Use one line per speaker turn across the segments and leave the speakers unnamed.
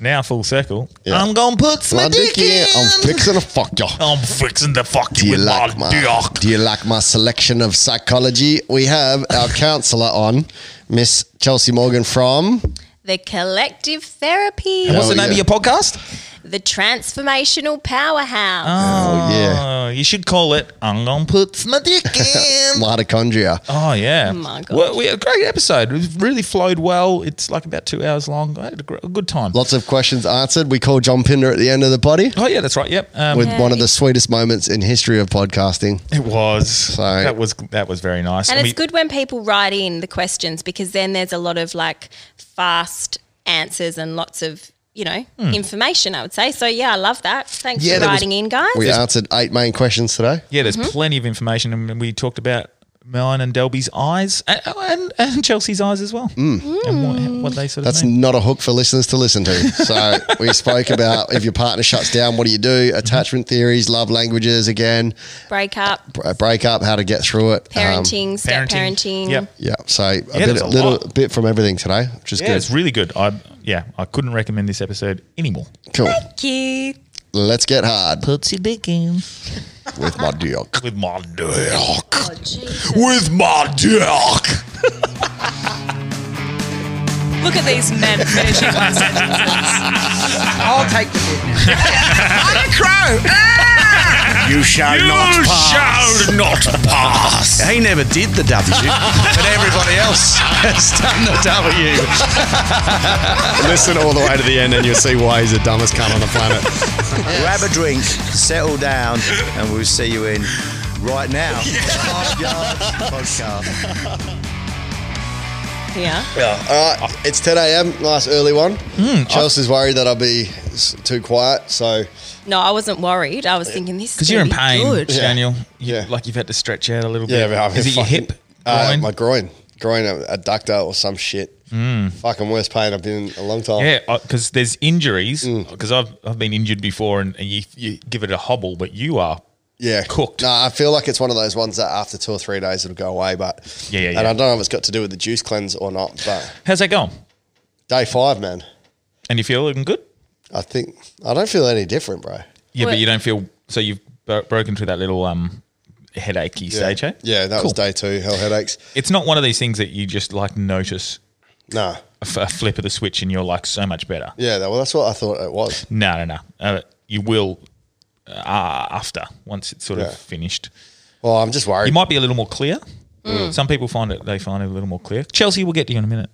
Now full circle.
Yeah.
I'm gonna put my,
My
dick,
dick
in.
here, I'm fixing to fuck you.
I'm fixing to fuck
Do
you
you
with
like
my
my
dick.
Do you like my selection of psychology? We have our counselor on, Miss Chelsea Morgan from
The collective therapy.
What's the
Hell
name of
yeah.
your podcast?
The transformational powerhouse.
Oh, yeah.
Uh, you should call it I'm gonna put my dick in.
Mitochondria.
Oh yeah!
my God.
Well, we had a great episode. It really flowed well. It's like about two hours long. I had a, gr- a good time.
Lots of questions answered. We call John Pinder at the end of the potty
Oh yeah, that's right. Yep, um,
with
Yay.
one of the sweetest moments in history of podcasting.
it was.
Sorry.
That was that was very nice.
And
And
it's
we-
good when people write in the questions because then there's a lot of like fast answers and lots of, you know, information, I would say. So, yeah, I love that. Thanks
Yeah,
for
that was-
writing in, guys.
We uh, answered eight main questions today.
Yeah, there's plenty of information, and we talked about mine and Delby's eyes, and and, and Chelsea's eyes as well, and what, what they sort of
Mm. That's
mean.
not a hook for listeners to listen to. So we spoke about if your partner shuts down, what do you do? Attachment theories, love languages again,
Break up,
br- breakup, how to get through it. um,
parenting, step parenting.
Yep.
yeah. So a,
there was
bit,
a
little
lot.
bit from everything today, which is
Yeah,
good.
it's really good. I yeah, I couldn't recommend this episode anymore.
Cool.
Cute.
Let's get hard
Puts your dick in
with my dick.
with my dick.
Oh, Jesus.
With my dick.
Look at these men finishing my sentences.
I'll take the bid now.
I'm a crow.
You shall not pass.
shall not pass.
He never did the W, but everybody else has done the W.
Listen all the way to the end, and you'll see why he's the dumbest cunt on the planet.
Grab a drink, settle down, and we'll see you in right now. Podcast.
Yeah.
all right, it's 10 a.m. Nice early one. Chelsea's worried that I'll be s- too quiet, so
No, I wasn't worried. I was thinking this is
Because you're in
gonna be
pain,
Good.
Daniel. You,
Yeah.
Like you've had to stretch out a little
Yeah,
bit.
but I've
Is it your
fucking-
hip?
Uh,
groin?
my groin, Hmm. groin uh, adductor or some shit. Fucking worst pain I've been in a long time.
Yeah, because there's injuries. Because I've I've been injured before, and, and you you give it a hobble, but you are
Yeah.
cooked.
No, I feel like it's one of those ones that after two or three days it'll go away. But
Yeah, yeah,
and
yeah.
I don't know if it's got to do with the juice cleanse or not. But
How's that going?
day five, man,
And you feel looking good?
I think I don't feel any different, bro.
Yeah, but
Well-
you don't feel so you've bro- broken through that little um headachy
Yeah.
stage. eh?
Yeah, that was
Cool.
day two. Hell headaches.
It's not one of these things that you just like notice
Nah.
a, f- a flip of the switch and you're like so much better.
Yeah, that, well, that's what I thought it was.
No, no, no. Uh, you will uh, after once it's sort
Yeah.
of finished.
Well, I'm just worried.
You might be a little more clear. Some people find it; they find it a little more clear. Chelsea, we'll get to you in a minute.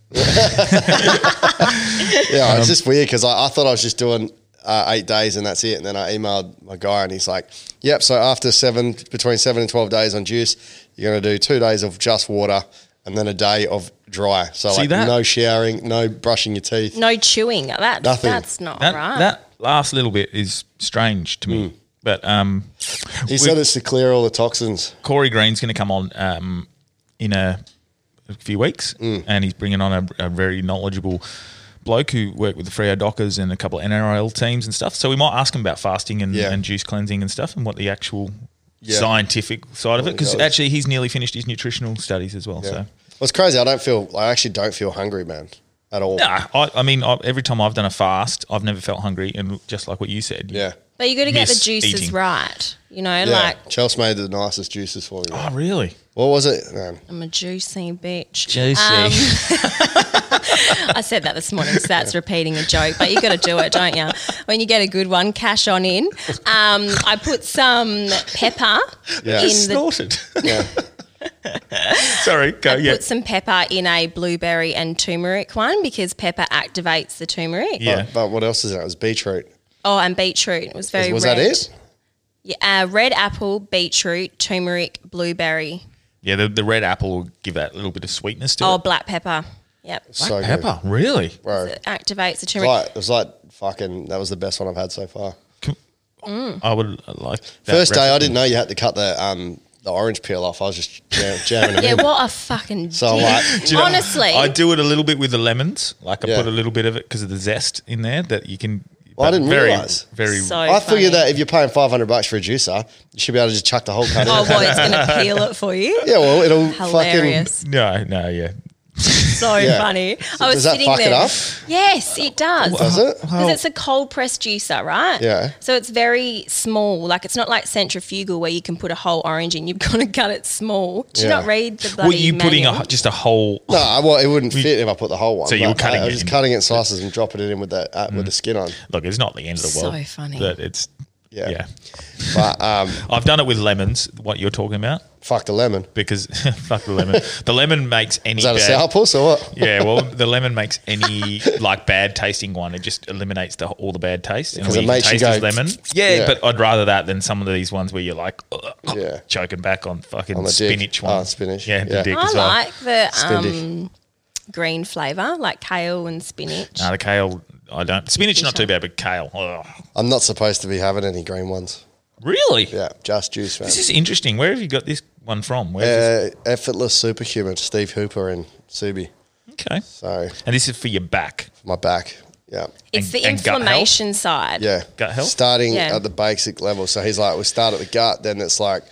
yeah,
Um,
it's just weird because I, I thought I was just doing uh, eight days and that's it. And then I emailed my guy and he's like, "Yep, so after seven, between seven and twelve days on juice, you're gonna do two days of just water and then a day of dry. So
See
like
that?
no showering, no brushing your teeth.
No chewing. That,
Nothing.
That's not
That,
right.
that last little bit is strange to me. But um,
He said it's to clear all the toxins.
Corey Green's going to come on um, in a, a few weeks,
Mm.
and he's bringing on a, a very knowledgeable bloke who worked with the Freo Dockers and a couple of NRL teams and stuff. So we might ask him about fasting and,
Yeah.
and juice cleansing and stuff, and what the actual
Yeah.
scientific side of it. Because
goes.
actually, he's nearly finished his nutritional studies as well. So.
What's crazy? I don't feel. I actually don't feel hungry, man, at all.
No, I, I mean, I, every time I've done a fast, I've never felt hungry, and just like what you said,
Yeah.
but you got to get the
miss
juices
eating.
right. You know,
Yeah.
like
Chelsea made the nicest juices for me. man.
Oh, really?
What was it? Man,
I'm a juicy Um, bitch.
Juicy.
I said that this morning, so that's repeating a joke, but you got to do it, don't you? When you get a good one, cash on in. Um, I put some pepper
Yeah.
in the.
Snorted.
Yeah.
Sorry, go. Yeah,
Put some pepper in a blueberry and turmeric one because pepper activates the turmeric.
yeah.
But, but what else is that? It was beetroot.
Oh, and beetroot It was very
was
red.
that it?
Yeah, uh, red apple, beetroot, turmeric, blueberry.
Yeah, the, the red apple will give that little bit of sweetness to
Oh,
it.
black pepper. Yep.
So good.
Pepper, really?
bro.
It activates the turmeric.
Right, it was like fucking. That was the best one I've had so far.
Mm.
I would uh, like that
First day, I
recipe.
didn't know you had to cut the um the orange peel off. I was just jam- jamming it
Yeah,
in.
what a fucking
So
dick.
like,
Do you know-
Honestly,
I do it a little bit with the lemons. Like I
Yeah.
put a little bit of it because of the zest in there that you can.
Well, I
but
didn't
very,
realise.
Very.
So-
I figured
funny.
that if you're paying five hundred bucks for a juicer, you should be able to just chuck the whole cut in.
oh, well, it's going to peel it for you.
Yeah, well, it'll
Hilarious.
no, no, yeah.
so
Yeah.
funny. I was
Does that
sitting
fuck it
there.
up?
Yes, it does.
Does it?
How-
Because it's a cold press juicer, right?
Yeah.
So it's very small. Like it's not like centrifugal where you can put a whole orange in. You've got to cut it small. Do you
Yeah.
not read the bloody
Were you putting
manual?
a, just a whole?
No, I- well, it wouldn't fit if I put the whole one.
So you
but uh,
were cutting
I, I
it
was just
in. Mm.
cutting it in slices and dropping it in with that uh, with the skin on.
Look, it's not the end of the
So
world.
funny.
But it's
Yeah.
yeah.
But um,
I've done it with lemons. What you're talking about?
fuck the lemon.
Because fuck the lemon. the lemon makes any.
Is that a
bad-
sourpuss or what?
yeah, well, the lemon makes any like bad tasting one. It just eliminates the, all the bad taste. And
'Cause
all can
it makes you
taste is
go,
lemon. Yeah,
Yeah.
but I'd rather that than some of these ones where you're like ugh,
Yeah.
choking back on fucking
On the dick.
spinach one.
Oh, spinach.
Yeah, the
Yeah.
dick
I
as well.
like the
Spendy.
um, green flavour, like kale and spinach.
No, the kale. I don't. Spinach not
Fish
too bad, but kale. ugh.
I'm not supposed to be having any green ones.
Really?
Yeah, just juice, man.
This is interesting. Where have you got this one from? Where's this?
Uh, effortless superhuman, Steve Hooper and Subi.
Okay.
So
And this is for your back.
my back, yeah,
it's
and-
the
and gut health?
inflammation side.
yeah.
Gut health?
Starting
Yeah.
at the basic level. So he's like, we start at the gut, then it's like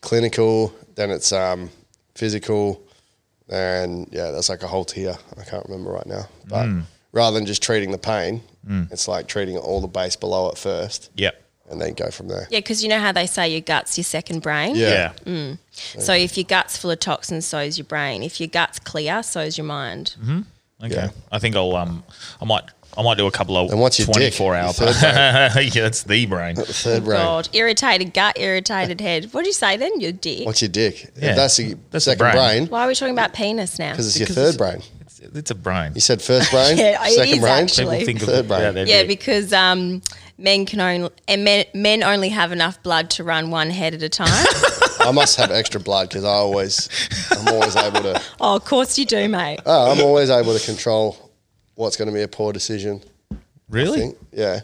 clinical, then it's um, physical, and yeah, that's like a whole tier. I can't remember right now, but
Mm.
rather than just treating the pain, it's like treating all the base below it first,
Yep.
and then go from there.
Yeah, because you know how they say your gut's your second brain?
Yeah.
Mm. So if your gut's full of toxins, so is your brain. If your gut's clear, so is your mind.
Mm-hmm. Okay.
Yeah.
I think I'll um I might I might do a couple of
And what's your dick?
24 hour
Your
yeah, that's the brain.
Third brain.
God, irritated gut, irritated head. What do you say then? Your dick.
What's your dick?
Yeah.
If that's your
That's the
second
brain.
brain,
Why are we talking about penis now?
because it's your
Because
third
it's-
brain.
It's, it's a brain.
You said first brain,
Yeah, it
second
is
brain.
actually.
People think of
Third brain.
about their
yeah,
dick.
because um, men can only and men, men only have enough blood to run one head at a time.
I must have extra blood because I always, I'm always able to,
oh, of course you do, mate.
oh, I'm always able to control what's going to be a poor decision. I
really?
think. Yeah,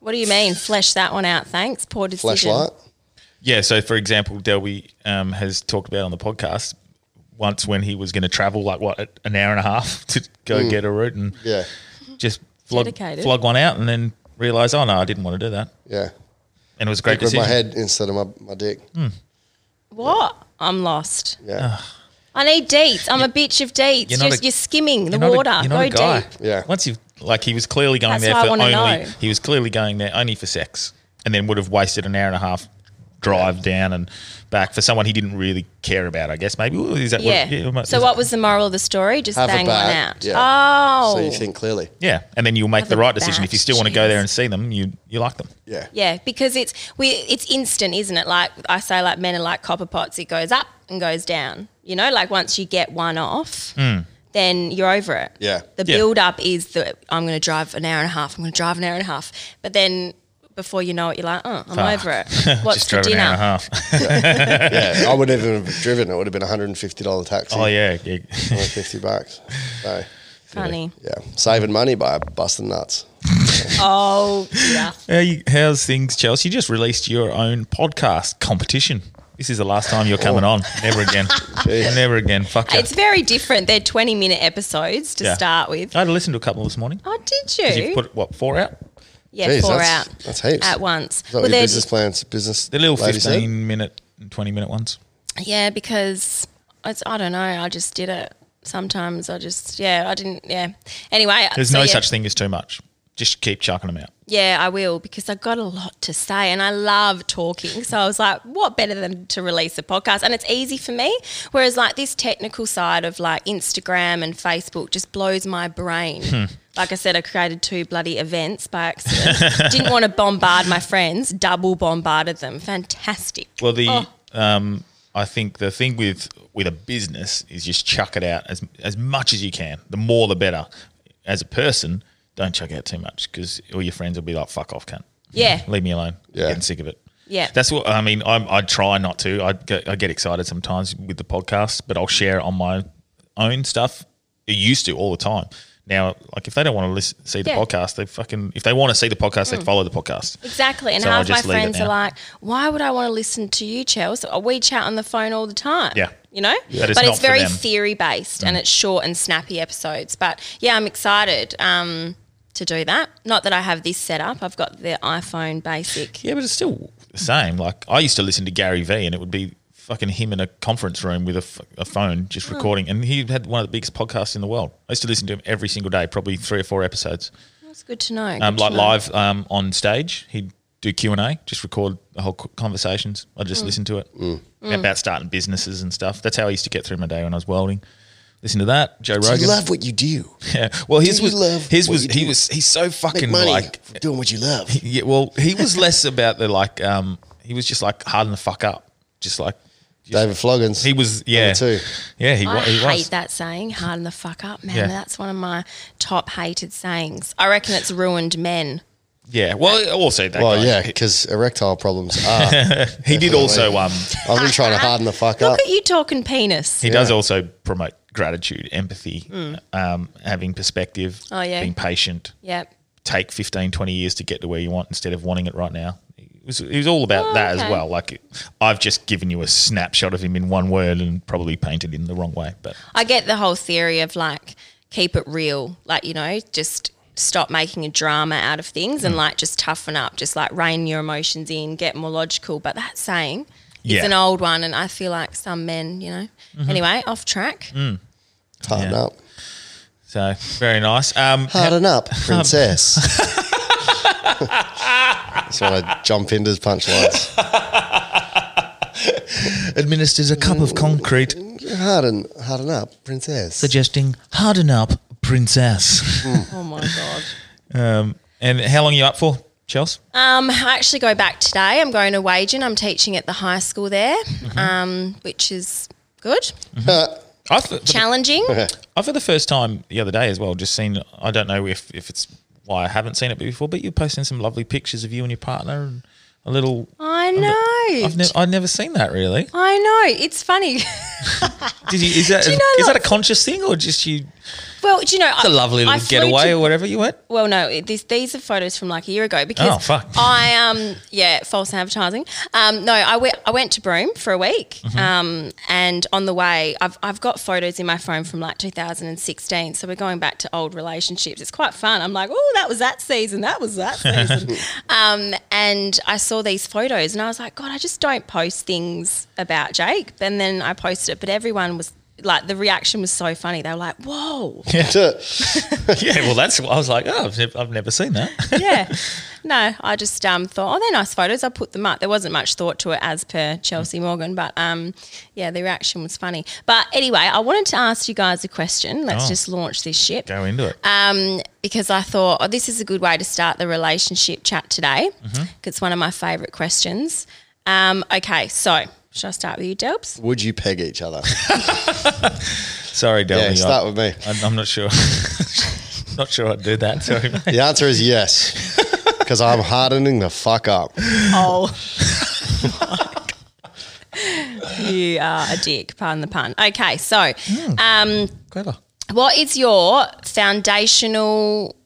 What do you mean? Flesh that one out. Thanks. Poor decision.
flashlight.
Yeah, so for example, Delby um, has talked about on the podcast once when he was going to travel like what an hour and a half to go get a route and
Hmm. Yeah,
just flog,
Dedicated.
flog one out and then realize oh no, I didn't want to do that.
yeah.
And it was a great
With
decision. Mm.
my head instead of my, my dick.
What? I'm lost.
Yeah,
I need deets. I'm a bitch of deets.
You're
You're,
not
you're,
a-
skimming the
You're not a-
water.
you're
no
not a guy.
deep.
Yeah.
Once you like, he was clearly going
That's
there
what I
for
wanna
only.
know.
He was clearly going there only for sex, and then would have wasted an hour and a half drive down and back for someone he didn't really care about. I guess maybe Ooh, is that
Yeah.
What, might-
so
is-
what was the moral of the story? Just
Have a
bang one
bag,
out.
yeah.
Oh.
so you think clearly.
Yeah, and then you'll make
Have
the
a
right decision
bat.
if you still want to go there
Jeez.
and see them. You you like them.
Yeah,
Yeah, because it's we it's instant, isn't it? Like I say, like men are like copper pots. It goes up and goes down. You know, like once you get one off, then you're over it.
Yeah.
The
Hmm. Yeah.
build up is that I'm going to drive an hour and a half. I'm going to drive an hour and a half. But then before you know it, you're like, oh, I'm
Fuck.
over it. What's
Just
for
drove an
dinner?
hour and a half.
yeah. I wouldn't even have driven. It would have been a hundred and fifty dollar taxi.
oh yeah, yeah.
Only fifty bucks. So
Funny.
yeah, saving money by busting nuts.
Oh, yeah.
How you- how's things, Chelsea? You just released your own podcast competition. This is the last time you're coming on. Never again. Never again. Fuck
It's
it.
very different. They're 20 minute episodes to
Yeah.
start with.
I had to listen to a couple this morning.
Oh, did
'Cause
you?
You've put what four out?
yeah,
Jeez,
four
that's-
out
That's heaps.
at once.
Is that what your
they're-
business plans? Business.
The little
lady said?
fifteen minute and twenty minute ones.
Yeah, because it's I don't know. I just did it. Sometimes I just yeah I didn't yeah. Anyway,
There's
so
no
yeah,
such thing as too much. Just keep chucking them out.
Yeah, I will because I got a lot to say and I love talking. So I was like, what better than to release a podcast? And it's easy for me. Whereas like this technical side of like Instagram and Facebook just blows my brain.
Hmm.
Like I said, I created two bloody events by accident. Didn't want to bombard my friends, double bombarded them. Fantastic.
Well, the
Oh.
um, I think the thing with with a business is just chuck it out as as much as you can. The more, the better. As a person, don't chuck out too much because all your friends will be like, "Fuck off, cunt."
Yeah.
leave me alone.
Yeah.
Yeah, getting sick of it.
Yeah.
that's what I mean. I'm, I try not to. I get, I get excited sometimes with the podcast, but I'll share it on my own stuff. It used to all the time. Now, like if they don't want to listen, see the
Yeah. Mm.
podcast, they fucking if they want to see the podcast, they follow the podcast.
Exactly. And
So I'll
half my
just leave it
friends are
now.
like, why would I want to listen to you, Chels? We chat on the phone all the time.
Yeah.
You know?
But it's
But
not
it's
for
very
them. Mm.
theory based and it's short and snappy episodes. But yeah, I'm excited um, to do that. Not that I have this set up, I've got the iPhone basic.
Yeah, but it's still the same. Like I used to listen to Gary Vee and it would be fucking him in a conference room with a, f- a phone just recording. And he had one of the biggest podcasts in the world. I used to listen to him every single day, probably three or four episodes.
That's good to know.
Um,
good to
like
know.
live um, on stage, he'd do Q and A, just record the whole co- conversations. I would just listen to it
Hmm.
about starting businesses and stuff. That's how I used to get through my day when I was welding. Listen to that, Joe
Do you
Rogan.
love what you do.
yeah. Well, his
you
was
love
his
what
was
you
he
do?
was he's so fucking
Make money
like
from doing what you love.
yeah, well, he was less about the like. Um, he was just like harden the fuck up, just like
David Floggins.
he was. Yeah,
too.
yeah, he,
I
wa- he
hate
was.
that saying, harden the fuck up, man.
Yeah.
That's one of my top hated sayings. I reckon it's ruined men.
Yeah, well, also that.
Well,
guy,
yeah, because erectile problems are.
he did also. Um,
I've been trying to harden the fuck up.
Look at you talking penis.
he does also promote gratitude, empathy, um, having perspective.
Hmm. Oh, yeah.
being patient.
Yep.
Take 15, 20 years to get to where you want instead of wanting it right now. It was, it was all about
Oh,
that as
okay.
well. Like, I've just given you a snapshot of him in one word and probably painted in the wrong way. But
I get the whole theory of like keep it real, like you know, just stop making a drama out of things
Mm.
and like just toughen up, just like rein your emotions in, get more logical. But that saying is
Yeah. Mm-hmm.
an old one, and I feel like some men, you know. Anyway, off track.
Mm.
Harden
Yeah.
up.
so very nice. Um,
Harden up, princess. That's one of John Pinder's punchlines.
administers a cup of concrete,
Harden, harden up, princess.
suggesting harden up, princess.
Oh my god.
um, and how long are you up for, Chels?
Um, I actually go back today. I'm going to Wagen. I'm teaching at the high school there,
Mm-hmm.
um, which is good,
I th-
challenging.
I for the first time the other day as well. Just seen. I don't know if if it's why I haven't seen it before, but you're posting some lovely pictures of you and your partner and a little.
I know.
I've, ne- I've never seen that really.
I know. It's funny.
Did you, is that
Do
is
you know
that a
lots-
conscious thing or just you
well, do you know,
a lovely little getaway or whatever you went?
well, no, it- this, these are photos from like a year ago because
Oh, fuck.
I um yeah false advertising. Um, no, I went I went to Broome for a week.
Mm-hmm.
Um, and on the way, I've I've got photos in my phone from like 2016. So we're going back to old relationships. It's quite fun. I'm like, oh, that was that season. That was that season. um, and I saw these photos and I was like, God, I just don't post things about Jake. And then I posted it, but everyone was. Like the reaction was so funny. They were like, "Whoa!"
yeah, well that's I was like, oh, I've, nev- I've never seen that.
yeah. No, I just um, thought, oh, they're nice photos. I put them up. There wasn't much thought to it as per Chelsea Morgan, but um, yeah, the reaction was funny. But anyway, I wanted to ask you guys a question. Let's
Oh.
just launch this ship Um,
Go into it.
Uh, because I thought, oh, this is a good way to start the relationship chat today. 'cause It's one of my favourite questions. Um, okay, so should I start with you, Delbs?
Would you peg each other?
Sorry, Del.
Yeah, start with me.
I'm, I'm not sure. not sure I'd do that. Sorry, mate.
The answer is yes. Because I'm hardening the fuck up.
Oh. you are a dick, pardon the pun. Okay, so um,
Clever.
What is your foundational?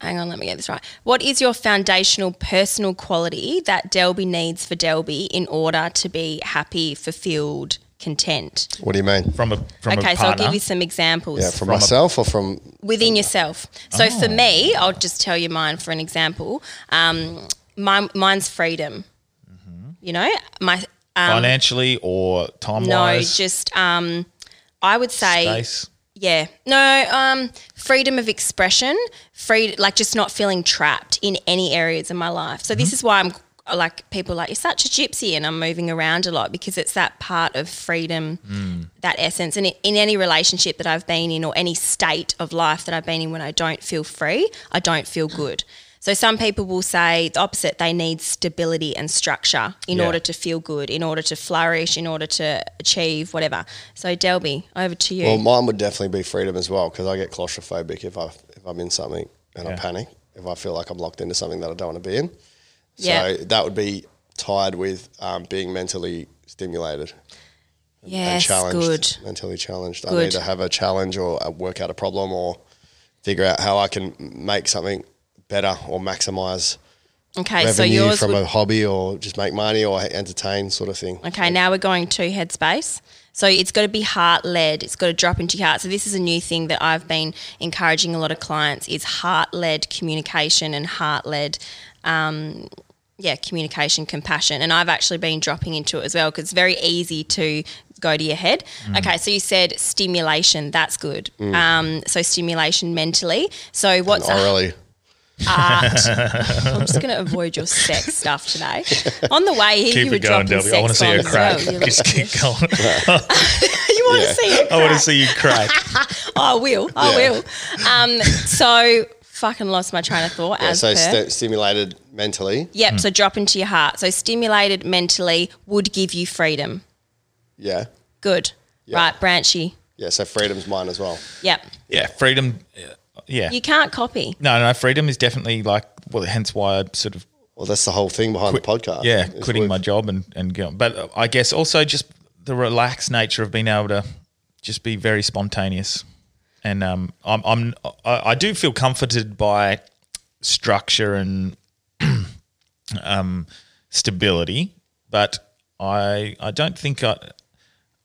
Hang on, let me get this right. What is your foundational personal quality that Delby needs for Delby in order to be happy, fulfilled, content?
What do you mean?
From a from
okay,
a partner.
so I'll give you some examples
Yeah, from myself or from
within yourself. So
Oh.
for me, I'll just tell you mine for an example. Um, mine, mine's freedom.
Mm-hmm.
You know, my um,
financially or time
no,
wise.
just um, I would say
space.
Yeah. No, um, freedom of expression, free like just not feeling trapped in any areas of my life. So this is why I'm like people are like you're such a gypsy and I'm moving around a lot because it's that part of freedom, that essence. And in any relationship that I've been in or any state of life that I've been in when I don't feel free, I don't feel good. So some people will say the opposite, they need stability and structure in
Yeah.
order to feel good, in order to flourish, in order to achieve whatever. So Delby, over to you.
Well, mine would definitely be freedom as well because I get claustrophobic if I if I'm in something and I
Yeah.
panic if I feel like I'm locked into something that I don't want to be in. So
Yeah.
that would be tied with um, being mentally stimulated and
Yes,
challenged.
good.
Mentally challenged. I
Good.
need to have a challenge or uh, work out a problem or figure out how I can make something better or maximize
Okay, so
revenue
yours
from
would,
a hobby or just make money or entertain sort of thing.
Okay, now we're going to headspace. So it's got to be heart led. It's got to drop into your heart. So this is a new thing that I've been encouraging a lot of clients is heart led communication and heart led um, yeah, communication, compassion. And I've actually been dropping into it as well because it's very easy to go to your head.
Mm.
Okay, so you said stimulation. That's good. Um, so stimulation mentally. So what's
Orally.
art? I'm just going to avoid your sex stuff today. On the way here, you
Keep
were
it going, Delby.
dropping sex
I want to see
bombs
her
as
crack.
well. You
Just
little-
keep going.
you want
Yeah.
to see it? "Oh,
I want to see you crack.
I will. I
Yeah.
will. Um, so fucking lost my train of thought.
Yeah,
as
so
per.
st- stimulated mentally.
Yep. So drop into your heart. So stimulated mentally would give you freedom.
Yeah.
Good.
Yeah.
Right, branchy.
Yeah, so freedom's mine as well.
Yep.
yeah, freedom. uh, Yeah.
You can't copy.
No, no, freedom is definitely like, well, hence why I sort of
Well, that's the whole thing behind the podcast.
yeah,
is
quitting
we've-
my job and and going. But I guess also just the relaxed nature of being able to just be very spontaneous, and um, I'm I'm I, I do feel comforted by structure and um stability, but I I don't think I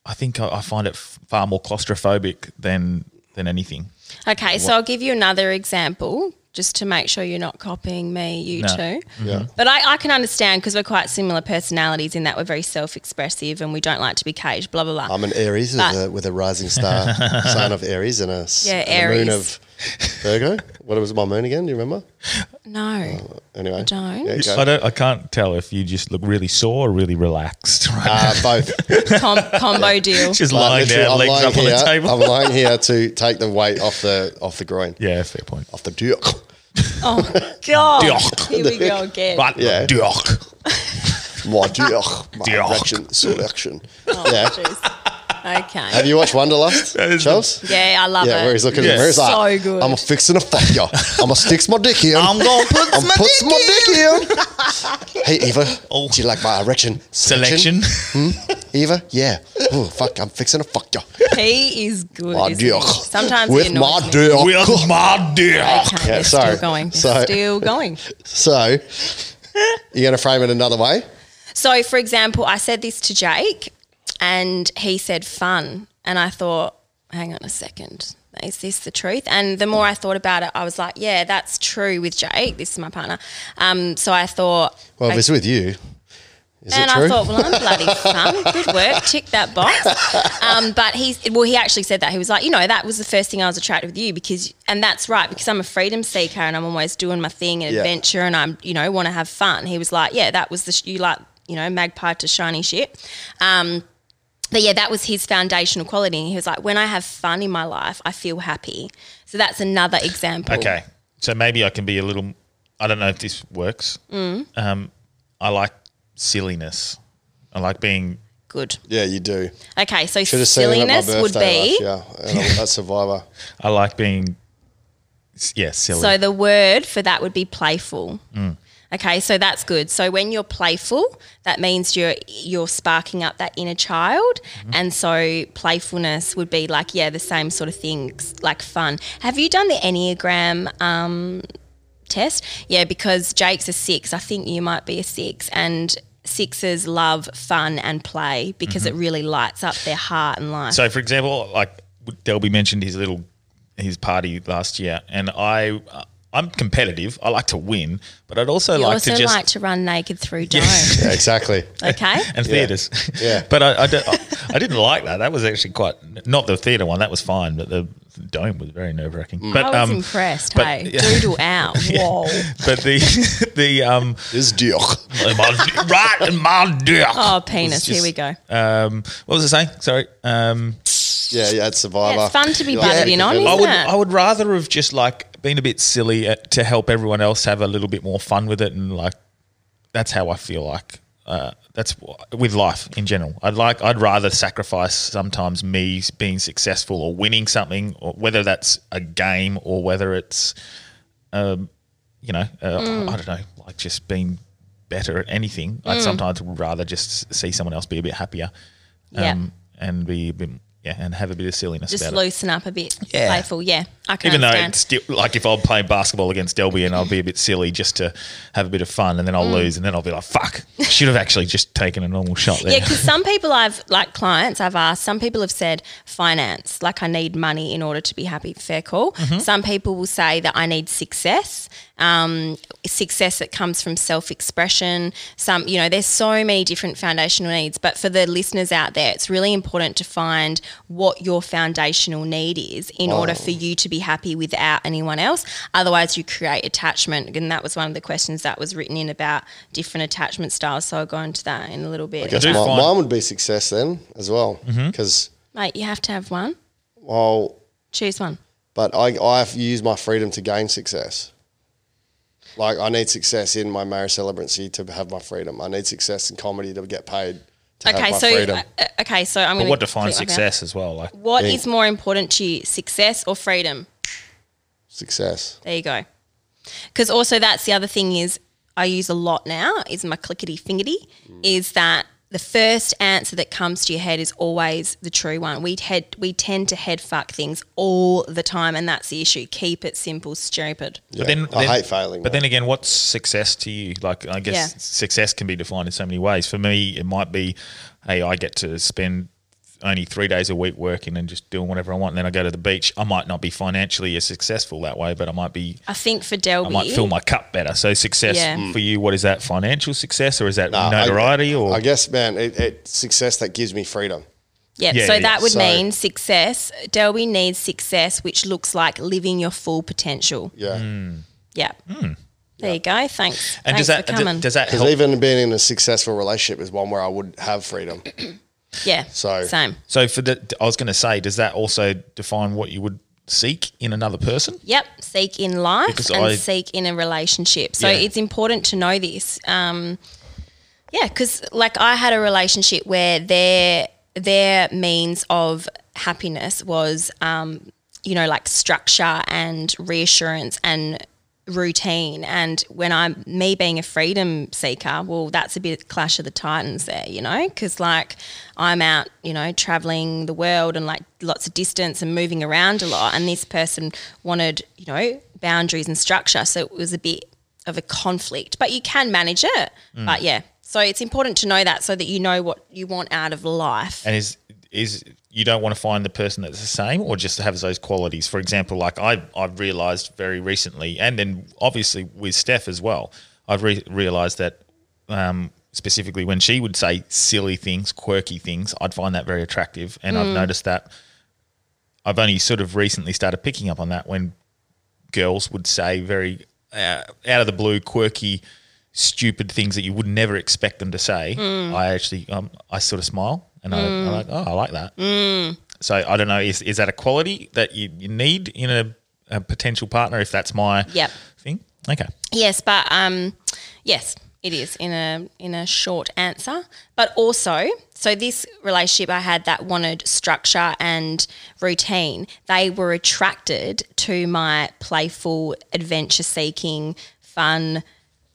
I think I, I find it f- far more claustrophobic than than anything.
Okay, so I'll give you another example just to make sure you're not copying me, you
No.
two.
Yeah.
But I, I can understand because we're quite similar personalities in that we're very self expressive and we don't like to be caged, blah, blah, blah.
I'm an Aries
But-
with, a, with a rising star, sign of Aries and a, s-
Yeah,
and a moon
Aries.
of Virgo. What was my moon again? Do you remember?
no.
Anyway.
don't.
Yeah, go.
I don't I can't tell if you just look really sore or really relaxed. Right now.
Uh, both.
Com- combo deal.
Just
Like,
lying
literally,
down, legs up on
here,
the table.
I'm lying here to take the weight off the off the groin,
yeah, fair point.
off the duke.
Oh, God. Here we go again.
But
Yeah.
Dirk.
My duke, my
Duke.
erection, selection.
Oh,
yeah.
jeez.
Have
Okay.
you watched Wonderlust,
That is the-
Charles?
Yeah, I love
Yeah,
it.
where he's looking,
Yeah.
where he's like,
So good.
I'm a fixing to fuck you. I'm gonna stick my dick in.
I'm gonna put
I'm
my
put
dick
my dick in. hey Eva,
Oh.
do you like my erection
Selection.
Eva, yeah. Oh fuck, I'm fixing to fuck you.
He is good.
My
isn't he?
dick.
Sometimes he
Ah, with
annoys
my
me.
dick.
With my dick.
Okay,
Yeah,
they're
sorry.
still going. They're
Sorry.
Still going.
So you're gonna frame it another way.
So, for example, I said this to Jake and he said fun. And I thought, hang on a second, is this the truth? And the more I thought about it, I was like, yeah, that's true with Jake. This is my partner. Um, so I thought,
Well, if it's with you, is it
and
true?
I thought, well, I'm bloody fun. Good work. Tick that box. Um, but he's, well, he actually said that. He was like, you know, that was the first thing I was attracted with you because, and that's right, because I'm a freedom seeker and I'm always doing my thing and
Yeah.
adventure and I'm, you know, want to have fun. He was like, yeah, that was the, sh- you like, you know, magpie to shiny shit. Um, but yeah, that was his foundational quality. And he was like, when I have fun in my life, I feel happy. So that's another example.
Okay. So maybe I can be a little I don't know if this works.
Mm.
Um, I like silliness. I like being
Good.
yeah, you do.
Okay. So
Should have seen it at my
silliness
birthday
would be.
last year. And I- that's Survivor.
I like being s- yeah, silly.
So the word for that would be playful.
Mm.
Okay, so that's good. So when you're playful, that means you're you're sparking up that inner child,
Mm-hmm.
and so playfulness would be like yeah, the same sort of things like fun. Have you done the enneagram um, test? Yeah, because Jake's a six. I think you might be a six, and sixes love fun and play because it really lights up their heart and life.
Mm-hmm. So, for example, like Delby mentioned his little his party last year, and I I'm competitive. I like to win, but I'd also
you
like
also
to just
like to run naked through
Yeah.
domes.
Yeah, exactly.
Okay.
and theaters.
Yeah.
but I, I, don't- I, I didn't like that. That was actually quite not the theater one. That was fine, but the dome was very nerve wracking. But um,
I was impressed.
but-
hey,
yeah.
doodle out. Whoa. Oh,
but the the um
This deal.
my- right and my dick.
Oh,
was
penis. Here
just-
we go.
Um, what was I saying? Sorry. Um,
Yeah, yeah, it's Survivor.
Yeah, it's fun to be
You like
butted
to
in
compete.
on.
I
Isn't
would
it?
I would rather have just like been a bit silly uh to help everyone else have a little bit more fun with it, and like that's how I feel like. Uh, that's wh- with life in general. I'd like. I'd rather sacrifice sometimes me being successful or winning something, or whether that's a game or whether it's, um, you know, uh,
Mm.
I don't know, like just being better at anything. I'd sometimes rather just see someone else be a bit happier,
Yeah.
and be a bit, yeah, and have a bit of silliness
Just
about it.
loosen up a bit.
Yeah.
Playful. Yeah. I can
Even though
understand.
it's still like if I'll play basketball against Delby and I'll be a bit silly just to have a bit of fun and then
Mm.
I'll lose and then I'll be like, fuck, should have actually just taken a normal shot there.
Yeah, because some people I've like clients I've asked. Some people have said finance, like I need money in order to be happy. Fair call.
Mm-hmm.
Some people will say that I need success. Um, success that comes from self-expression. Some, you know, there's so many different foundational needs. But for the listeners out there, it's really important to find what your foundational need is in order for you to be happy without anyone else. Otherwise, you create attachment, and that was one of the questions that was written in about different attachment styles. So I'll go into that in a little bit.
I guess
Oh, do Mm-hmm.
mi-
find-
mine would be success then as well. Because,
Mate, you have to have one.
well,
Choose one.
but I, I've used my freedom to gain success. Like, I need success in my marriage celebrancy to have my freedom. I need success in comedy to get paid to have
Okay,
my
so
freedom.
uh, okay, so I'm.
but
gonna
what
click
defines
my mouse.
success as well? Like,
What is
Yeah.
more important to you, success or freedom?
success.
There you go. Because also that's the other thing is I use a lot now is my clickety fingerty is that the first answer that comes to your head is always the true one. We head we tend to head fuck things all the time, and that's the issue. Keep it simple, stupid.
but
Yeah.
then,
I
then-
hate failing.
But
mate.
then again, what's success to you? Like, I guess
Yeah.
success can be defined in so many ways. For me, it might be, hey, I get to spend only three days a week working and just doing whatever I want. And then I go to the beach. I might not be financially as successful that way, but I might be.
I think for
I
Delby,
might fill my cup better. So success
Yeah. Mm.
for you, what is that? Financial success, or is that
Uh, I-
notoriety? or
I guess, man, it, it success that gives me freedom.
Yep.
Yeah,
so
yeah,
that would
So-
mean success. Delby needs success, which looks like living your full potential.
Yeah.
Mm.
Yeah. There you go. Thanks.
Hmm. and
Thanks
does that
for coming.
does, does that
Because
help?
even being in a successful relationship is one where I would have freedom.
yeah.
So-
same.
So for the, I was going to say, does that also define what you would seek in another person?
Yep. Seek in life
Because
and
I-
seek in a relationship. So
Yeah.
it's important to know this. Um, yeah, because like I had a relationship where their their means of happiness was, um, you know, like structure and reassurance and routine. And when I'm me being a freedom seeker, well, that's a bit clash of the titans there, you know, because like I'm out, you know, traveling the world and like lots of distance and moving around a lot. And this person wanted, you know, boundaries and structure, so it was a bit of a conflict, but you can manage it. But yeah, so it's important to know that so that you know what you want out of life.
And is is you don't want to find the person that's the same, or just has those qualities? For example, like I I've realised very recently, and then obviously with Steph as well, I've re- realised that um, specifically when she would say silly things, quirky things, I'd find that very attractive, and I've noticed that. I've only sort of recently started picking up on that when girls would say very uh, out of the blue, quirky, stupid things that you would never expect them to say. I actually, um, I sort of smile and I, I'm like, oh, I like that. So I don't know, is, is that a quality that you, you need in a, a potential partner if that's my
Yep.
thing? Okay.
Yes, but um, yes, it is in a in a short answer. But also, so this relationship I had that wanted structure and routine, they were attracted to my playful, adventure seeking, fun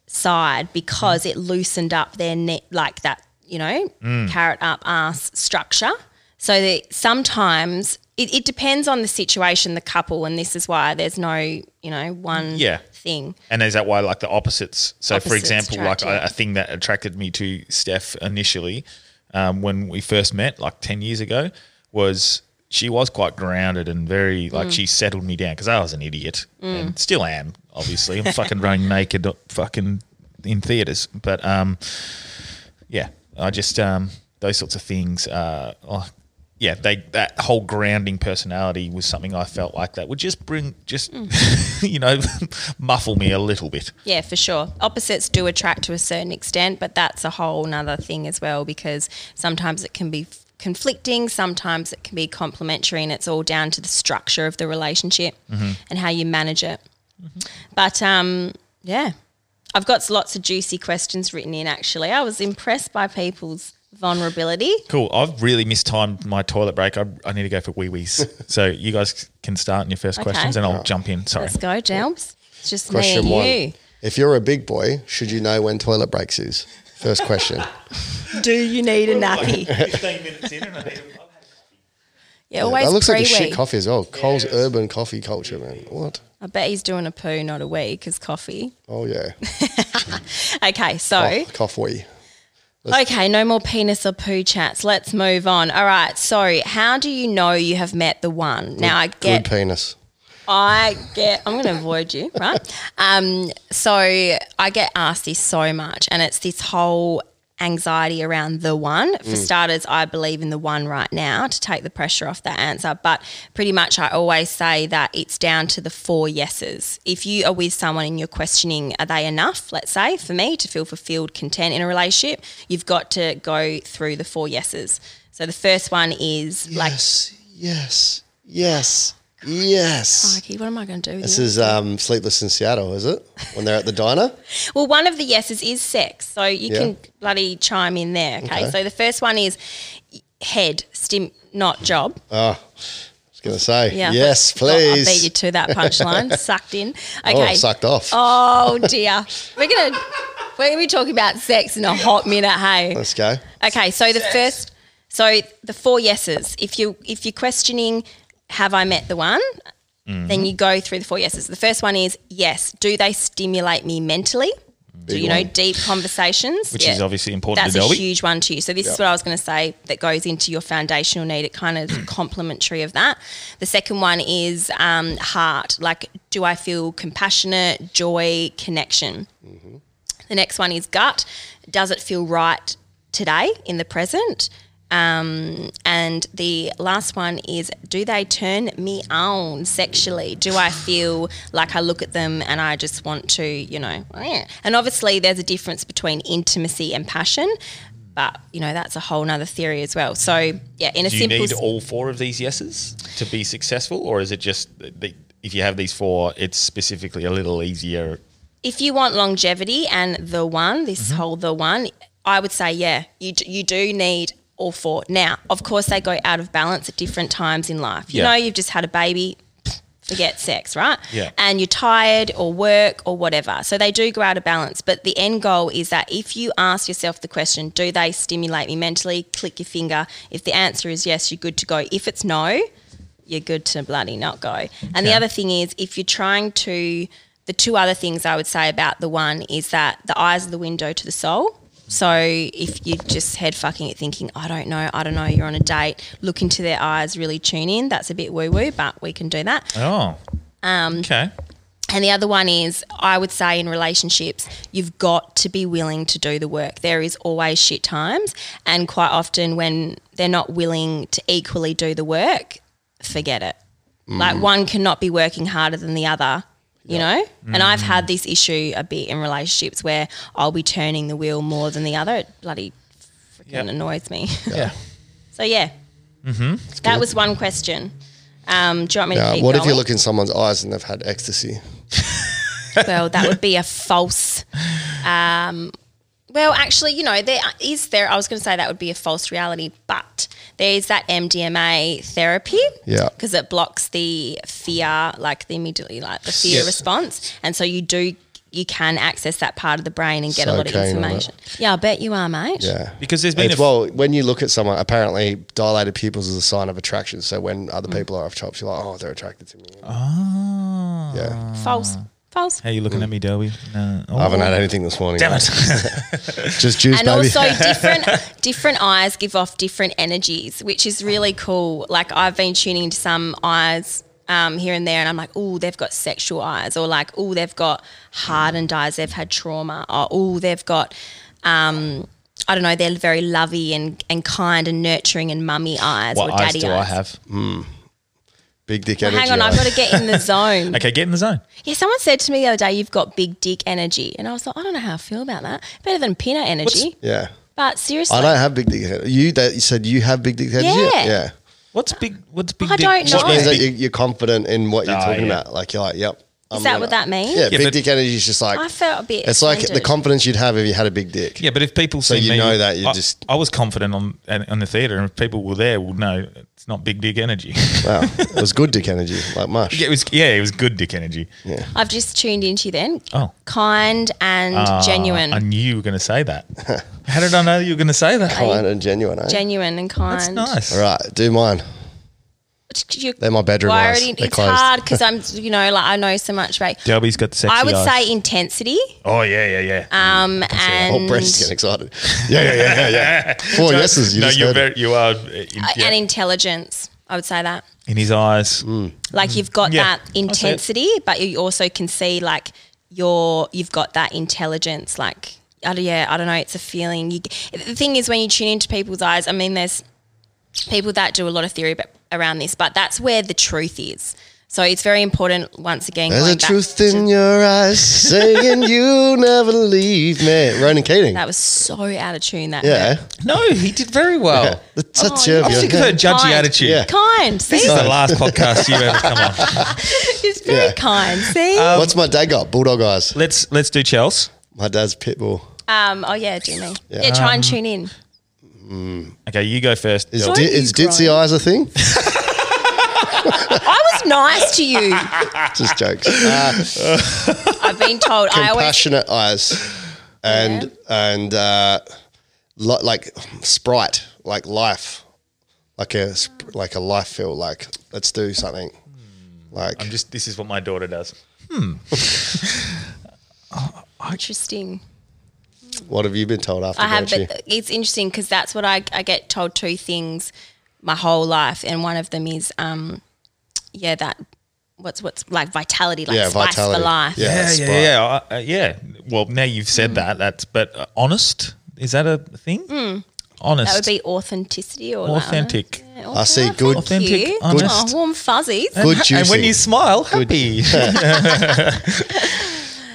side because it loosened up their neck like that, you know, carrot up ass structure. So that sometimes it, it depends on the situation, the couple, and this is why there's no, you know, one
Yeah.
thing.
And is that why, like the opposites? So, for
Opposites
example,
attract,
like
yeah.
a, a thing that attracted me to Steph initially um, when we first met, like 10 years ago, was she was quite grounded and very,
Mm.
like, she settled me down because I was an idiot and still am, obviously. I'm fucking running naked, uh, fucking in theaters. But um, yeah, I just, um, those sorts of things. Uh, oh, yeah, they that whole grounding personality was something I felt like that would just bring, just
Mm.
you know, muffle me a little bit.
Yeah, for sure. Opposites do attract to a certain extent, but that's a whole nother thing as well because sometimes it can be f- conflicting, sometimes it can be complementary, and it's all down to the structure of the relationship
Mm-hmm.
and how you manage it. But um, yeah, I've got lots of juicy questions written in actually. I was impressed by people's vulnerability.
Cool. I've really mistimed my toilet break. I, I need to go for wee wees. so you guys can start in your first
Okay.
questions, and I'll jump in. Sorry.
Let's go, Delbs. It's just
Question
me
one.
and
If you're a big boy, should you know when toilet breaks is? First question.
you. Do you need a nappy?
Fifteen minutes in, and I need.
Yeah, always
that looks
pre
like a shit coffee as well. Cole's urban coffee culture, man. What?
I bet he's doing a poo, not a wee, because coffee.
Oh yeah,
Okay, so.
oh, coffee.
Okay, no more penis or poo chats. Let's move on. All right. So, how do you know you have met the one? now, I
Good
get,
penis.
I get, I'm going to avoid you, right? Um, so, I get asked this so much, and it's this whole anxiety around the one. For
Mm.
starters, I believe in the one right now to take the pressure off that answer. But pretty much, I always say that it's down to the four yeses. If you are with someone and you're questioning, are they enough, let's say, for me to feel fulfilled, content in a relationship, you've got to go through the four yeses. So the first one is like,
Yes, yes, yes, yes.
Mikey, what am I going to do? With
This
you?
is um, Sleepless in Seattle, is it? When they're at the diner.
Well, one of the yeses is sex, so you
Yeah.
can bloody chime in there. Okay?
Okay.
so the first one is head stim, not job.
Ah, I was gonna say
Yeah,
Uh, yes,
I- I-
please.
I beat you to that punchline. Sucked in.
Oh,
Okay.
sucked off.
Oh, dear. We're gonna we're gonna be talking about sex in a hot minute. Hey.
Let's go.
Okay, so the first, so the four yeses. If you if you're questioning, have I met the one? Then
Mm-hmm.
you go through the four yeses. The first one is yes. Do they stimulate me mentally? do
Big
you know
one.
deep conversations?
Mm-hmm. Which is obviously important
That's
to
a
Delby.
huge one to you. So this is what I was going to say that goes into your foundational need. It kind of is complementary of that. The second one is um, heart. Like, do I feel compassionate, joy, connection?
Mm-hmm.
The next one is gut. Does it feel right today in the present? Um, and the last one is do they turn me on sexually? Do I feel like I look at them and I just want to, you know? eh. And obviously, there's a difference between intimacy and passion, but you know, that's a whole nother theory as well. So, yeah, in a
Do you
simple.
need all four of these yeses to be successful, or is it just that the, if you have these four, it's specifically a little easier?
if you want longevity and the one, this
Mm-hmm.
whole the one, I would say yeah, you d- you do need all four. Now, of course, they go out of balance at different times in life. You
Yeah.
know, you've just had a baby. Forget sex, right?
Yeah.
And you're tired or work or whatever. So they do go out of balance. But the end goal is that if you ask yourself the question, do they stimulate me mentally? Click your finger. If the answer is yes, you're good to go. If it's no, you're good to bloody not go. And the
Okay.
other thing is, if you're trying to, the two other things I would say about the one is that the eyes are the window to the soul. So if you just head fucking it thinking, I don't know, I don't know, you're on a date, look into their eyes, really tune in. That's a bit woo woo, but we can do that.
Oh, um, okay.
And the other one is, I would say in relationships, you've got to be willing to do the work. There is always shit times. And quite often, when they're not willing to equally do the work, forget it.
Mm.
Like one cannot be working harder than the other, you know? And I've had
Mm.
this issue a bit in relationships where I'll be turning the wheel more than the other. It bloody freaking
Yep.
annoys me.
Yeah.
so, yeah. Mm-hmm. That was one question. Um, do you want me to
Now,
keep
what if you
going?
look in someone's eyes and they've had ecstasy?
well, that would be a false. Um, well, actually, you know, there is there. I was going to say that would be a false reality, but there is that MDMA therapy.
Yeah.
Because it blocks the fear, like the immediately, like the fear
Yes.
response, and so you do you can access that part of the brain and get a
So
lot of
keen on it.
information. Yeah, I bet you are, mate.
Yeah.
Because there's been a
It's-
f-
well, when you look at someone, apparently dilated pupils is a sign of attraction. So when
Mm.
other people are off chops, you're like, oh, they're attracted to me.
Oh.
Yeah.
False. False.
How you looking at me, Delby? No. Oh,
I haven't had anything this morning.
Damn it.
Just juice,
and
baby.
also different different eyes give off different energies, which is really cool. Like I've been tuning into some eyes um, here and there, and I'm like, oh, they've got sexual eyes, or like, oh, they've got hardened eyes, they've had trauma, or oh, they've got. Um, I don't know. They're very lovey and, and kind and nurturing and mummy eyes
what
or
eyes
daddy
do I
eyes.
have?
Big dick
Well,
energy.
hang on, I've
eyes.
got to get in the zone.
Okay, get in the zone.
Yeah, someone said to me the other day, "You've got big dick energy," and I was like, "I don't know how I feel about that. Better than pinner energy."
Yeah.
but seriously,
I don't have big dick energy. You that you said you have big dick energy.
Yeah.
Yeah.
What's big? What's big?
I
dick-
don't know.
what is
Means that
big-
you, you're confident in what you're
Ah,
talking
yeah.
about. Like you're like, yep. I'm
that
gonna-
what that means?
Yeah,
Yeah,
big
but-
dick energy is just like
I felt a bit.
it's like the
offended.
confidence you'd have if you had a big dick.
Yeah, but if people see
you
me,
know that, you
I,
just-
I was confident on on the theatre, and if people were there, would know it's not big dick energy.
Wow, it was good dick energy, like mush.
yeah, it was. Yeah, it was good dick energy.
I've just tuned into you then.
Oh.
Kind and
Ah,
genuine.
I knew you were going to say that. How did I know you were going to say that?
Kind and genuine. Eh?
genuine and kind.
That's nice.
All right, do mine.
you
They're my bedroom eyes. They're
it's
closed.
hard because I'm, you know, like I know so much about.
Delby's got the sexy
I would
eyes.
say intensity.
Oh yeah, yeah, yeah.
Um, and
Oh, Brent's getting excited. Yeah, yeah, yeah, yeah, yeah. Four yeses. You
no,
just
you're
heard it.
very, you are. uh, In,
uh,
yeah.
and intelligence. I would say that.
in his eyes.
Mm.
Like you've got
Yeah.
that
I see it.
intensity, but you also can see like your you've got that intelligence. Like I don't, yeah, I don't know. It's a feeling. You, the thing is, when you tune into people's eyes, I mean, there's people that do a lot of theory ab- around this, but that's where the truth is. So it's very important. Once again,
There's a
going back
truth
to-
in your eyes saying you never leave me. Ronan Keating.
That was so out of tune. That
yeah.
No, he did very well.
yeah. That's a
Oh,
chirp,
yeah.
I
yeah.
think her judgy
Kind.
attitude.
Yeah.
kind. See,
This is the last podcast you ever come on.
it's very
Yeah. Uh,
kind. See,
What's my dad got? Bulldog eyes.
Let's let's do Chels.
My dad's pit bull.
um, oh yeah, do me. Yeah, try
Um,
and tune in.
Okay, you go first.
Is,
Del.
di-
are you
is ditzy
crying?
eyes a thing?
I was nice to you.
Just jokes. Uh,
I've been told. I always
compassionate eyes, and and uh, lo- like sprite, like life, like a sp- like a life feel. Like let's do something. Like
Hmm. I'm just. This is what my daughter does.
interesting.
what have you been told after?
I have,
Grouchy?
but it's interesting because that's what I, I get told two things my whole life, and one of them is, um, yeah, that what's what's like vitality, like
yeah,
spice
vitality.
for life.
Yeah,
Sprite.
yeah, Hmm. yeah, I- uh, yeah. Well, now you've said that. That's but uh, honest is that a thing? Honest.
Hmm. That would be authenticity or like-
authentic.
Yeah,
I see
authentic.
good-
Thank you.
Authentic, honest.
Oh, warm fuzzies.
Good
And when
juicing.
you smile, happy.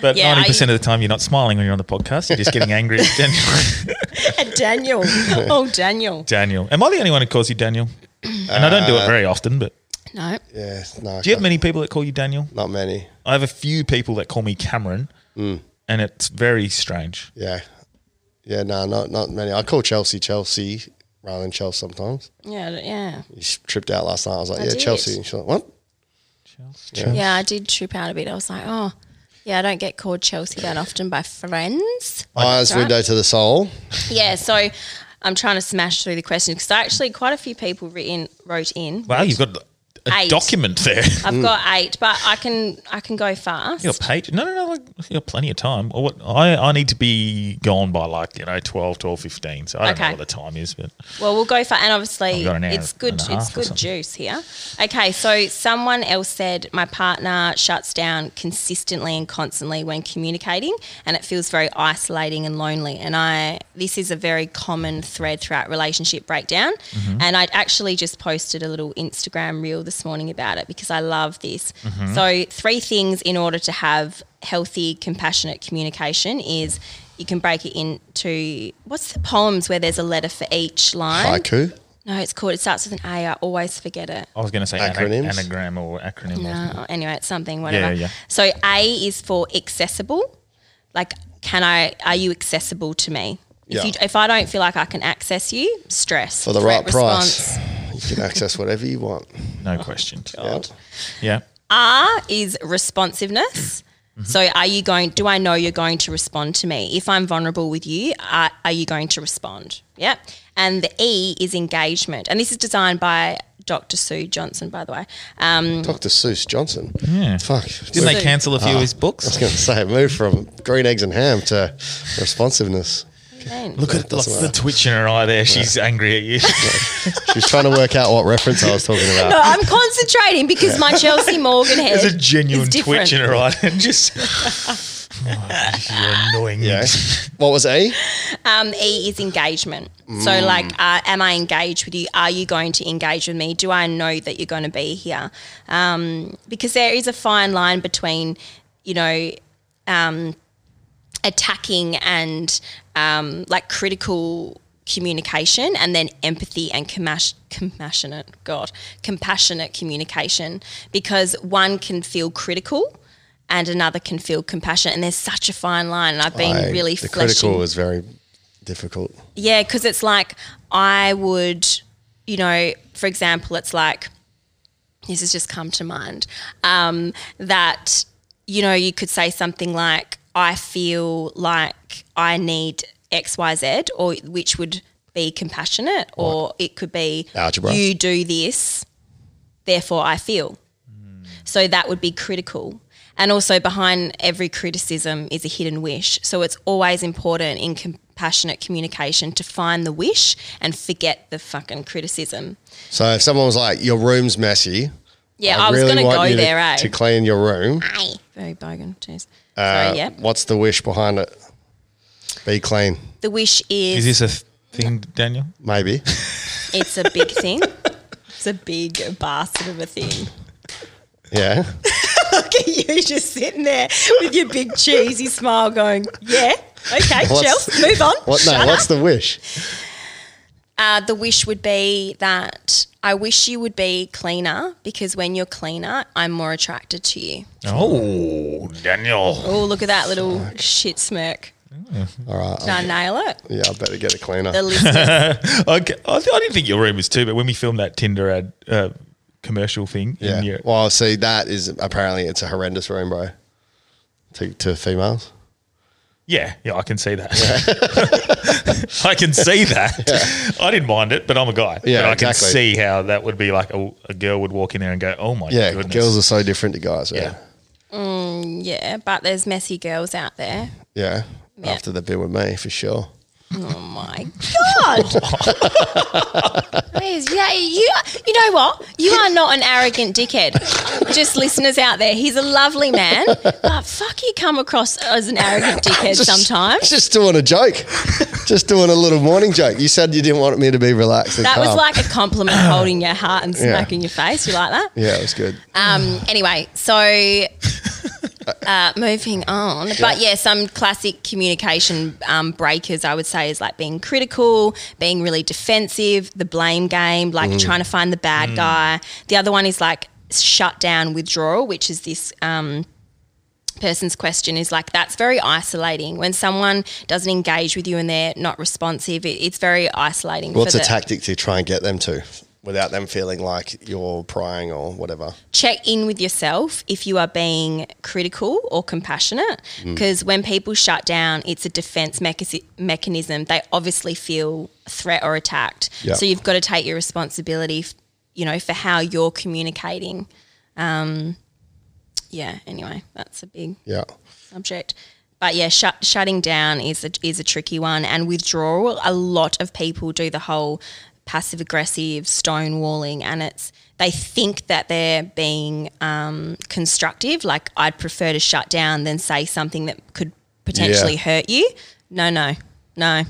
but
Yeah,
ninety percent of the time, you're not smiling when you're on the podcast. You're just getting angry. at
Daniel.
Daniel.
Oh, Daniel.
Daniel, am I the only one who calls you Daniel? And I don't do it very often, but
No.
Yeah, no,
do you have many people that call you Daniel?
not many.
I have a few people that call me Cameron, and it's very strange.
Yeah, yeah, no, not not many. I call Chelsea Chelsea rather than Chelsea sometimes.
Yeah, yeah.
You s- tripped out last night. I was like,
I
yeah,
did.
Chelsea. And she's like, what?
Yeah, I did trip out a bit. I was like, oh, yeah, I don't get called Chelsea that often by friends.
Eyes
right.
window to the soul.
Yeah, so I'm trying to smash through the questions because actually quite a few people written wrote in.
Wow, you've got a
Eight.
document there.
I've got eight, but I can I can go fast.
You got page? No, no, no. Like, you got plenty of time. Or what? I, I need to be gone by like you know 12, 12, 15. So I don't know
Okay.
what the time is, but
Well, we'll go for and
I've
obviously
got an hour
it's good
and a
it's
half or
good
something.
juice here. Okay, so someone else said my partner shuts down consistently and constantly when communicating and it feels very isolating and lonely and I this is a very common thread throughout relationship breakdown and I actually just posted a little Instagram reel this morning about it because I love this. So three things in order to have healthy compassionate communication is you can break it into what's the poems where there's a letter for each line.
Haiku.
No, it's called. It starts with an A. I always forget it.
I was going to say ana-
Acronyms?
anagram or acronym. or something.
No, anyway, it's something. Whatever.
Yeah, yeah.
So A is for accessible. Like, can I? Are you accessible to me? If
Yeah.
you, if I don't feel like I can access you, stress
For the
threat
right price.
response.
You can access whatever you want.
No question.
Yeah.
Yeah.
R is responsiveness.
Mm-hmm.
So, are you going? Do I know you're going to respond to me? If I'm vulnerable with you, are, are you going to respond? Yeah. And the E is engagement, and this is designed by Dr. Sue Johnson, by the way. Um,
Dr. Seuss Johnson.
Yeah.
Fuck.
Didn't they
So-
cancel a few of
I was
his books?
going to say, move from green eggs and ham to responsiveness.
man.
Look at like,
Doesn't
the twitch in her eye there. She's angry at you.
She was trying to work out what reference I was talking
No,
about.
I'm concentrating because my Chelsea Morgan head
There's a genuine
is different.
twitch in her eye. And just you're annoying. me.
Yeah. What was E?
Um, e is engagement.
Mm.
So, like, uh, am I engaged with you? Are you going to engage with me? Do I know that you're going to be here? Um, because there is a fine line between, you know, um, attacking and um, like critical communication and then empathy and commas- compassionate, God, compassionate communication because one can feel critical. And another can feel compassionate, and there's such a fine line. And I've been
I-
really
the
fleshing
critical was very difficult.
yeah, because it's like I would, you know, for example, it's like this has just come to mind um, that you know you could say something like I feel like I need X Y Z, or which would be compassionate, or it could be
Algebra.
You do this. therefore I feel. So that would be critical. And also, behind every criticism is a hidden wish. So it's always important in compassionate communication to find the wish and forget the fucking criticism.
So if someone was like, "Your room's messy,"
Yeah, I, was
really
going
want
to
you
go there, eh?
to clean your room.
Aye. Very bogan. Jeez.
Uh,
Sorry, yep.
What's the wish behind it? Be clean,
The wish
Is
is,
this a th- thing, Daniel?
maybe.
it's a big thing. It's a big bastard of a thing.
yeah.
Look at you just sitting there with your big cheesy smile going, yeah, okay,
What's-
Chels, move on.
What? No.
Shut
What's
up.
the wish?
Uh, the wish would be that I wish you would be cleaner because when you're cleaner, I'm more attracted to you.
Oh, Daniel.
Oh, look at that little shit smirk.
All right.
Did I nail it?
Oh, yeah, I better get a cleaner.
The listeners
Okay. I, th- I didn't think your room was too, but when we filmed that Tinder ad uh, commercial thing, in
yeah.
your-
Well, see, that is apparently it's a horrendous room, bro. To, to females.
yeah, yeah, I can see that. I can see that. I didn't mind it, but I'm a guy.
Yeah,
but I
exactly.
can see how that would be like a, a girl would walk in there and go, "Oh my
Yeah,
goodness."
girls are so different to guys. Yeah.
Yeah.
Yeah, but there's messy girls out there.
Yeah.
Yeah.
After they've been with me, for sure.
Oh my god! Please, yeah, you, you know what? You are not an arrogant dickhead. Just listeners out there, he's a lovely man, but fuck, you come across as an arrogant dickhead sometimes.
Just doing a joke. just doing a little morning joke. You said you didn't want me to be relaxed. And
That was
calm.
like a compliment holding your heart and smacking your face. You like that?
Yeah, it was good.
Um, anyway, so uh, moving on. But yeah, some classic communication um, breakers I would say is like being critical, being really defensive, the blame game, like trying to find the bad guy. The other one is like shut down withdrawal, which is this. Um, person's question is like that's very isolating when someone doesn't engage with you and they're not responsive it, it's very isolating
What's
for
a
the,
tactic to try and get them to without them feeling like you're prying or whatever?
check in with yourself if you are being critical or compassionate because when people shut down it's a defense mecha- mechanism they obviously feel threat or attacked
Yeah.
so you've got to take your responsibility f- you know for how you're communicating um, yeah anyway that's a big
Yeah.
subject. But yeah, shut, shutting down is a, is a tricky one, and withdrawal. A lot of people do the whole passive aggressive stonewalling, and it's they think that they're being um, constructive. Like I'd prefer to shut down than say something that could potentially hurt you. No, no, no,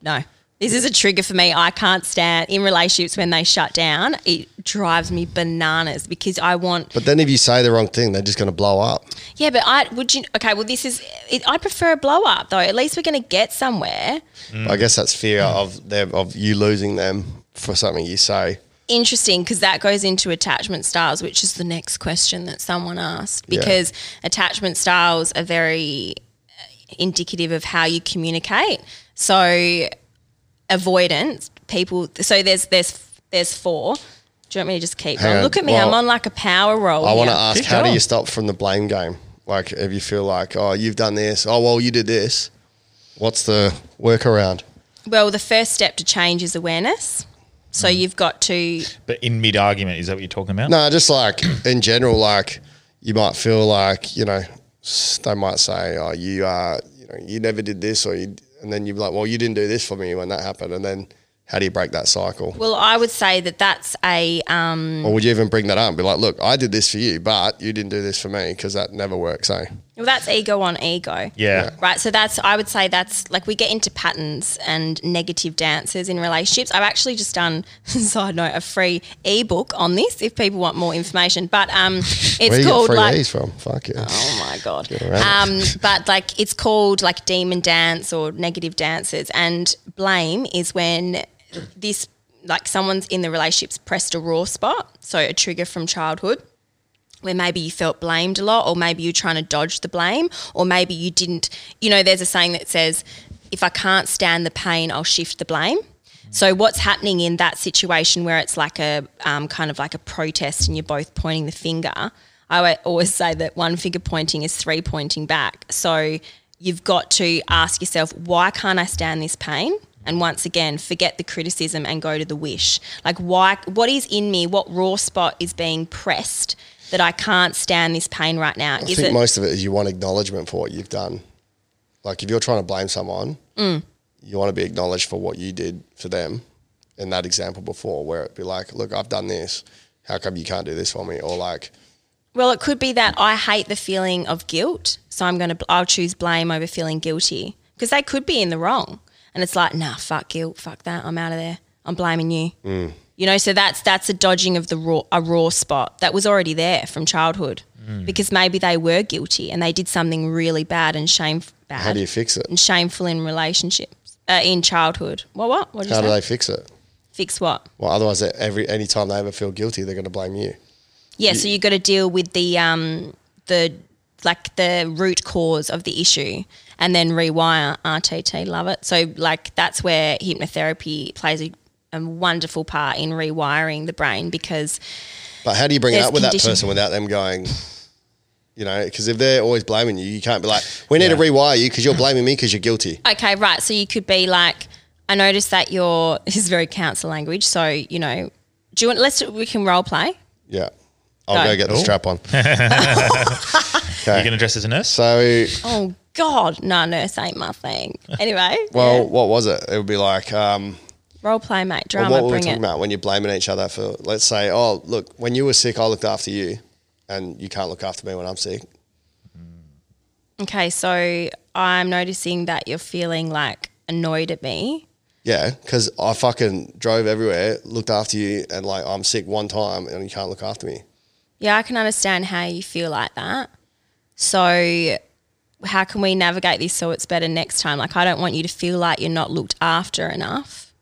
no. This is a trigger for me. I can't stand in relationships when they shut down. It drives me bananas because I want
But then if you say the wrong thing, they're just going to blow up.
yeah, but I would you okay? Well, this is it, I prefer a blow up though. At least we're going to get somewhere.
I guess that's fear of them of you losing them for something you say.
Interesting because that goes into attachment styles, which is the next question that someone asked.
Yeah.
Because attachment styles are very uh, indicative of how you communicate. So avoidance, people. So there's there's there's four. Do you want me to just keep?
Hang
going?
on,
Look at me,
well,
I'm on like a power roll.
I want to
here.
ask,
Keep
how do
going.
you stop from the blame game? Like, if you feel like, oh, you've done this, oh, well, you did this. What's the workaround?
Well, the first step to change is awareness. So
Mm.
you've got to
But in mid argument, is that what you're talking about?
No, just like in general, like you might feel like you know s- they might say, "Oh, you are, you know, you never did this," or you, and then you're like, "Well, you didn't do this for me when that happened," and then how do you break that cycle?
Well, I would say that that's a um,
Or would you even bring that up? and Be like, "Look, I did this for you, but you didn't do this for me," because that never works, eh?
well, that's ego on ego.
Yeah.
Right. So that's I would say that's like we get into patterns and negative dances in relationships. I've actually just done side note a free ebook on this if people want more information. But um,
Where
it's
you get
called
free
like
E's from? Fuck yeah.
Oh my god!
around
Um, but like it's called like demon dance or negative dances, and blame is when this like someone's in the relationship's pressed a raw spot, so a trigger from childhood. Where maybe you felt blamed a lot, or maybe you're trying to dodge the blame, or maybe you didn't. You know, there's a saying that says, if I can't stand the pain, I'll shift the blame. So, what's happening in that situation where it's like a um, kind of like a protest and you're both pointing the finger? I wa- always say that one finger pointing is three pointing back. So, you've got to ask yourself, why can't I stand this pain? And once again, forget the criticism and go to the wish. Like, why? What is in me? What raw spot is being pressed that I can't stand this pain right now?
I
Is
think
it?
most of it is you want acknowledgement for what you've done. Like if you're trying to blame someone,
Mm.
you want to be acknowledged for what you did for them. In that example before, where it'd be like, "Look, I've done this. How come you can't do this for me?" Or like,
well, it could be that I hate the feeling of guilt, so I'm gonna I'll choose blame over feeling guilty because they could be in the wrong, and it's like, nah, fuck guilt, fuck that, I'm out of there. I'm blaming you.
Mm.
You know, so that's that's a dodging of the raw a raw spot that was already there from childhood because maybe they were guilty and they did something really bad and shameful. Bad.
how do you fix it?
and shameful in relationships uh, in childhood. Well, what? What did
How
you
do
say?
they fix it?
Fix what?
Well, otherwise, they- every any time they ever feel guilty, they're going to blame you.
Yeah, so you got to deal with the um the like the root cause of the issue and then rewire RTT. Love it. So like that's where hypnotherapy plays a, a wonderful part in rewiring the brain because
But how do you bring it
There's
up with that
condition-
person without them going, you know? Because if they're always blaming you, you can't be like, "We need to rewire you because you're blaming me because you're guilty."
Okay, right. So you could be like, I noticed that you're. This is very counsel language. So you know, do you want? Let's we can role play.
Yeah, I'll
Go.
go get the
Cool.
strap on.
You're going to dress as a nurse?
So
Oh God, no, nurse ain't my thing. Anyway,
Well,
yeah.
what was it? It would be like, um,
role play, mate.
well,
Drama,
what were we
bring
talking
it.
about when you're blaming each other for, let's say, oh, look, when you were sick, I looked after you, and you can't look after me when I'm sick.
Okay, so I'm noticing that you're feeling like annoyed at me.
Yeah, because I fucking drove everywhere, looked after you, and like I'm sick one time, and you can't look after me.
Yeah, I can understand how you feel like that. So, how can we navigate this so it's better next time? Like, I don't want you to feel like you're not looked after enough.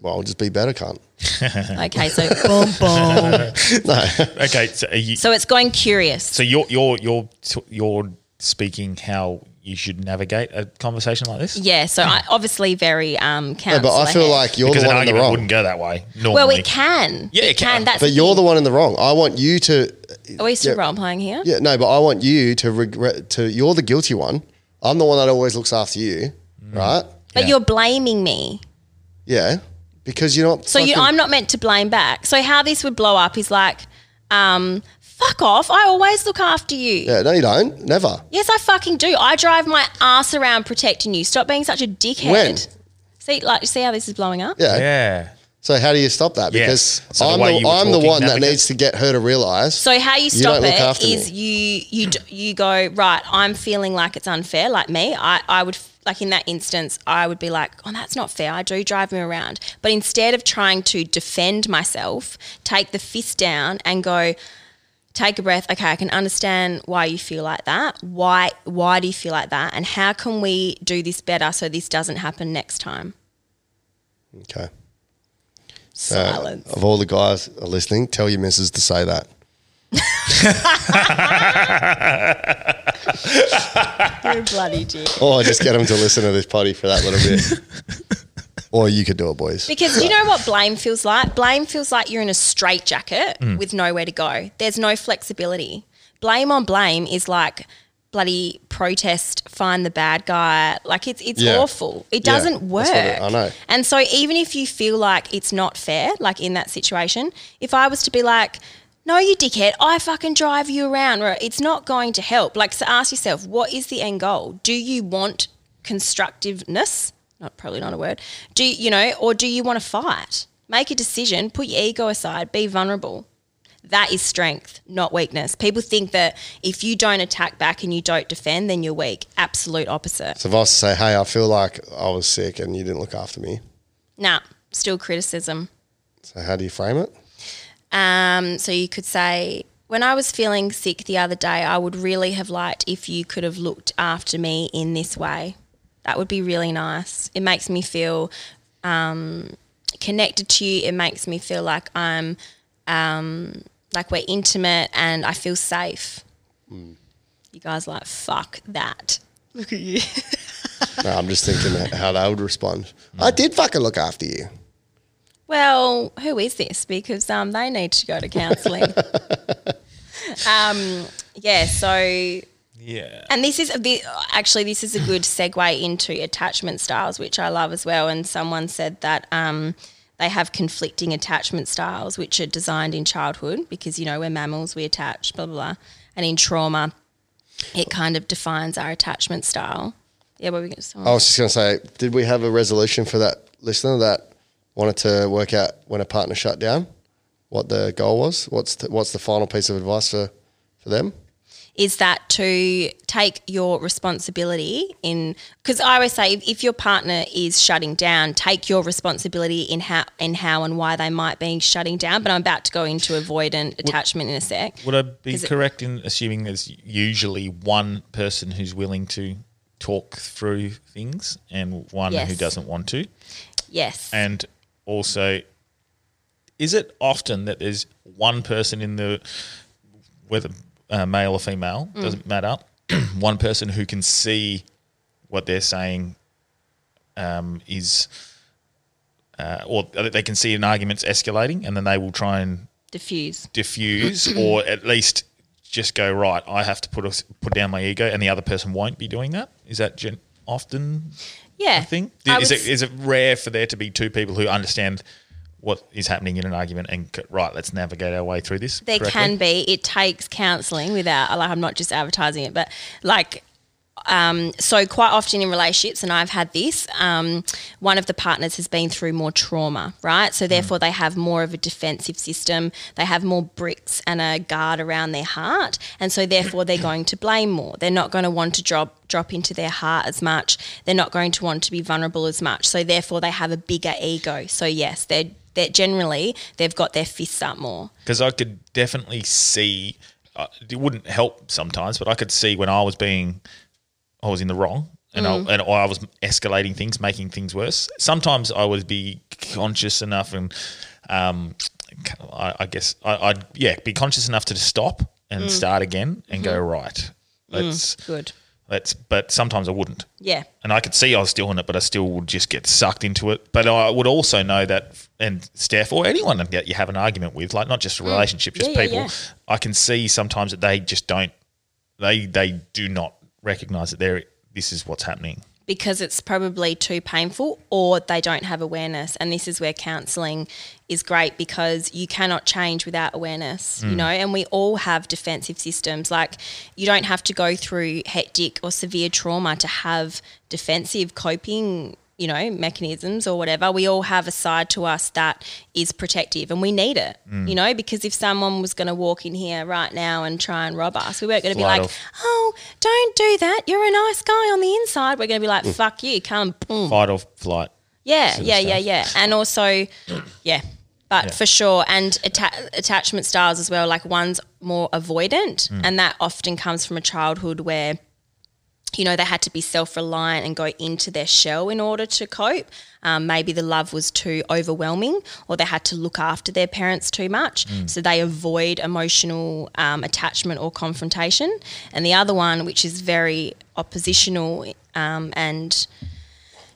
Well, I'll just be better, cunt.
Okay, so boom, boom.
Okay, so are you, so,
So it's going curious.
you're you're you're t- you're speaking how you should navigate a conversation like this.
yeah, so I obviously very um
No,
counsel.
but I feel
ahead.
like you're
because
the one
an
in the
argument
wrong.
wouldn't go that way normally.
well, we can.
Yeah,
It
it can.
That's
but you're the one in the wrong. I want you to,
are we still
yeah.
role playing here?
yeah, no, but I want you to regret. To you're the guilty one. I'm the one that always looks after you,
Mm.
right?
But
Yeah.
you're blaming me.
Yeah, because you're not.
So you,
fucking-
I'm not meant to blame back. So how this would blow up is like, um, fuck off. I always look after you.
Yeah, no, you don't. Never.
Yes, I fucking do. I drive my ass around protecting you. Stop being such a dickhead.
When?
See, like, see how this is blowing up.
Yeah.
Yeah.
So how do you stop that?
Yes.
Because
So the
I'm
way
the,
you were
I'm the
talking,
one that
navigate-
needs to get her to realise.
So how you
don't
stop
look
it
after
is you you d- you go right. I'm feeling like it's unfair. Like me, I I would f- like in that instance, I would be like, oh, that's not fair. I do drive him around, but instead of trying to defend myself, take the fist down and go. Take a breath. Okay, I can understand why you feel like that. Why why do you feel like that? And how can we do this better so this doesn't happen next time?
okay. Uh,
Silence.
of all the guys that are listening, tell your missus to say that.
you bloody dick.
Or just get them to listen to this potty for that little bit. or you could do it, boys.
Because you know what blame feels like? Blame feels like you're in a straitjacket with nowhere to go. There's no flexibility. Blame on blame is like bloody protest, find the bad guy. Like it's it's
Yeah.
awful. It
Yeah,
doesn't
that's
work.
what it- I know.
And so even if you feel like it's not fair, like in that situation, if I was to be like, no, you dickhead, I fucking drive you around, right? it's not going to help. Like, so ask yourself, what is the end goal? Do you want constructiveness? Not probably not a word. Do you- you know, or do you want to fight? Make a decision, put your ego aside, be vulnerable. That is strength, not weakness. People think that if you don't attack back and you don't defend, then you're weak. Absolute opposite.
So if I was to say, hey, I feel like I was sick and you didn't look after me.
Nah, still criticism.
So how do you frame it?
Um, so you could say, when I was feeling sick the other day, I would really have liked if you could have looked after me in this way. That would be really nice. It makes me feel um, connected to you. It makes me feel like I'm um, like we're intimate and I feel safe. You guys are like fuck that. Look at you.
No, I'm just thinking how they would respond. I did fucking look after you.
Well, who is this? Because um, they need to go to counselling. um, yeah, so
Yeah.
And this is the, actually this is a good segue into attachment styles, which I love as well. And someone said that um, they have conflicting attachment styles, which are designed in childhood because you know we're mammals, we attach, blah blah, blah. and in trauma, it kind of defines our attachment style. Yeah, what were we going to
I was just going to say, did we have a resolution for that listener that wanted to work out when a partner shut down, what the goal was? What's the, what's the final piece of advice for, for them?
is that to take your responsibility in because I always say if, if your partner is shutting down, take your responsibility in how and how and why they might be shutting down. But I'm about to go into avoidant attachment in a sec.
Would I be
'Cause it-
correct in assuming there's usually one person who's willing to talk through things and one who
Yes.
doesn't want to?
Yes.
And also, is it often that there's one person in the, whether uh, male or female,
Mm.
doesn't matter, one person who can see what they're saying um, is, uh, or they can see an argument's escalating and then they will try and
diffuse.
diffuse or at least just go right i have to put us put down my ego and the other person won't be doing that is that gen- often
Yeah.
a thing
I
is
would
it, is it rare for there to be two people who understand what is happening in an argument and go, right let's navigate our way through this
There
correctly?"
can be. It takes counselling without, like, I'm not just advertising it, but like, um, so quite often in relationships, and I've had this, um, one of the partners has been through more trauma, right? So therefore, they have more of a defensive system. They have more bricks and a guard around their heart, and so therefore they're going to blame more. They're not going to want to drop drop into their heart as much. They're not going to want to be vulnerable as much. So therefore, they have a bigger ego. So yes, they're. That generally they've got their fists up more.
because I could definitely see. Uh, it wouldn't help sometimes, but I could see when I was being, I was in the wrong, and I, and I was escalating things, making things worse. Sometimes I would be conscious enough, and um, I, I guess I, I'd yeah be conscious enough to stop and start again and go right. Let's
Good.
let's. But sometimes I wouldn't
Yeah.
and I could see I was still in it, but I still would just get sucked into it. But I would also know that, and Steph or anyone that you have an argument with, like not just a relationship, just
Mm. Yeah, yeah,
people,
yeah.
I can see sometimes that they just don't, they they do not recognize that they're this is what's happening.
because it's probably too painful or they don't have awareness. And this is where counselling is great because you cannot change without awareness, you know, and we all have defensive systems. Like you don't have to go through hectic or severe trauma to have defensive coping. You know, mechanisms or whatever, we all have a side to us that is protective and we need it, you know, because if someone was going to walk in here right now and try and rob us, we weren't going to be
Flight
like,
off.
oh, don't do that. You're a nice guy on the inside. We're going to be like, fuck you, come, boom.
Fight or flight.
Yeah,
Sort of
yeah, yeah,
stuff.
yeah. And also, yeah, but for sure. And atta- attachment styles as well, like one's more avoidant, and that often comes from a childhood where. You know, they had to be self reliant and go into their shell in order to cope. Um, maybe the love was too overwhelming, or they had to look after their parents too much. So they avoid emotional um, attachment or confrontation. And the other one, which is very oppositional um, and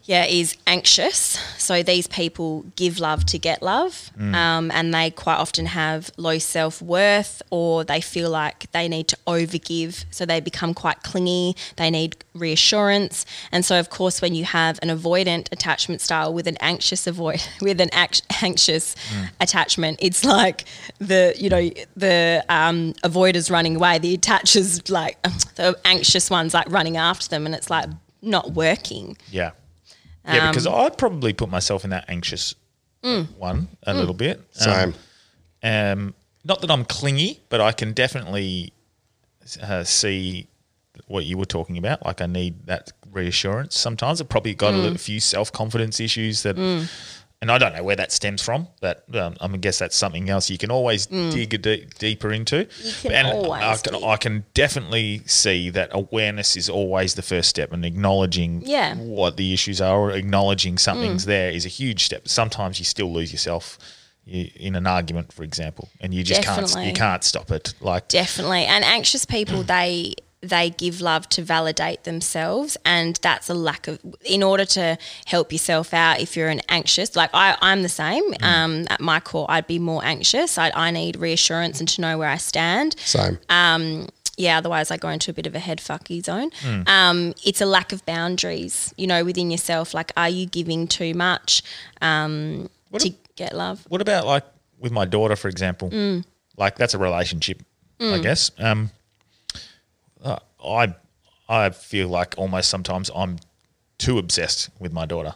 yeah, is anxious. So these people give love to get love, um, and they quite often have low self worth, or they feel like they need to overgive, so they become quite clingy. They need reassurance, and so of course, when you have an avoidant attachment style with an anxious avoid with an act- anxious attachment, it's like the you know the um, avoiders running away, the attachers like the anxious ones like running after them, and it's like not working.
Yeah. Yeah, because
Um,
I'd probably put myself in that anxious
Mm.
one a little bit.
Same.
Um, um, not that I'm clingy, but I can definitely uh, see what you were talking about. Like I need that reassurance sometimes. I've probably got a
Mm.
little, few self confidence issues that, and I don't know where that stems from. But um, I mean, guess that's something else you can always dig a de- deeper into. You
Mm. can
and
always
I can,
dig.
I can definitely see that awareness is always the first step, and acknowledging
Yeah. Mm.
what the issues are or acknowledging something's there is a huge step. Sometimes you still lose yourself. You, in an argument, for example, and you just can't
Definitely.
you can't stop it. Like
definitely and anxious people they they give love to validate themselves and that's a lack of in order to help yourself out if you're an anxious like I, i'm the same um, at my
um,
core i'd be more anxious I, I need reassurance and to know where i stand
Same.
yeah, otherwise I go into a bit of a head fucky zone. Um, it's a lack of boundaries, you know, within yourself. Like, are you giving too much um,
What
to
ab-
get love?
What about like with my daughter, for example?
Mm.
Like that's a relationship, I guess. Um, uh, I I feel like almost sometimes I'm too obsessed with my daughter.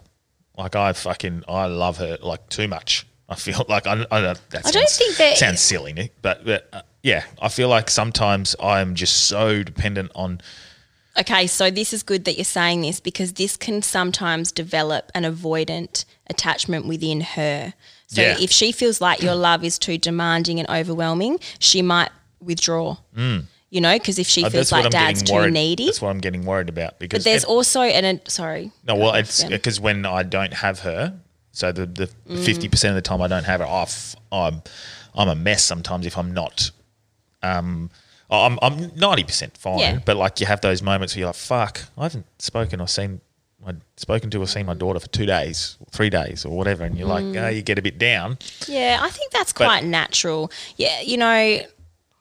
Like I fucking I love her like too much. I feel like I, I that sounds,
don't think that-
sounds silly, Nick, but, but uh, yeah, I feel like sometimes I'm just so dependent on
Okay, so this is good that you're saying this because this can sometimes develop an avoidant attachment within her. So
Yeah.
if she feels like your love is too demanding and overwhelming, she might withdraw. You know, because if she
Hmm. uh,
feels
that's
like
what I'm
dad's
getting
too
worried.
needy.
That's what I'm getting worried about because
But there's
ev-
also an an- sorry.
No, well, it's
Yeah.
because when I don't have her, so the the fifty percent of the time I don't have her, I f- I'm I'm a mess sometimes if I'm not. Um, I'm I'm ninety percent fine,
Yeah.
but like you have those moments where you're like, "Fuck, I haven't spoken or seen." I spoken to or seen my daughter for two days, three days, or whatever, and you're like, oh, you get a bit down.
Yeah, I think that's
But-
quite natural. Yeah, you know, I,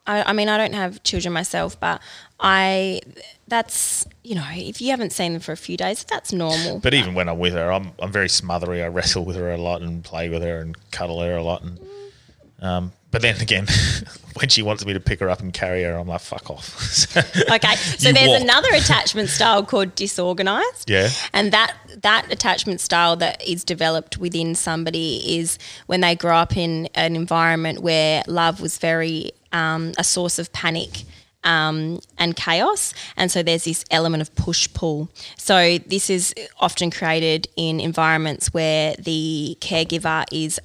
I mean, I don't have children myself, but I, that's, you know, if you haven't seen them for a few days, that's normal.
But even when I'm with her, I'm I'm very smothery. I wrestle with her a lot and play with her and cuddle her a lot. And um, but then again, when she wants me to pick her up and carry her, I'm like, fuck off.
okay, so
You
there's
walk.
another attachment style called disorganized.
Yeah.
And that that attachment style that is developed within somebody is when they grow up in an environment where love was very um, a source of panic um, and chaos, and so there's this element of push pull. So this is often created in environments where the caregiver is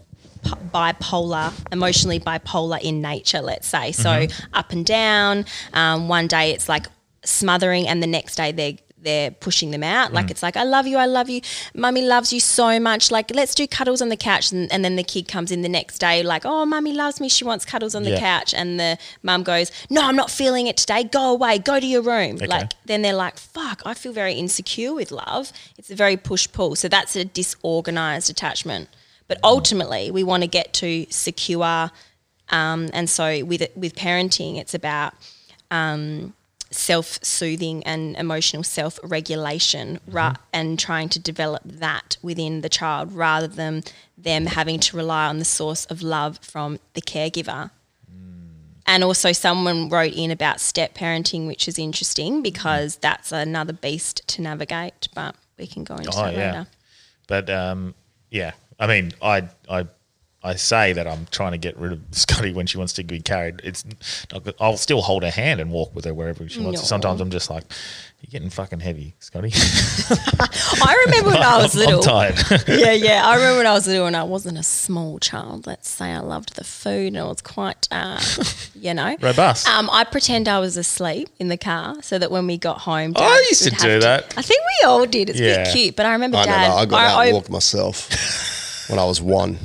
p- bipolar, emotionally bipolar in nature, let's say. So up and down. Um, one day it's like smothering, and the next day they're they're pushing them out. Like it's like, I love you, I love you. Mummy loves you so much. Like, let's do cuddles on the couch. And, and then the kid comes in the next day, like, oh, mummy loves me. She wants cuddles on the
Yeah.
couch. And the mum goes, no, I'm not feeling it today. Go away. Go to your room. Like, then they're like, fuck, I feel very insecure with love. It's a very push pull. So that's a disorganized attachment. But ultimately, we want to get to secure. Um, and so with with parenting, it's about self soothing and emotional self regulation ra-
Mm-hmm.
and trying to develop that within the child rather than them having to rely on the source of love from the caregiver.
Mm.
And also, someone wrote in about step parenting, which is interesting
Mm-hmm.
because that's another beast to navigate, but we can go into
Oh
that
yeah,
later.
but um, yeah. I mean, I I I say that I'm trying to get rid of Scotty when she wants to be carried. It's not good. I'll still hold her hand and walk with her wherever she wants.
No.
Sometimes I'm just like, you're getting fucking heavy, Scotty.
I remember when I was little.
I'm tired.
yeah, yeah. I remember when I was little and I wasn't a small child. Let's say I loved the food and I was quite, uh, you know,
Robust.
Um, I pretend I was asleep in the car so that when we got home,
I
Dad
used to
would
do
have
that.
I think we all did. It's a
Yeah.
bit cute, but I remember
I know,
Dad.
I got out
I-
and walked myself when I was one.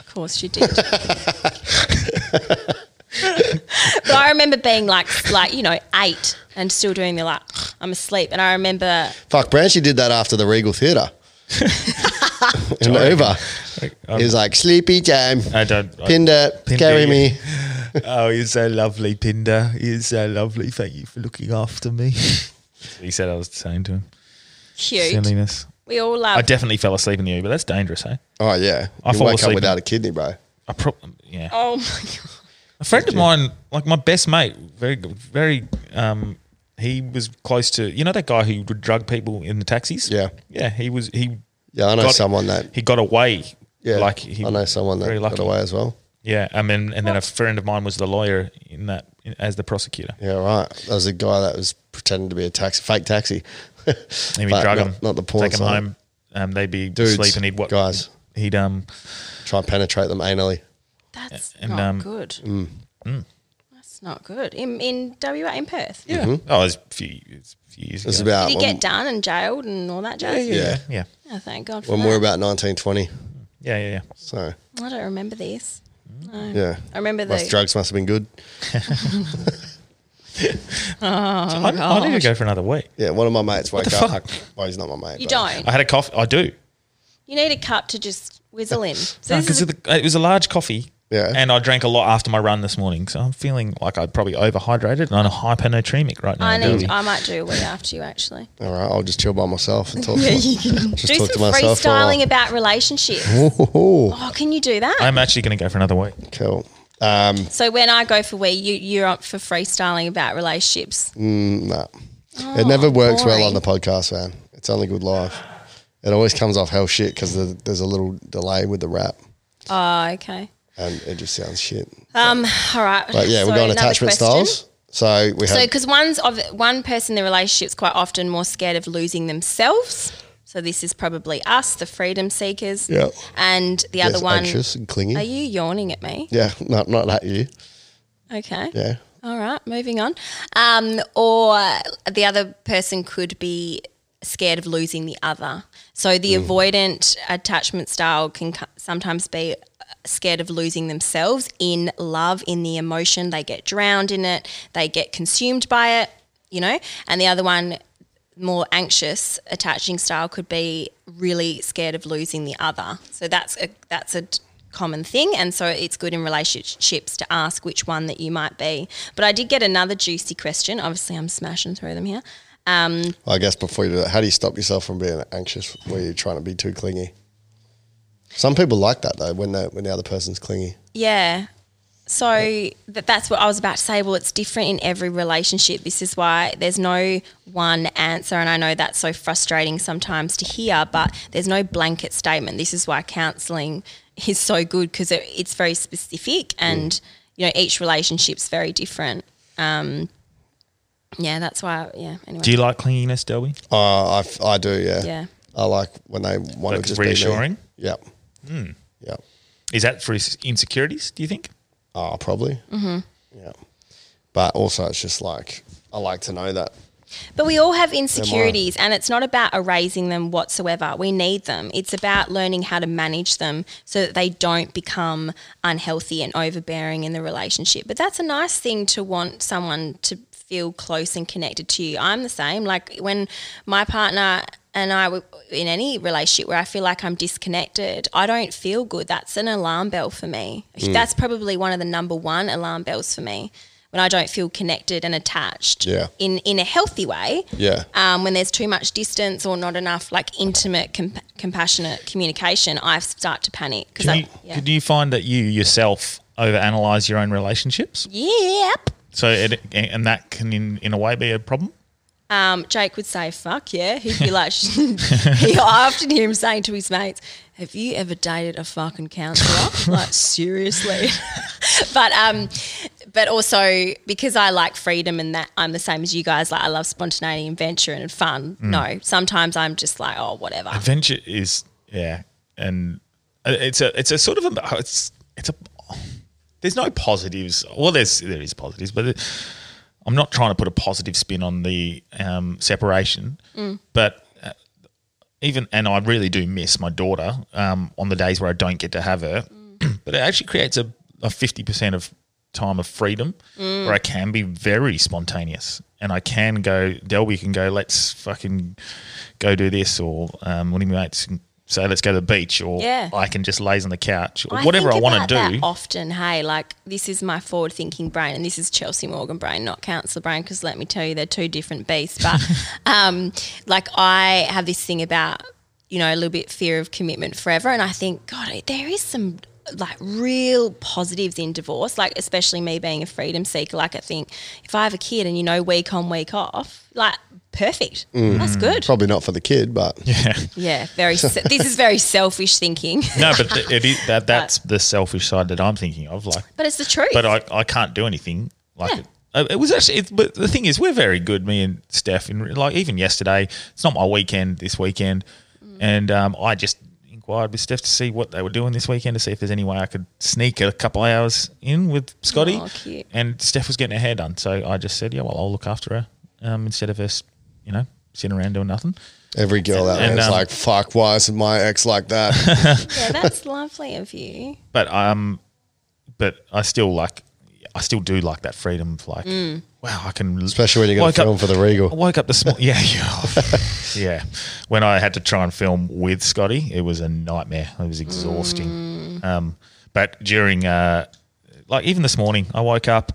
Of course, you did. but I remember being like, like you know, eight and still doing the like, I'm asleep. And I remember
Fuck, Branchie did that after the Regal Theatre. In the Uber.
Um,
he was like, sleepy time.
I don't. I-
Pinder,
Pinder,
carry
yeah.
me.
Oh, you're so lovely, Pinder. You're so lovely. Thank you for looking after me. he said I was saying to him.
cute.
Silliness.
We all
I
love.
definitely fell asleep in the Uber. That's dangerous, eh? hey?
Oh, yeah.
I
you
fall
woke up
asleep.
without a kidney, bro.
I prob- yeah.
oh my god.
A friend of mine, like my best mate, very, very, um, he was close to, you know, that guy who would drug people in the taxis?
Yeah.
Yeah. He was, he,
Yeah, I know
Got-
someone that.
he got away.
Yeah,
Like, he,
I know someone that
very
got
lucky.
away as well.
Yeah. I mean, and then a
Oh.
friend of mine was the lawyer in that, in, as the prosecutor.
Yeah, right. There was a guy that was pretending to be a taxi, fake taxi.
And he'd
But
drug
not-
them,
not the porn
take them
side.
home. Um, they'd be
Dudes,
asleep and he'd, what,
guys.
he'd, um,
Try and penetrate them anally.
That's
And,
not
um,
good.
Mm.
That's not good. In in WA in Perth.
yeah. Oh, it was a few, it was a few years
It was
ago.
about
Did he
when,
get done and jailed and all that jazz?
yeah. Yeah. Yeah.
Oh, thank God for
when we
that.
were about 19, 20.
Yeah. Yeah. yeah.
So,
I don't remember this.
yeah.
Oh. I remember
Must,
the.
drugs must have been good.
Oh
I, I need to go for another week.
Yeah, one of my mates woke
the
up.
fuck?
Well, he's not my mate.
You
but-
don't.
I had a coffee. I do.
You need a cup to just whizzle in. So
No,
this is
because
a-
it was a large coffee
Yeah.
And I drank a lot after my run this morning, so I'm feeling like I probably overhydrated and I'm hypernatremic right now.
I
Dale.
need. I might do a wee after you actually.
All right, I'll just chill by myself and talk.
Yeah,
to
you can
just
do
talk
some
to myself for a while.
freestyling about relationships.
Ooh,
Oh, can you do that?
I'm actually going to go for another week.
cool. Um,
so when I go for wee, you you're up for freestyling about relationships.
Mm. nah.
Oh,
it never works well
boring.
on the podcast, man. It's only good live. It always comes off hell shit because the, there's a little delay with the rap,
Oh, okay.
and it just sounds shit.
Um. All right.
But yeah, we're
Sorry,
going
another
attachment
question.
styles. So we
So,
have
because one's of one person in the relationship's quite often more scared of losing themselves. So this is probably us, the freedom seekers.
Yep.
And the other
gets
one.
anxious and clingy.
Are you yawning at me?
yeah, not not at you.
Okay.
Yeah,
All right. Moving on. Um, or the other person could be scared of losing the other. So the avoidant attachment style can co- sometimes be uh, scared of losing themselves in love, in the emotion. They get drowned in it. They get consumed by it. You know. And the other one more anxious attaching style could be really scared of losing the other. So that's a that's a d- common thing, and so it's good in relationships to ask which one that you might be. But I did get another juicy question. Obviously, I'm smashing through them here.
I guess before you do that, how do you stop yourself from being anxious where you're trying to be too clingy? Some people like that though when they, when the other person's clingy.
Yeah. So that that's what I was about to say. Well, it's different in every relationship. This is why there's no one answer, and I know that's so frustrating sometimes to hear. But there's no blanket statement. This is why counselling is so good because it, it's very specific, and you know each relationship's very different. Um, yeah, that's why. Yeah. Anyway.
Do you like clinginess, Delby?
Uh, I, f- I do, yeah.
Yeah.
I like when they want to
Like
just
reassuring?
Be me. Yep. Yep.
Is that for his insecurities? Do you think?
Oh, probably. Mm-hmm. Yeah. But also, it's just like I like to know that.
But we all have insecurities, and it's not about erasing them whatsoever. We need them. It's about learning how to manage them so that they don't become unhealthy and overbearing in the relationship. But that's a nice thing to want someone to feel close and connected to you. I'm the same. Like when my partner and I were in any relationship where I feel like I'm disconnected, I don't feel good. That's an alarm bell for me. That's probably one of the number one alarm bells for me when I don't feel connected and attached
Yeah.
in in a healthy way.
Yeah.
Um, when there's too much distance or not enough like intimate, comp- compassionate communication, I start to panic because
Can you,
I yeah.
do you find that you yourself overanalyze your own relationships?
yep.
So, it, and that can, in, in a way, be a problem.
Um, Jake would say "fuck yeah." He'd be like, he, I often hear him saying to his mates, "Have you ever dated a fucking counselor?" like seriously. but um, but also because I like freedom and that I'm the same as you guys. Like I love spontaneity and venture and fun.
Mm.
No, sometimes I'm just like, oh, whatever.
Adventure is yeah, and uh, it's a it's a sort of a oh, it's it's a there's no positives. Well, there's there is positives, but it, I'm not trying to put a positive spin on the um, separation. But uh, even and I really do miss my daughter um, on the days where I don't get to have her. but it actually creates a a fifty percent of time of freedom
Mm.
where I can be very spontaneous and I can go. Delby can go. Let's fucking go do this or um, one of my mates. can Say, let's go to the beach, or
Yeah.
I can just laze on the couch, or whatever I want to do.
about that often, hey, like this is my forward thinking brain, and this is Chelsea Morgan brain, not counsellor brain. Because let me tell you, they're two different beasts. But um, like I have this thing about you know a little bit fear of commitment forever, and I think God, there is some like real positives in divorce like especially me being a freedom seeker like i think if i have a kid and you know week on week off like perfect
Mm.
that's good
Probably not for the kid, but
yeah very se- this is very selfish thinking
No, but th- it is that that's the selfish side that I'm thinking of. Like,
but it's the truth
but I, I can't do anything. Like, it, uh, it was actually. It, but the thing is, we're very good, me and Steph. And re- like, even yesterday, it's not my weekend this weekend, and um, I just inquired with Steph to see what they were doing this weekend to see if there's any way I could sneak a couple hours in with Scotty.
Aw, cute.
And Steph was getting her hair done, so I just said, yeah, well, I'll look after her um, instead of us, you know, sitting around doing nothing.
every girl out there
And,
is
um,
like, "Fuck, why is my ex like that?"
yeah, that's lovely of you.
but um, but I still like, I still do like that freedom. Of like, wow, I can
Especially when you got
wake
to film for the Regal.
I woke up this morning. Yeah, yeah, yeah. When
Mm.
I had to try and film with Scotty, it was a nightmare. It was exhausting. Um, But during, uh, like even this morning, I woke up.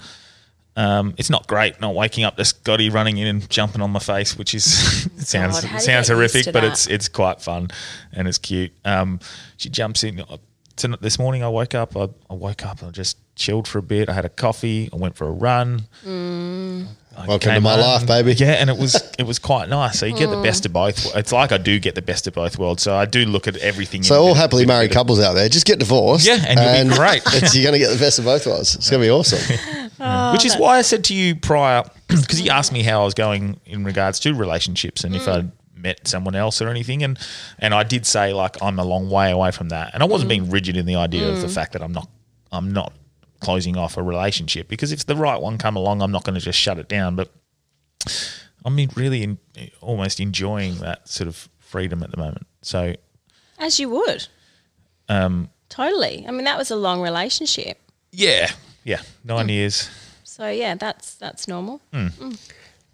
Um, it's not great not waking up to Scotty running in and jumping on my face, which is it sounds
God, how do you
sounds
get used
horrific,
to
but
that?
it's it's quite fun and it's cute. Um, she jumps in. Ton- This morning I woke up. I, I woke up and I just chilled for a bit. I had a coffee. I went for a run. I
Welcome to
came
my life, baby.
Yeah, and it was it was quite nice. So you get the best of both. wo- It's like I do get the best of both worlds. So I do look at everything.
So
in a
all
bit-
happily
bit-
married
bit of-
couples out there, just get divorced.
Yeah, and you'll be great.
it's- you're going to get the best of both worlds. It's going to be awesome.
which is why I said to you prior, because you asked me how I was going in regards to relationships and if I'd met someone else or anything, and and I did say like I'm a long way away from that, and I wasn't being rigid in the idea of the fact that I'm not I'm not closing off a relationship because if the right one come along, I'm not going to just shut it down, but I'm really in, almost enjoying that sort of freedom at the moment. So
As you would.
Um,
totally. I mean, that was a long relationship.
yeah, yeah, nine years.
So yeah, that's that's normal.
Hmm.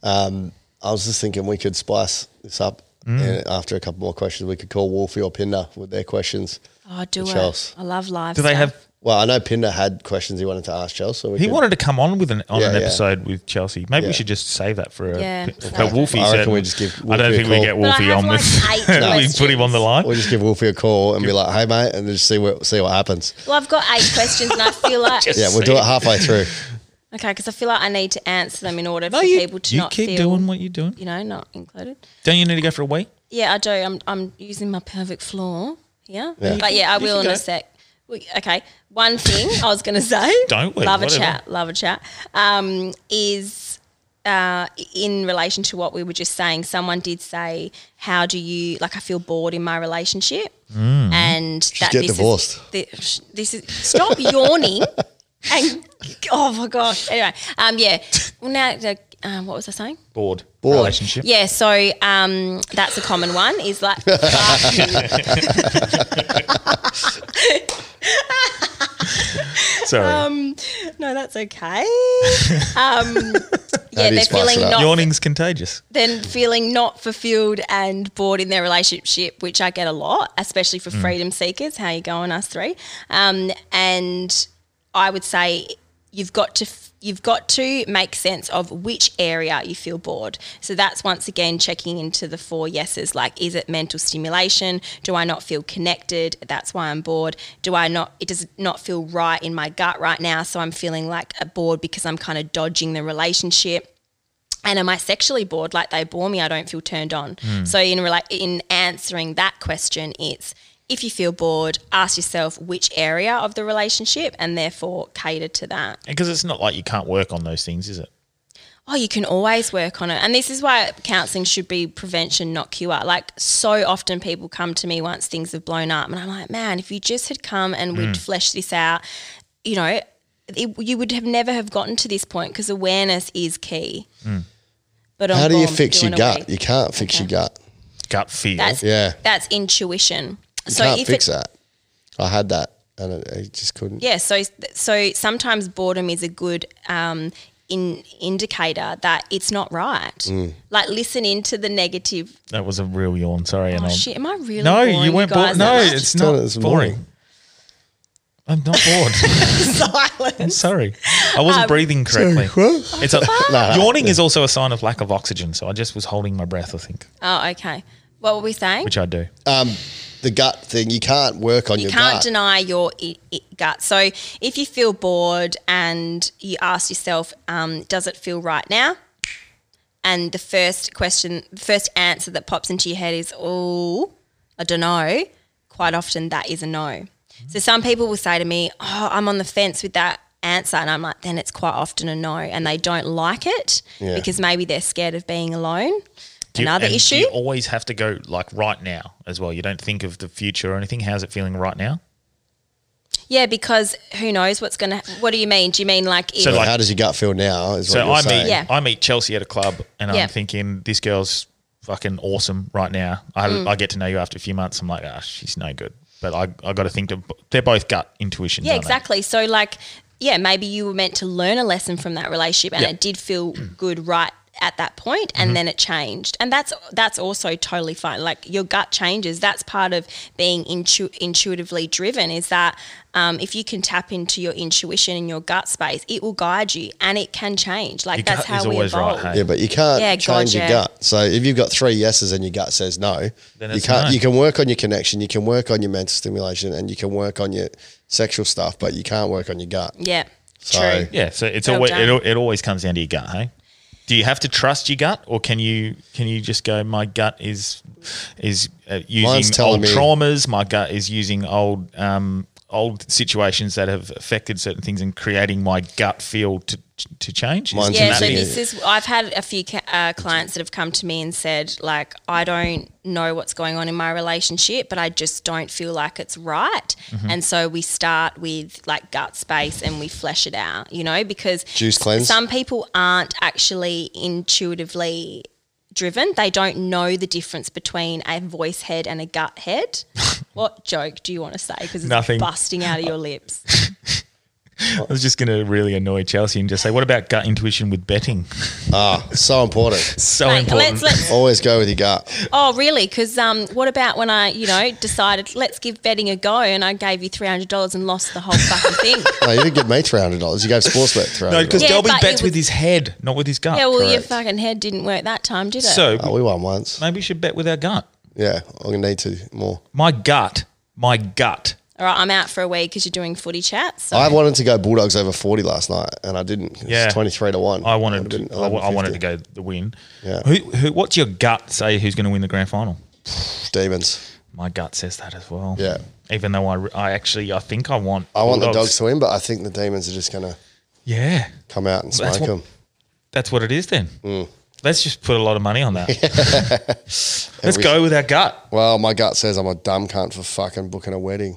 I was just thinking we could spice this up.
Mm.
And after a couple more questions, we could call Wolfie or Pinder with their questions.
Oh, do
Which
it.
else?
I love live.
Do they
stuff.
have?
Well, I know Pinder had questions he wanted to ask Chelsea. So we
He
could-
wanted to come on with an on
Yeah,
an
yeah.
episode with Chelsea. Maybe
Yeah.
we should just save that for a.
Yeah.
But Wolfie
I
said,
reckon we just give
I don't
Wolfie a
think we
call.
get
But I
Wolfie
have,
on
like,
this.
eight
we put him on the
questions.
line.
We'll just give Wolfie a call and be like, "Hey, mate," and then just see what see what happens.
Well, I've got eight questions, and I feel like Okay, 'cause
Yeah, we'll
See.
do it halfway through.
okay because I feel like I need to answer them in order
No,
for
you,
people to
you
not
keep
feel
doing what you're doing.
you know not included.
Don't you need to go for a week?
Yeah, I do. I'm I'm using my pelvic floor. Yeah,
Yeah.
but yeah, I
You
will
can
in a
go.
sec. We- Okay, one thing I was going to say.
Don't we?
love a
Whatever.
chat. Love a chat. Um, is uh, in relation to what we were just saying. Someone did say, "How do you like? I feel bored in my relationship."
Mm.
And that
get
this
divorced.
Is, thi- sh- this is stop yawning. And oh my gosh. Anyway, um, yeah. Well, now the, um, what was I saying?
Bored.
Bored.
Relationship.
Yeah, so um, that's a common one. Is like, fuck
Sorry.
Um, you. no, that's okay. Um, yeah,
That is
they're feeling
fucked up.
not
Yawning's contagious.
then feeling not fulfilled and bored in their relationship, which I get a lot, especially for freedom seekers. How you going, us three? Um, and I would say you've got to. f- You've got to make sense of which area you feel bored. So that's once again checking into the four yeses like, is it mental stimulation? Do I not feel connected? That's why I'm bored. Do I not, it does not feel right in my gut right now. So I'm feeling like bored because I'm kind of dodging the relationship and am I sexually bored? Like they bore me, I don't feel turned on. So in rela- in answering that question, it's if you feel bored, ask yourself which area of the relationship, and therefore cater to that.
Because it's not like you can't work on those things, is it?
Oh, you can always work on it. And this is why counseling should be prevention, not cure. Like, so often people come to me once things have blown up, and I'm like, man, if you just had come and we'd fleshed this out, you know, it, you would have never have gotten to this point because awareness is key. But
How
on
do you
bomb,
fix your
doing a
gut?
week.
You can't fix your gut.
Gut feel.
That's
Yeah.
That's intuition.
You can't
if
fix
it,
that. I had that, and it, I just couldn't.
Yeah. So so sometimes boredom is a good um, in indicator that it's not right.
Mm.
Like listen into the negative.
that was a real yawn. Sorry. and
Oh
I'm-
shit! Am I really?
no,
boring,
you weren't
guys?
bored. No,
Am I
it's
Just done
not
it this
boring.
morning.
I'm not bored.
silent.
Sorry. I wasn't breathing correctly. It's a, yawning is also a sign of lack of oxygen. So I just was holding my breath, I think,
Oh, okay. What were we saying?
which I do.
The gut thing, you can't work on
you
your
can't
gut.
deny your i i gut. So if you feel bored and you ask yourself, um, does it feel right now? And the first question, the first answer that pops into your head is, oh, I don't know. Quite often that is a no. So some people will say to me, oh, I'm on the fence with that answer. And I'm like, then it's quite often a no. And they don't like it
Yeah.
because maybe they're scared of being alone.
Do you-
Another
and
issue.
Do you always have to go like right now as well. You don't think of the future or anything. How's it feeling right now?
Yeah, because who knows what's going to, what do you mean? Do you mean like, if,
So,
But
like-
how does your gut feel now? Is
So
what you're
I meet
saying.
Yeah.
I meet Chelsea at a club, and
Yeah.
I'm thinking this girl's fucking awesome right now. I, I get to know you after a few months. I'm like, ah, she's no good. But I I got to think of, they're both gut intuitions.
Yeah,
aren't they?
exactly. So like, yeah, maybe you were meant to learn a lesson from that relationship, and
Yeah. Mm-hmm.
it did feel good right at that point and then it changed and that's that's also totally fine like your gut changes that's part of being intu- intuitively driven is that um, if you can tap into your intuition and your gut space it will guide you and it can change like
Your
that's
gut
how
is
we
always right,
evolve
hey?
Yeah, but you can't
Yeah,
change
God,
your
yeah.
gut. So if you've got three yeses and your gut says no,
Then
you
it's
can't.
no.
You can work on your connection, you can work on your mental stimulation, and you can work on your sexual stuff, but you can't work on your gut.
yeah
So-
true
Yeah, so it's
Well
always it,
done.
al- it always comes down to your gut, hey. Do you have to trust your gut, or can you can you just go? My gut is is uh,
Mine's
using
telling
old
me-
traumas. My gut is using old um, old situations that have affected certain things and creating my gut feel to to change. Is-
Mine's
can
Yeah,
that
so
using
be-
it.
this is. I've had a few ca- uh, clients that have come to me and said, like, I don't know what's going on in my relationship, but I just don't feel like it's right.
Mm-hmm.
And so we start with like gut space and we flesh it out, you know, because
Juice cleanse.
some people aren't actually intuitively driven. They don't know the difference between a voice head and a gut head. what joke do you want to say? Because it's
Nothing.
busting out of your lips.
I was just going to really annoy Chelsea and just say, what about gut intuition with betting?
Ah, so important.
so
Like,
important.
let's let's
Always go with your gut.
Oh, really? Because um, what about when I, you know, decided let's give betting a go, and I gave you three hundred dollars and lost the whole fucking thing?
No, Oh, you didn't give me three hundred dollars. You gave Sportsbet three
no,
hundred. dollars.
because
Yeah,
Delby
but it
bets
was-
with his head, not with his gut.
yeah, well, your
correct.
fucking head didn't work that time, did it?
so
oh, we won once.
maybe we should bet with our gut.
Yeah, I'm gonna need to more.
My gut, my gut.
all right, I'm out for a week because you're doing footy chat. So
I wanted to go Bulldogs over forty last night, and I didn't. It
Yeah.
was twenty three to one.
I
Would've
wanted,
been
I, wa- I
11.50.
wanted to go the win.
Yeah.
Who, who, what's your gut say? Who's going to win the grand final?
demons.
My gut says that as well.
Yeah.
Even though I, re- I actually, I think I want.
I want the
Bulldogs.
dogs to win, but I think the demons are just gonna
Yeah,
come out and smoke
That's what-
them.
that's what it is then.
Mm.
Let's just put a lot of money on that. Let's go with our gut.
Well, my gut says I'm a dumb cunt for fucking booking a wedding.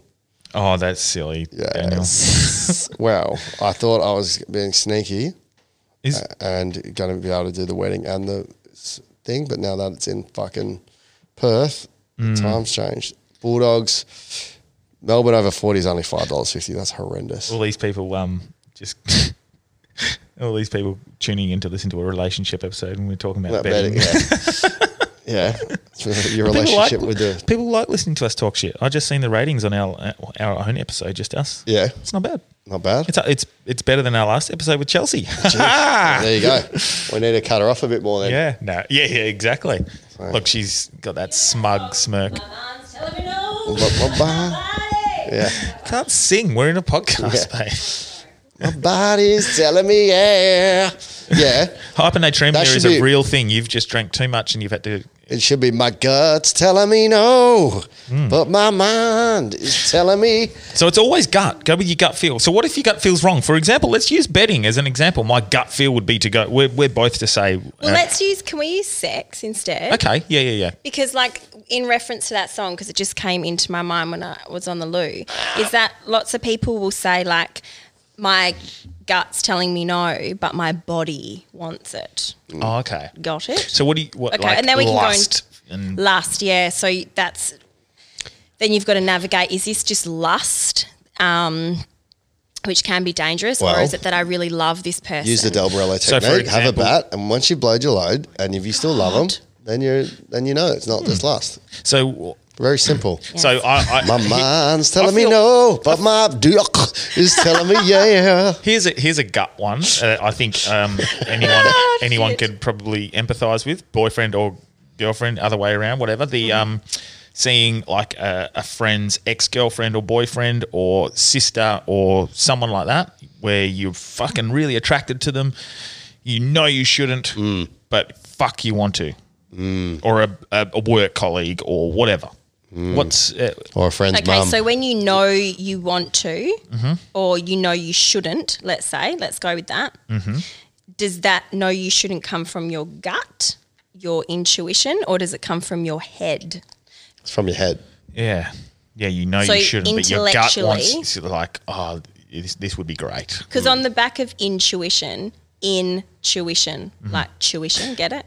Oh, that's silly. Daniel.
Yes. well, I thought I was being sneaky
Is,
Uh, and going to be able to do the wedding and the s- thing, but now that it's in fucking Perth,
Mm.
the times changed. Bulldogs, Melbourne over forty is only five dollars fifty. That's horrendous.
all these people um just all these people tuning in to listen to a relationship episode and we're talking
That
about betting.
betting, yeah. yeah, your
People like-
relationship with the
people like listening to us talk shit. I just seen the ratings on our our own episode, just us.
yeah,
It's not bad.
not bad.
It's uh, it's it's better than our last episode with Chelsea.
there you go. We need to cut her off a bit more then.
yeah, no, yeah, yeah, exactly. Look, she's got that smug smirk.
Mum's telling me
Ba-
no.
ba- ba.
Bye.
Yeah.
Can't sing. We're in a podcast,
Yeah.
mate.
My body's telling me yeah. Yeah.
Hypernatremia
That should
is
be-
a real thing. You've just drank too much and you've had to.
It should be my guts telling me no, but my mind is telling me
So it's always gut. Go with your gut feel. So what if your gut feels wrong? For example, let's use betting as an example. My gut feel would be to go. We're, we're both to say.
Well,
uh,
let's use. Can we use sex instead?
okay. Yeah, yeah, yeah.
Because, like, in reference to that song, because it just came into my mind when I was on the loo, is that lots of people will say, like, my gut's telling me no, but my body wants it.
Oh, okay.
Got it?
So what do you? What,
Okay,
like
and then we can go
lust and
lust yeah so that's then you've got to navigate is this just lust um, which can be dangerous or
Well-
is it that i really love this person
use the Del Borello
So,
technique.
for
have a
example-
bat, and once you've blowed your load, and if you still love 'em, love them, then you then you know it's not just lust.
so.
Very simple.
So I, I
My mind's telling
feel-
me no, but my duck is telling me yeah.
Here's a here's a gut one. Uh, I think um, anyone
Oh,
anyone could probably empathise with boyfriend or girlfriend, other way around, whatever. The
Mm-hmm.
um, seeing like a, a friend's ex girlfriend or boyfriend or sister or someone like that, where you're fucking really attracted to them. You know you shouldn't,
Mm.
but fuck you want to, or a, a, a work colleague or whatever.
Mm.
What's uh,
Or a friend's
okay
mum.
so when you know you want to or you know you shouldn't let's say let's go with that does that know you shouldn't come from your gut your intuition or does it come from your head
it's from your head.
Yeah. Yeah, you know
So
you shouldn't, but your gut
intellectually-
wants it's like, oh, this, this would be great.
Because on the back of intuition, in tuition, like tuition. Get it?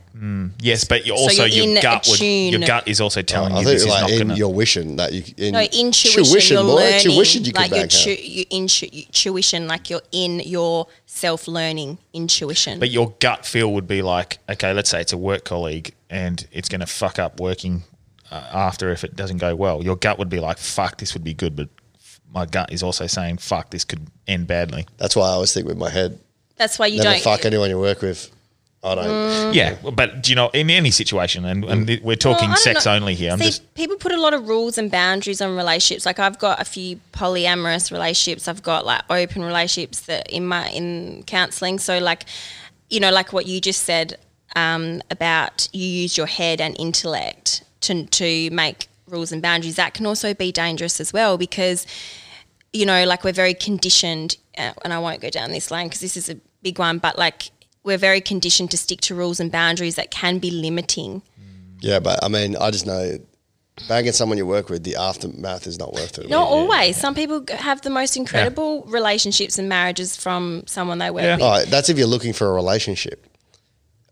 Yes, but you also
you're in
your
a
gut would, your
tune.
gut is also telling
I
you this
think
is
like
not
in,
going to.
you're wishing that you in,
No, in tuition, you're learning.
Mm. tuition you could
like
back
your
out.
tu- you in tu- tuition, like you're in your self learning intuition.
But your gut feel would be like, okay, let's say it's a work colleague and it's going to fuck up working uh, after if it doesn't go well. Your gut would be like, fuck, this would be good, but my gut is also saying, fuck, this could end badly.
That's why I always think with my head.
That's why you
Never
don't Mm.
fuck anyone you work with. I don't.
Yeah, Mm. but you know, in any situation, and, and it- we're talking
Well, I don't
sex
know.
only here. I'm
See,
just
people put a lot of rules and boundaries on relationships. Like I've got a few polyamorous relationships. I've got like open relationships that in my in counselling. So like, you know, like what you just said um, about you use your head and intellect to to make rules and boundaries. That can also be dangerous as well because you know, like we're very conditioned, uh, and I won't go down this lane because this is a big one, but like we're very conditioned to stick to rules and boundaries that can be limiting.
Yeah, but I mean, I just know bagging someone you work with, the aftermath is not worth it.
Not always. Some people g- have the most incredible relationships and marriages from someone they work
Yeah.
with.
All right, that's if you're looking for a relationship.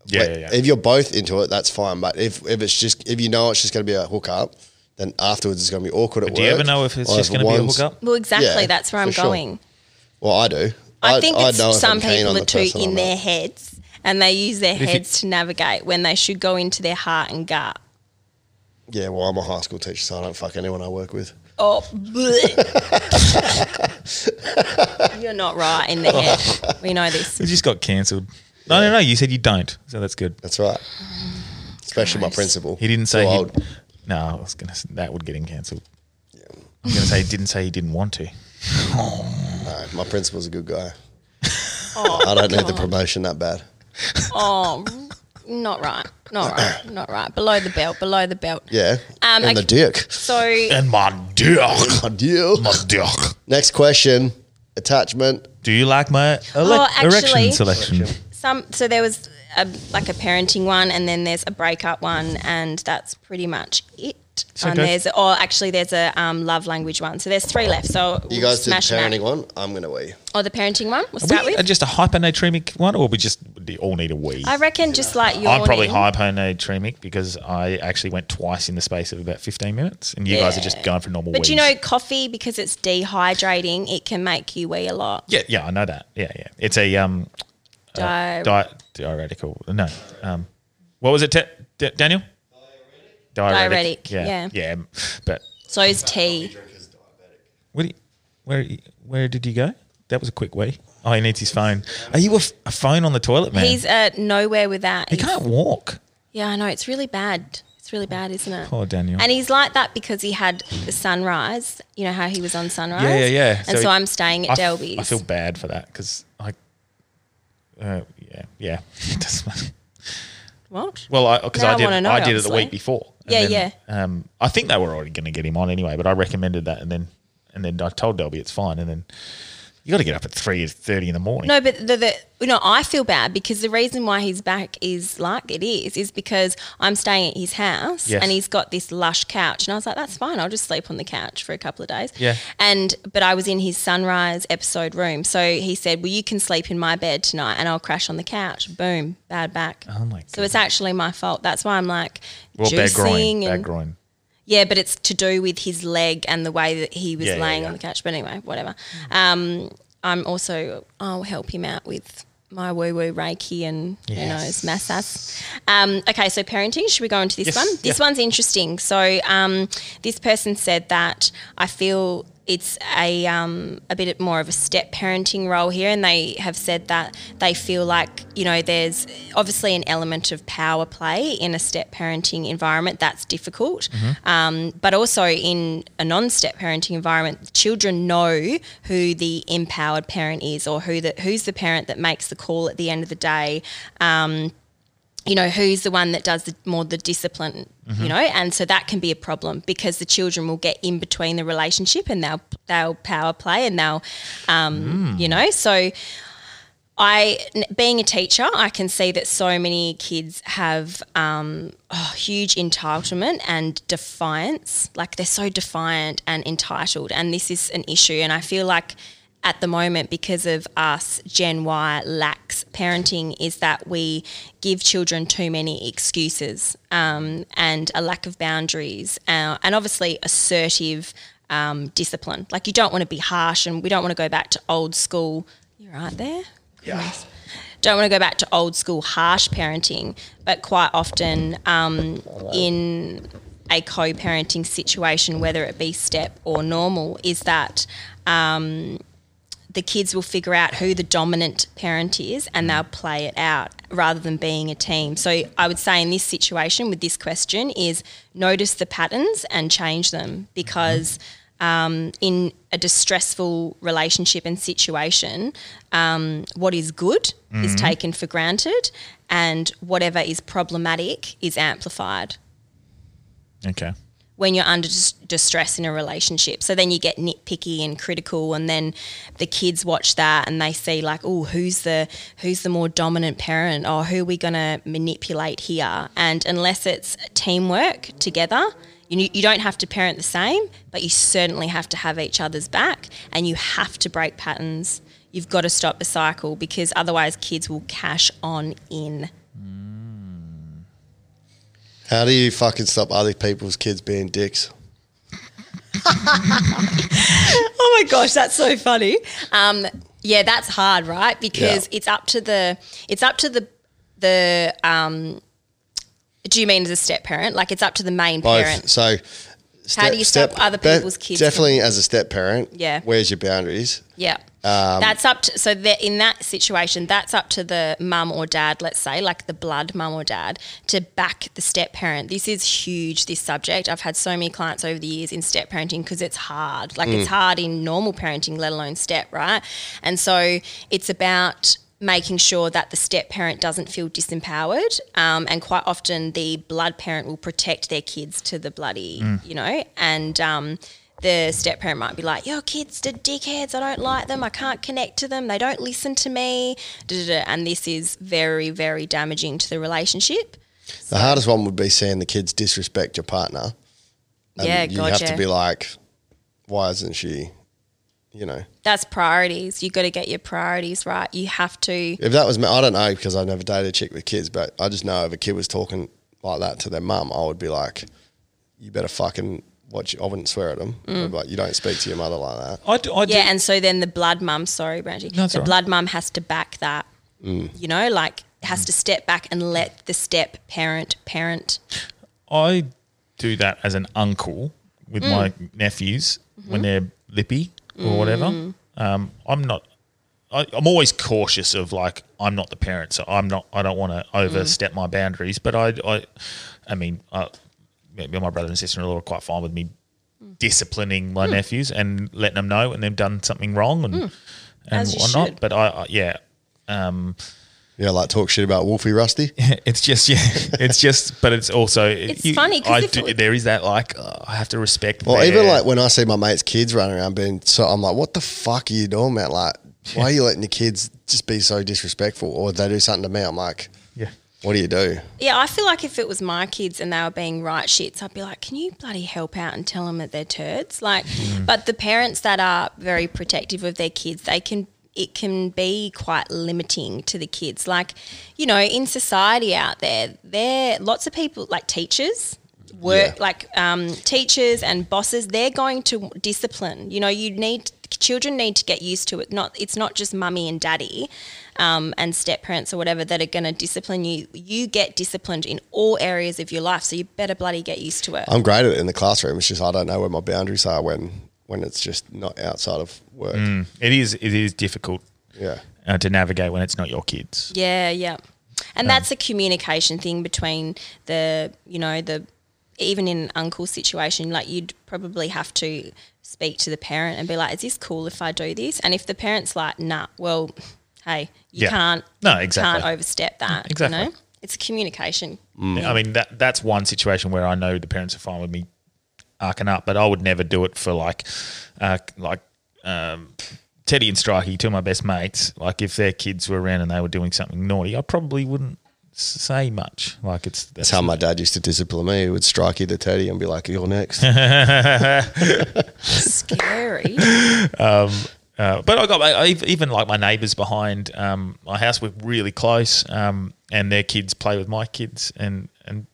yeah,
But
yeah, yeah.
If you're both into it, that's fine. But if, if it's just if you know it's just going to be a hookup, then afterwards it's going to be awkward at
Do you
work.
ever know if it's
Or
just going to be a
one's-
hookup?
Well, exactly.
Yeah,
that's where I'm
for sure.
going.
Well, I do.
I, think it's
know if
some
I'm keen on
people
the
are too
person or
in
not.
their heads and they use their
you-
heads to navigate when they should go into their heart and gut.
Yeah, well, I'm a high school teacher, so I don't fuck anyone I work with.
Oh, bleh. you're not right in the head. We know this.
It just got cancelled. No, no, no. You said you don't, so that's good.
That's right. Especially my principal.
He didn't say.
Too
He,
old.
no, I was gonna. s- That would get him cancelled. I'm gonna say he didn't say he didn't want to.
No, my principal's a good guy.
Oh,
I don't need the promotion that bad.
oh, not right. Not right. Not right. Below the belt. Below the belt.
Yeah.
Um,
and
okay.
the dick.
So
And my dick,
My deal.
my dick.
Next question. Attachment.
Do you like my ele-
Oh, actually-
erection selection?
some so there was a, like a parenting one and then there's a breakup one and that's pretty much it and
go-
there's or actually there's a um, love language one so there's three left so
You guys did
we'll
the
smash that.
parenting one. I'm gonna wee.
or the parenting one we'll
Are
start
we uh,
with
just a hyponatremic one, or we just we all need a wee?
I reckon just like your
I'm probably hyponatremic because I actually went twice in the space of about 15 minutes, and you guys are just
Yeah.
going for normal.
but you
wees.
know coffee because it's dehydrating it can make you wee a lot
Yeah, yeah, I know that. Yeah, yeah. It's a um,
Di-
diet diuretical. No, um, what was it, Ta- D- Daniel? Diuretic.
Diuretic, yeah.
yeah. But
so is tea
where, do you- where, where did you go? That was a quick wee. Oh, he needs his phone. Are you a, f- a phone on the toilet, man?
he's uh, nowhere without
he can't walk.
yeah I know it's really bad it's really bad isn't it
Poor Oh, Daniel.
And he's like that because he had the sunrise. You know how he was on sunrise.
yeah, yeah, yeah.
And so,
he-
I'm staying at
I f-
Delby's.
I feel bad for that because I. Uh, yeah, yeah. That's my-
what?
Well, I because
Now
I
I
did
wanna know,
I did it the
obviously.
week before. And
Yeah,
then, Um, I think they were already going to get him on anyway, but I recommended that, and then and then I told Delby it's fine, and then you got to get up at three thirty in the morning.
No, but the, the you know I feel bad because the reason why his back is like it is is because I'm staying at his house
Yes.
and he's got this lush couch and I was like that's fine I'll just sleep on the couch for a couple of days.
Yeah.
And but I was in his sunrise episode room, so he said, "Well, you can sleep in my bed tonight and I'll crash on the couch." Boom, bad back.
oh my god.
So it's actually my fault. That's why I'm like
well, bad
juicing
groin,
and
bad groin.
Yeah, but it's to do with his leg and the way that he was
Yeah, yeah,
laying
yeah.
on the couch. But anyway, whatever. Um, I'm also I'll help him out with my woo woo reiki and who knows
Yes.
massage. Um, okay, so parenting. Should we go into this
Yes,
one? This
yeah.
one's interesting. So um, this person said that I feel it's a um, a bit more of a step parenting role here, and they have said that they feel like you know there's obviously an element of power play in a step parenting environment that's difficult, um, but also in a non-step parenting environment, children know who the empowered parent is or who the who's the parent that makes the call at the end of the day Um, you know who's the one that does the, more the discipline you know and so that can be a problem because the children will get in between the relationship and they'll they'll power play and they'll um, you know so I n- being a teacher I can see that so many kids have um, oh, huge entitlement and defiance like they're so defiant and entitled and this is an issue and I feel like at the moment because of us Gen Y lax parenting is that we give children too many excuses um, and a lack of boundaries uh, and obviously assertive um, discipline. Like you don't want to be harsh and we don't want to go back to old school. You're right there. Yeah. Don't want to go back to old school harsh parenting, but quite often um, in a co parenting situation, whether it be step or normal, is that um, the kids will figure out who the dominant parent is and they'll play it out rather than being a team. So I would say in this situation with this question is notice the patterns and change them because um, in a distressful relationship and situation, um, what is good is taken for granted and whatever is problematic is amplified
Okay.
when you're under dis- distress in a relationship. So then you get nitpicky and critical, and then the kids watch that and they see like, oh, who's the who's the more dominant parent, or who are we gonna manipulate here? And unless it's teamwork together. You, you don't have to parent the same, but you certainly have to have each other's back and you have to break patterns. You've got to stop the cycle because otherwise kids will cash on in.
How do you fucking stop other people's kids being dicks?
Oh my gosh, that's so funny. Um, yeah, that's hard, right? Because it's up to the it's up to the the um, do you mean as a step parent? Like it's up to the main
Both.
parent.
So,
do you stop other
be-
people's kids from-
Definitely as a step parent.
Yeah.
Where's your boundaries?
Yeah. that's up to so that in that situation, that's up to the mum or dad, let's say, like the blood mum or dad, to back the step parent. This is huge, this subject. I've had so many clients over the years in step parenting because it's hard. Like it's hard in normal parenting, let alone step, right? And so it's about making sure that the step parent doesn't feel disempowered um, and quite often the blood parent will protect their kids to the bloody you know and um, the step parent might be like, "Your kids are dickheads. I don't like them. I can't connect to them. They don't listen to me." Da, da, da. And this is very, very damaging to the relationship.
The hardest one would be seeing the kids disrespect your partner.
yeah,
you
gotcha.
have to be like, why isn't she? You know,
That's priorities. You got to get your priorities right. You have to.
if that was me, I don't know because I've never dated a chick with kids, but I just know if a kid was talking like that to their mum, I would be like, you better fucking watch. I wouldn't swear at them,
Mm.
but like, you don't speak to your mother like that.
I do, I do-
Yeah, and so then the blood mum, sorry, Brandy,
No, it's
the
all right.
blood mum has to back that.
Mm.
You know, like has to step back and let the step parent parent.
I do that as an uncle with
Mm.
my nephews
Mm-hmm.
when they're lippy or
Mm.
whatever. Um, I'm not. I, I'm always cautious of like I'm not the parent, so I'm not. I don't want to
Mm.
overstep my boundaries. But I, I, I mean, I, maybe my brother and sister-in-law are quite fine with me
Mm.
disciplining my nephews and letting them know when they've done something wrong and and
Mm. As you
whatnot.
should.
But I, I, yeah, um,
Yeah, like talk shit about Wolfie Rusty.
it's just yeah, it's just, but it's also
It's funny 'cause
I
if
do,
it-
there is that like oh, I have to respect.
Well,
their-
even like when I see my mates' kids running around being so, I'm like, what the fuck are you doing, man? Like, why are you letting your kids just be so disrespectful? Or they do something to me, I'm like,
yeah,
what do you do?
Yeah, I feel like if it was my kids and they were being right shits, I'd be like, can you bloody help out and tell them that they're turds? Like, but the parents that are very protective of their kids, they can. It can be quite limiting to the kids. Like, you know, in society out there, there lots of people like teachers work
Yeah.
like um, teachers and bosses they're going to discipline you know you need children need to get used to it not it's not just mummy and daddy um, and step parents or whatever that are going to discipline you you get disciplined in all areas of your life so you better bloody get used to it
Um,
I'm great at it in the classroom. It's just I don't know where my boundaries are when when it's just not outside of work.
it is it is difficult
Yeah.
uh, to navigate when it's not your kids.
Yeah, yeah.
um,
And that's a communication thing between the, you know, the even in an uncle situation, like you'd probably have to speak to the parent and be like, "Is this cool if I do this?" And if the parent's like, "Nah," well, hey, you
Yeah.
can't,
No,
you
exactly.
can't overstep that.
exactly.
You know, it's a communication.
I mean that that's one situation where I know the parents are fine with me arcing up, but I would never do it for like uh, like um, Teddy and Strikey, two of my best mates. Like if their kids were around and they were doing something naughty, I probably wouldn't s- say much. Like it's
That's how my dad used to discipline me. He would strike you to Teddy and be like, you're next.
Scary.
Uh, but I got I, ev- even like my neighbours behind um, my house. We're really close, um, and their kids play with my kids, and and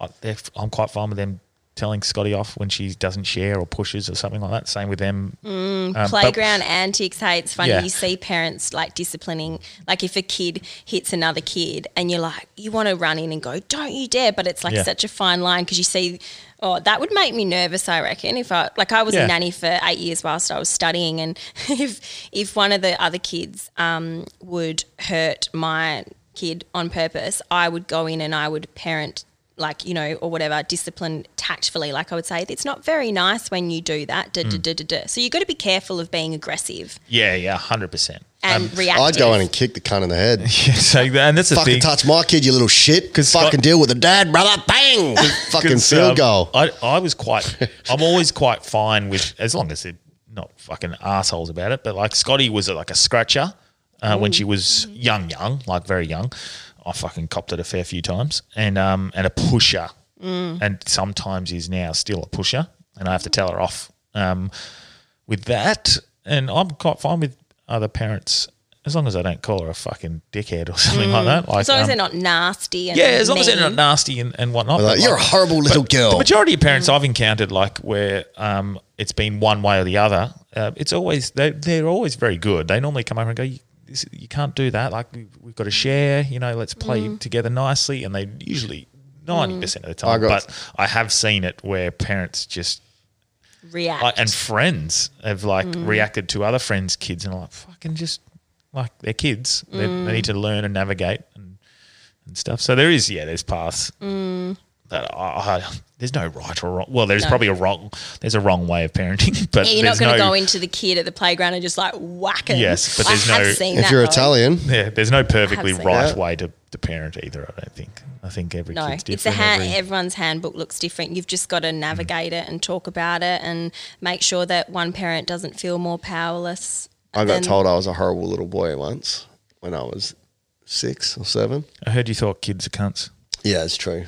I, they're- I'm quite fine with them telling Scotty off when she doesn't share or pushes or something like that. Same with them. Um, but-
Playground antics. Hey, it's funny.
Yeah.
You see parents like disciplining, like if a kid hits another kid, and you're like, you want to run in and go, don't you dare! But it's like
Yeah.
such a fine line because you see, oh, that would make me nervous. I reckon if I like I was a
Yeah.
nanny for eight years whilst I was studying, and if if one of the other kids um, would hurt my kid on purpose, I would go in and I would parent like you know or whatever discipline tactfully like i would say it's not very nice when you do that da, da,
Mm.
da, da, da. so you got to be careful of being aggressive
yeah, yeah, hundred percent.
and reactive
I'd go in and kick the cunt in the head.
So and that's the
fucking
thing.
touch my kid, you little shit.
'Cause
fucking
Scott-
deal with the dad, brother. Bang. fucking
'Cause,
field
um,
goal.
I, I was quite. I'm always quite fine with as long as they're not fucking assholes about it. But like Scotty was a, like a scratcher uh, when she was young, young, like very young. I fucking copped it a fair few times, and um and a pusher, and sometimes is now still a pusher, and I have to tell her off. Um, with that, and I'm quite fine with other parents. As long as I don't call her a fucking dickhead or something like that. Like,
as long as
um,
they're not nasty and
yeah, as long as they're not
mean.
nasty and, and whatnot.
Like,
but,
You're a
like-
horrible little girl.
the majority of parents I've encountered, like where um, it's been one way or the other, uh, it's always they, they're always very good. They normally come over and go, you, this, "You can't do that. Like we, we've got to share. You know, let's play together nicely." And they usually ninety percent of the time.
got-
but I have seen it where parents just
react
like, and friends have like
Mm.
reacted to other friends' kids and are like fucking just like they're kids. They,
Mm.
they need to learn and navigate and and stuff. So there is yeah, there's paths
Mm.
that I, I- there's no right or wrong. Well, there's probably a wrong there's a wrong way of parenting, but
yeah, you're not
there's
going to
no
go into the kid at the playground and just like whack him.
Yes, but there's
I
no-
Have seen
if
that
you're
though.
Italian,
yeah, there's no perfectly
seen
right
that.
way to, to parent either. I don't think. I think every
No,
kid's
it's a
different.
hand.
every-
Everyone's handbook looks different. You've just
Mm.
got to navigate it and talk about it and make sure that one parent doesn't feel more powerless.
I got
than-
told I was a horrible little boy once when I was six or seven.
I heard you thought kids are cunts.
Yeah, it's true.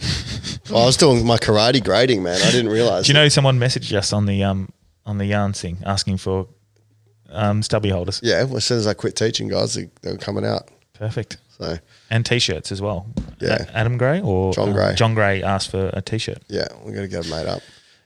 I was doing my karate grading, man. I didn't realize.
Do you know someone messaged us on the um on the yarn thing asking for um stubby holders?
Yeah, well, as soon as I quit teaching, guys, they, they were coming out.
Perfect.
So
and t-shirts as well.
Yeah.
A- Adam Gray or
John
uh,
Gray.
John Gray asked for a t-shirt.
yeah, we're gonna get 'em made up.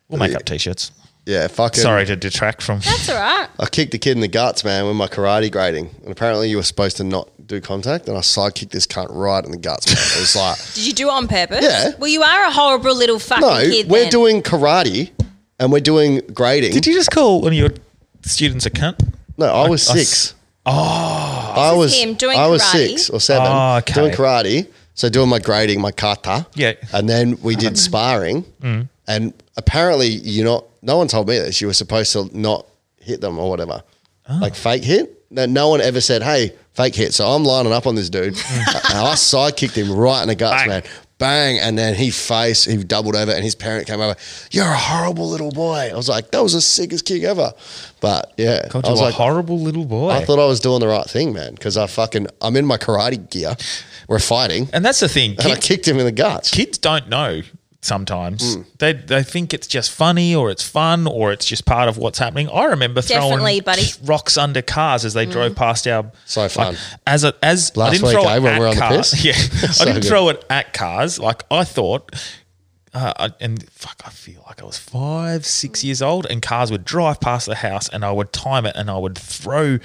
We'll make up t-shirts.
Yeah, fucking.
Sorry to detract from.
That's all right.
I kicked the kid in the guts, man, with my karate grading, and apparently you were supposed to not do contact, and I side kicked this cunt right in the guts, man. It was like,
Did you do it on purpose?
Yeah.
Well, you are a horrible little fucking
no,
kid.
we're
then.
doing karate, and we're doing grading.
Did you just call one of your students a cunt?
No, I was
I s-
six. Oh, I was
him doing
I was
karate.
six or seven
Oh, okay.
doing karate. So doing my grading, my kata.
Yeah. Mm.
and then we did sparring. And apparently, you're not. No one told me this. You were supposed to not hit them or whatever,
Ah.
like fake hit. No, no one ever said, "Hey, fake hit." So I'm lining up on this dude, and I side kicked him right in the guts,
Bang.
man. Bang, and then he face he doubled over, and his parent came over. You're a horrible little boy. I was like, that was the sickest kick ever. But yeah,
Called
I
you
was
a
like,
horrible little boy.
I thought I was doing the right thing, man, because I fucking I'm in my karate gear. We're fighting, and,
and that's the thing.
I
Kids,
kicked him in the guts.
kids don't know sometimes.
Mm.
They they think it's just funny or it's fun or it's just part of what's happening. I remember
Definitely,
throwing
buddy. Mm.
rocks under cars as they drove past our
So fun.
Like, as a, as
Last
I didn't throw
week, eh,
it
when
at
we were on the
cars.
piss?
Yeah,
So
I didn't
good.
throw it at cars. Like I thought, uh, I- and fuck, I feel like I was five, six years old, and cars would drive past the house, and I would time it, and I would throw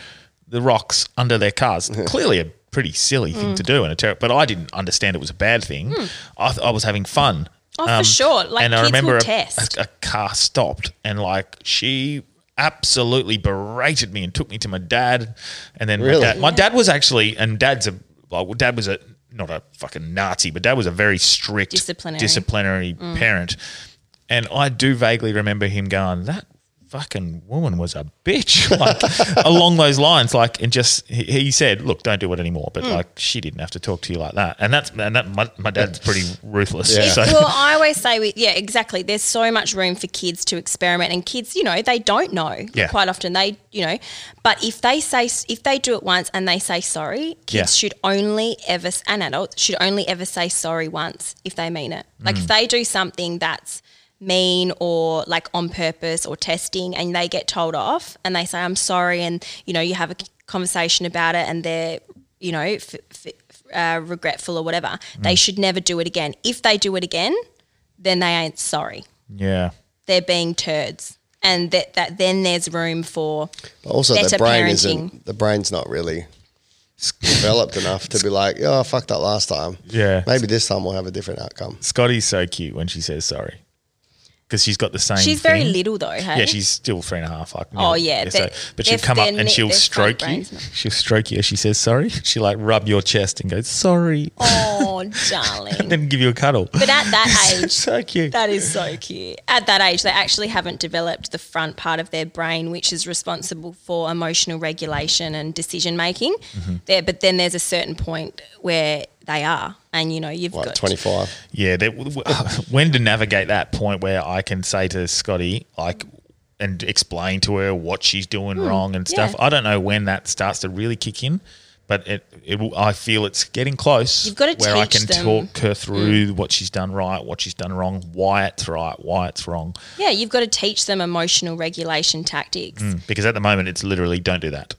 the rocks under their cars. Clearly, a pretty silly thing
Mm.
to do, and a ter- but I didn't understand it was a bad thing.
Hmm.
I, th- I was having fun.
Oh, for sure. Like,
Um, and I
kids will
remember a,
test.
A, a car stopped, and like she absolutely berated me and took me to my dad, and then my
Really?
dad, my dad was actually, and dad's a, like, well, dad was a not a fucking Nazi, but dad was a very strict
Disciplinary. Mm.
disciplinary parent, and I do vaguely remember him going that. Fucking woman was a bitch, like along those lines. Like, and just he, he said, "Look, don't do it anymore."
Mm.
But like, she didn't have to talk to you like that. And that's and that my, my dad's pretty ruthless.
Yeah.
So.
well, I always say, we, yeah, exactly. There's so much room for kids to experiment, and kids, you know, they don't know
Yeah.
quite often. They, you know, but if they say if they do it once and they say sorry, kids
Yeah.
should only ever s-
Mm.
and adults should only ever say sorry once if they mean it. Like if they do something that's mean or like on purpose or testing and they get told off and they say i'm sorry and you know you have a c- conversation about it and they're you know f- f- uh, regretful or whatever
Mm.
they should never do it again if they do it again then they ain't sorry
Yeah.
they're being turds and that, that then there's room for
But also,
Better
the brain
parenting.
isn't. The brain's not really developed enough to be like, oh, I fucked up last time.
Yeah.
Maybe this time we'll have a different outcome.
Scotty's so cute when she says sorry because she's got the same.
she's very
thing.
little though hey
Yeah, she's still three and a half. Like,
Oh,
you know,
yeah,
so-
they're-
but she'll
they're-
come up
they're
and
ni-
she'll
they're
stroke you.
front brains.
She'll stroke you as she says sorry. She like rub your chest and goes sorry,
oh darling
then give you a cuddle.
but at that age
so cute.
That is so cute. At that age, they actually haven't developed the front part of their brain, which is responsible for emotional regulation and decision making.
Mm-hmm.
There, but then there's a certain point where they are, and you know you've
Like
got
25.
Yeah, that, w- w- when to navigate that point where I can say to Scotty, like, and explain to her what she's doing wrong and stuff.
Hmm, yeah.
I don't know when that starts to really kick in, but it, it will, I feel it's getting close.
You've gotta
where I
teach
can
them. Hmm.
talk her through what she's done right, what she's done wrong, why it's right, why it's wrong.
yeah, you've got to teach them emotional regulation tactics.
Because at the moment, it's literally don't do that.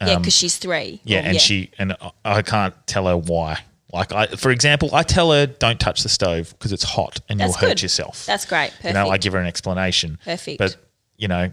yeah, because she's three.
Um, Yeah,
Well,
and she and I- I can't tell her why. Like I, for example, I tell her don't touch the stove because it's hot and
That's
you'll hurt
good.
yourself.
That's great. Perfect.
You know, I give her an explanation.
Perfect.
But you know,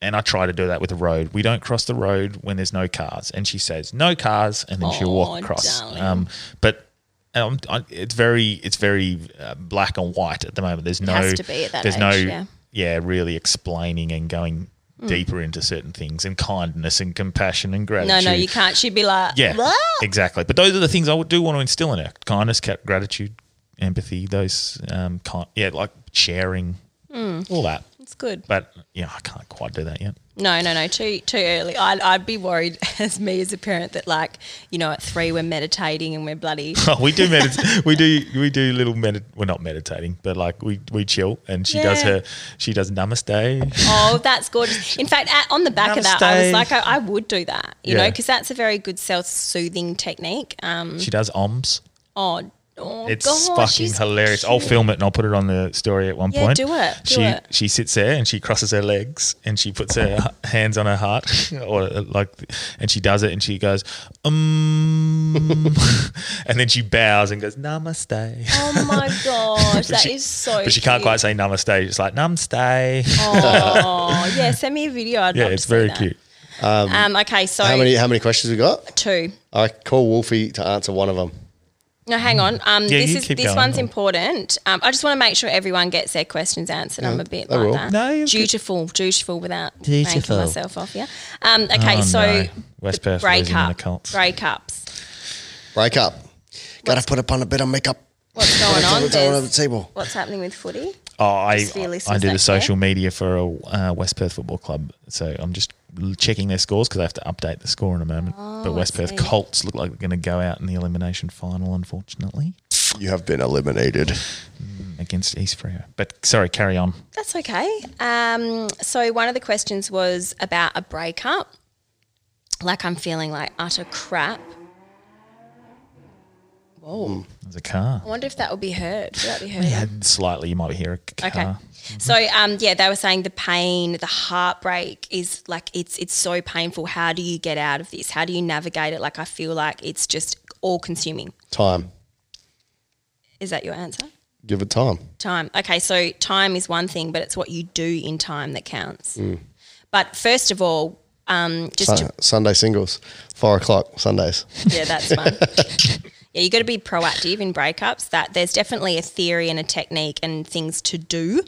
and I try to do that with the road. We don't cross the road when there's no cars, and she says no cars, and then she'll walk
Aw,
across.
darling.
Um, but. Um, I, it's very, it's very uh, black and white at the moment. There's no,
has to be at that
there's
age,
no,
yeah. Mm.
yeah, really explaining and going deeper into certain things and kindness and compassion and
no,
gratitude.
no, you can't. She'd be like,
Yeah,
"What?"
exactly. But those are the things I would do want to instill in her: kindness, ca- gratitude, empathy. Those, um, kind, yeah, like sharing, all that.
it's good.
But yeah, I can't quite do that yet.
No, no, no, too too early. I'd, I'd be worried as me as a parent that like you know at three we're meditating and we're bloody
Oh, we do medit- we do we do little medit. We're not meditating, but like we we chill, and she does
Yeah.
her she does namaste.
Oh, that's gorgeous. In fact, at, on the back of that, I
Namaste.
was like, I, I would do that, you know, 'cause
Yeah.
know, because that's a very good self soothing technique. Um,
She does oms.
oh, oh,
It's
gosh,
fucking
she's
hilarious.
cute.
I'll film it and I'll put it on the story at one
Yeah,
point.
do it, do
she
it.
she sits there and she crosses her legs and she puts her hands on her heart or uh, like and she does it and she goes um and then she bows and goes namaste.
Oh my gosh,
But
that is
she-
so.
But she can't
Oh, cute.
quite say namaste. It's like namaste.
Oh yeah, send me a video. I'd
yeah,
love to
it's
see
very
that.
cute.
Um, okay, so
How many? How many questions we got?
two.
I call Wolfie to answer one of them.
No, hang on. Um,
Yeah,
this
you
is
keep
this
going.
one's important. Um, I just want to make sure everyone gets their questions answered. I'm a bit
they
like
will.
that.
No, you're good.
dutiful, dutiful, without
Dutiful.
making myself off. Yeah. Um, okay,
Oh,
so
no. West
the
Perth losing in the
breakup,
cults.
breakups.
Break up. Gotta put up on a bit of makeup.
What's going on?
Put it on the
Des?
table.
What's happening with footy?
Oh, I
Just for your
I
listeners
do the
out
social media for a uh, West Perth Football Club, so I'm just l- checking their scores because I have to update the score in a moment.
Oh,
but West Perth Colts look like they're going to go out in the elimination final, unfortunately,
You have been eliminated.
against East Freo. But sorry, carry on.
That's okay. Um, so one of the questions was about a breakup. Like I'm feeling like utter crap.
There's a car.
I wonder if that will be heard. Will that be heard?
Yeah, slightly. You might hear a
Okay.
car.
So um, yeah, they were saying the pain, the heartbreak is like it's it's so painful. How do you get out of this? How do you navigate it? Like I feel like it's just all consuming.
Time.
Is that your answer?
Give it time.
Time. Okay, so time is one thing, but it's what you do in time that counts. But first of all, um,
Sun-
just to,
Sunday singles. Four o'clock Sundays.
yeah, that's fun. yeah, you got to be proactive in breakups. That there's definitely a theory and a technique and things to do,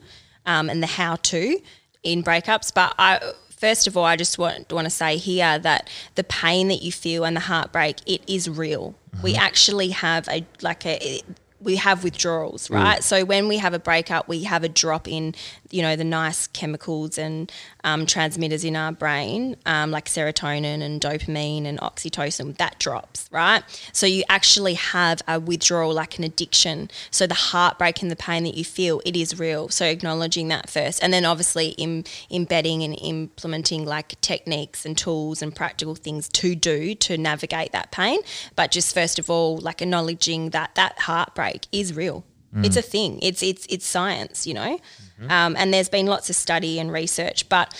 um, and the how to in breakups. But I first of all, I just want want to say here that the pain that you feel and the heartbreak, it is real. We actually have a like a. we have withdrawals, right? So when we have a breakup, we have a drop in, you know, the nice chemicals and um, transmitters in our brain, um, like serotonin and dopamine and oxytocin. That drops, right? So you actually have a withdrawal, like an addiction. So the heartbreak and the pain that you feel, it is real. So acknowledging that first, and then obviously im- embedding and implementing like techniques and tools and practical things to do to navigate that pain. But just first of all, like acknowledging that that heartbreak is real.
Mm.
It's a thing. It's it's it's science, you know.
Mm-hmm.
Um, and there's been lots of study and research, but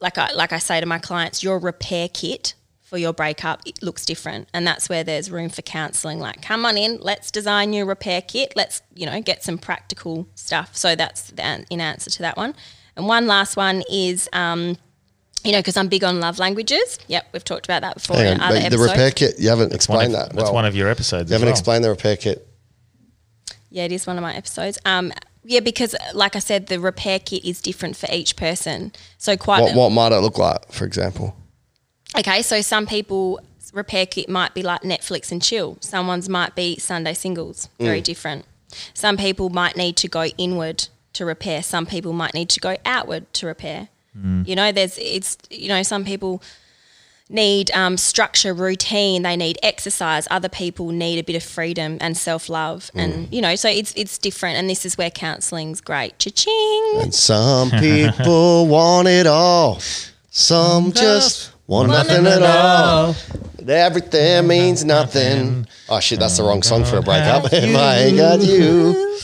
like I like I say to my clients, your repair kit for your breakup it looks different, and that's where there's room for counselling. Like, come on in, let's design your repair kit. Let's you know get some practical stuff. So that's the an- in answer to that one. And one last one is. Um, you know, because I'm big on love languages. Yep, we've talked about that before
Hang on,
in other
the, the
episodes.
repair kit. You haven't
One of-
explained that.
That's
well.
one of your episodes.
You haven't
as well.
explained the repair kit.
Yeah, it is one of my episodes. Um, yeah, because uh, like I said, the repair kit is different for each person. So quite
What what might it look like, for example?
okay. So some people repair kit might be like Netflix and chill. Someone's might be Sunday singles. Very different. Some people might need to go inward to repair. Some people might need to go outward to repair. You know, there's it's you know some people need um, structure, routine. They need exercise. Other people need a bit of freedom and self love, and you know, so it's it's different. And this is where counselling's great. Cha ching.
And some people want it all. Some just want nothing at all. Everything means nothing. Oh shit, that's the wrong song for a breakup. If I ain't got you.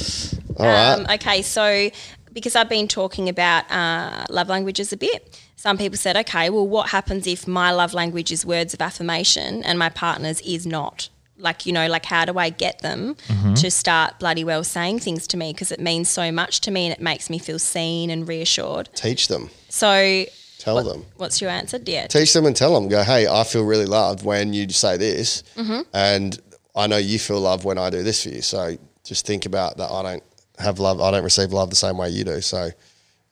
All right.
Um, okay, so because I've been talking about uh, love languages a bit, some people said, okay, well, what happens if my love language is words of affirmation and my partner's is not? Like, you know, like how do I get them
Mm-hmm.
to start bloody well saying things to me? Because it means so much to me and it makes me feel seen and reassured.
Teach them.
So,
Tell them.
what's your answer? Yeah.
Teach them and tell them. Go, hey, I feel really loved when you say this,
Mm-hmm.
and I know you feel loved when I do this for you. So just think about that. I don't have love. I don't receive love the same way you do. So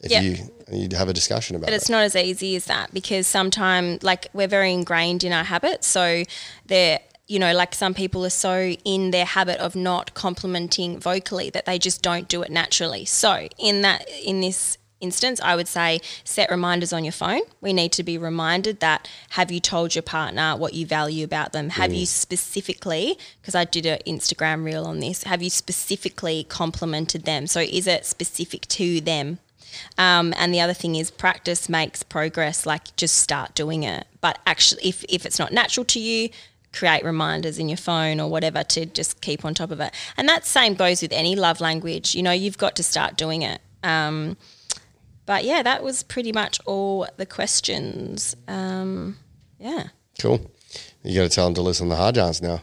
if
Yeah.
you you would have a discussion about
But
it.
it's not as easy as that because sometimes, like, we're very ingrained in our habits. So they're, you know, like some people are so in their habit of not complimenting vocally that they just don't do it naturally. So in that, in this instance, I would say set reminders on your phone. We need to be reminded that have you told your partner what you value about them? Have you specifically, because I did an Instagram reel on this, have you specifically complimented them? So is it specific to them? Um, and the other thing is practice makes progress. Like just start doing it. But actually, if if it's not natural to you, create reminders in your phone or whatever to just keep on top of it. And that same goes with any love language. You know, you've got to start doing it. Um, but yeah, that was pretty much all the questions. Um, yeah,
cool. You got to tell them to listen to the hard yarns now.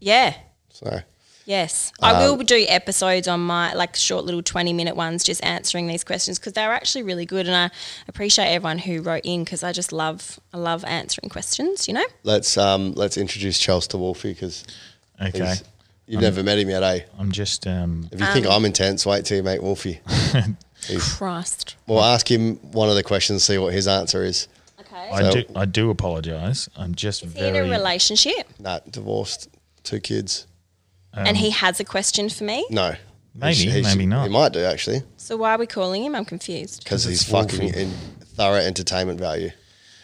yeah.
So
Yes, I will
Um,
do episodes on my like short little twenty minute ones, just answering these questions because they're actually really good, and I appreciate everyone who wrote in because I just love I love answering questions. You know,
let's um, let's introduce Chels to Wolfie because
Okay.
you've never met him yet, eh?
I'm just um,
If you think I'm intense, wait till you meet Wolfie.
Christ.
We'll ask him one of the questions, see what his answer is.
Okay,
I
So-
do I do apologize. I'm just
in
very
a relationship,
Nah, divorced, two kids.
um,
and he has a question for me.
No.
Maybe,
He sh- he sh-
maybe not.
He might do actually.
So why are we calling him? I'm confused.
because he's
it's
fucking
Wolfie.
in thorough entertainment value.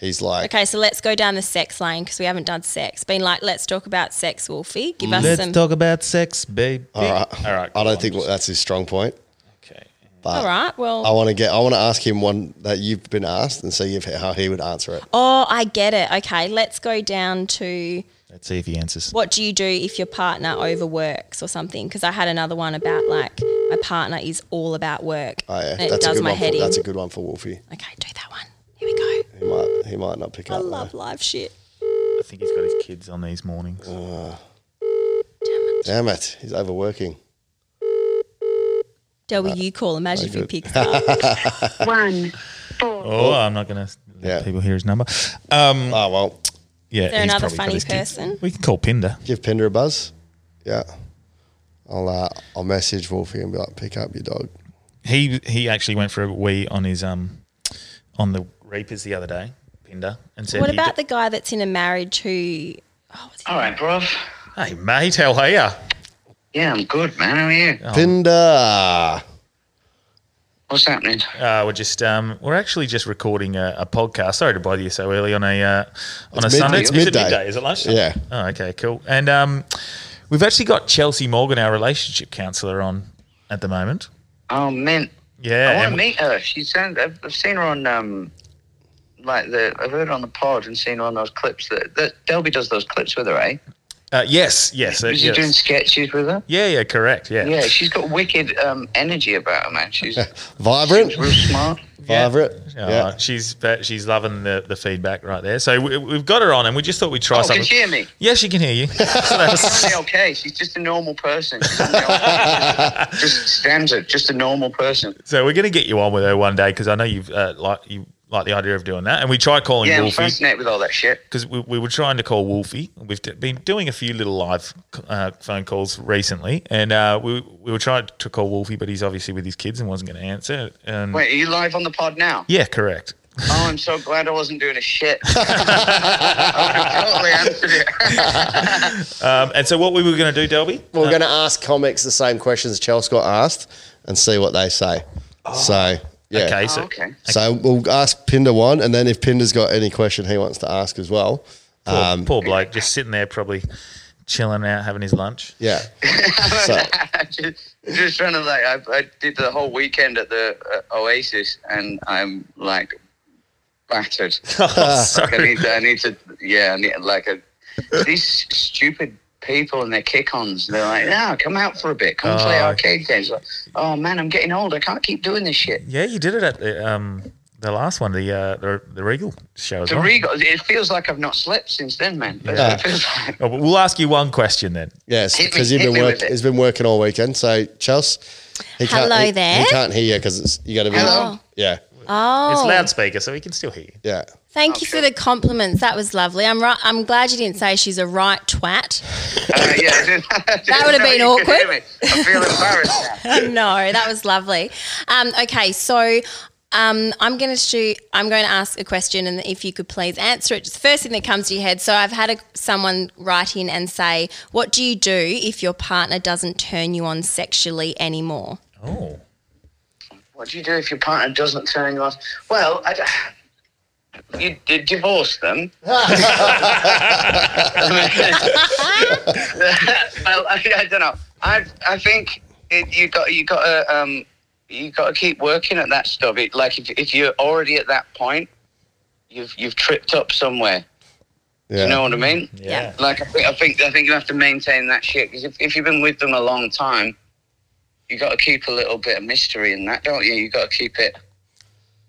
He's like,
Okay, so let's go down the sex lane because we haven't done sex. Been like, let's talk about sex, Wolfie. Give us
Let's
some.
talk about sex, babe.
all right,
All right.
I
cool,
don't
I'm
think
just-
that's his strong point.
Okay.
But
all right. Well,
I want to get, I want to ask him one that you've been asked and see if, how he would answer it.
oh, I get it. Okay, let's go down to.
Let's see if he answers.
what do you do if your partner overworks or something? Because I had another one about like my partner is all about work.
Oh, yeah,
and it
that's a
does
good
my
one.
head
For,
in.
that's a good one for Wolfie.
okay, do that one. Here we go.
He might, he might not pick
I
up.
love
though.
live shit.
I think he's got his kids on these mornings.
Oh. Damn it, he's overworking.
Del, will you call? Imagine if you
good.
picked up.
One, four.
Oh, I'm not going to let
Yeah.
people hear his number. Um,
Oh well,
yeah,
They're
he's
another
probably got
funny
his kids.
person.
We can call Pinder.
give Pinder a buzz. Yeah, I'll uh, I'll message Wolfie and be like, pick up your dog.
He he actually went for a wee on his um on the reapers the other day, Pinder, and said,
What
he
about
d-
the guy that's in a marriage who? Oh, what's he?
All right, bruv.
Hey mate, how are you?
Yeah, I'm good, man. How are you?
Oh.
Pinder.
What's happening?
Uh, we're just um, we're actually just recording a, a podcast. Sorry to bother you so early on a uh, on a
mid-
Sunday.
it's
Is
midday.
it midday? Is it lunchtime?
Yeah.
Oh, okay, cool. And um, we've actually got Chelsea Morgan, our relationship counselor, on at the moment.
Oh, man.
Yeah.
Oh,
I want
and
to
we-
meet her. She sounds. I've, I've seen her on um, like the. I've heard her on the pod and seen her on those clips that that Delby does those clips with her, eh?
Uh, yes, yes, uh,
Was he doing
yes.
sketches with her?
Yeah, yeah, correct. Yeah.
Yeah, she's got wicked um, energy about her, man. She's
Vibrant,
real smart.
Yeah.
vibrant.
Uh,
Yeah.
she's but she's loving the, the feedback right there. So we, we've got her on, and we just thought we'd try
Oh,
something.
can she hear me?
Yeah, she can hear you. So that's-
Apparently okay. She's just a normal person. She's on the old- just stands it. Just a normal person.
so we're going to get you on with her one day because I know you've uh, like you like the idea of doing that. And we tried calling
Yeah, I'm
Wolfie
fascinated with all that shit.
because we, we were trying to call Wolfie. We've d- been doing a few little live uh, phone calls recently, and uh, we we were trying to call Wolfie, but he's obviously with his kids and wasn't going to answer. And
Wait, are you live on the pod now?
yeah, correct.
Oh, I'm so glad I wasn't doing a shit. I totally answered it.
Um, and so what we were going to do, Delby?
We're going to ask comics the same questions Chelsea got asked and see what they say. So, yeah.
Oh. Okay,
Oh,
so
okay.
So we'll ask Pinder one, and then if Pinder's got any question he wants to ask as well,
poor, poor bloke just sitting there probably chilling out, having his lunch.
yeah. so,
just, just trying to like, I, I did the whole weekend at the uh, Oasis, and I'm like battered.
Oh,
I
sorry.
need, to, I need to, yeah, I need, like a, these stupid people and their kick-ons. They're like, no, come out for a bit, come play
Oh.
arcade games. Like, oh man, I'm getting old. I can't keep doing this shit.
Yeah, you did it at the um the last one, the uh the, the Regal show as
The
well.
Regal, it feels like I've not slept since then, man.
Yeah.
It feels like,
oh, but we'll ask you one question then.
yes,
Hit me-
because you've
hit
been
me with
work,
it.
he's been working all weekend. So, Chelsea, he can't,
Hello
he, He
there.
can't hear you because you got to be.
Hello.
Yeah,
Oh,
It's loudspeaker, so we can still hear you.
yeah.
Thank
Oh,
you for the compliments. That was lovely. I'm right. I'm glad you didn't say she's a right twat.
uh, yeah, I didn't- I didn't
would've
know
been
you could hear
awkward.
me. I feel embarrassed now.
no, that was lovely. Um, okay, so um, I'm going to do. I'm going to ask a question, and if you could please answer it, just the first thing that comes to your head. So I've had a, someone write in and say, "What do you do if your partner doesn't turn you on sexually anymore?"
Oh.
What do you do if your partner doesn't turn you off? Well, I d- you, you divorce them. well, I, I don't know. I I think it, you got you got to um you got to keep working at that stuff. It, like if if you're already at that point, you've you've tripped up somewhere.
Yeah.
You know what I mean?
Yeah.
Like I think I think, I think you have to maintain that shit because if, if you've been with them a long time, you got to keep a little bit of mystery in that, don't you? You got to keep it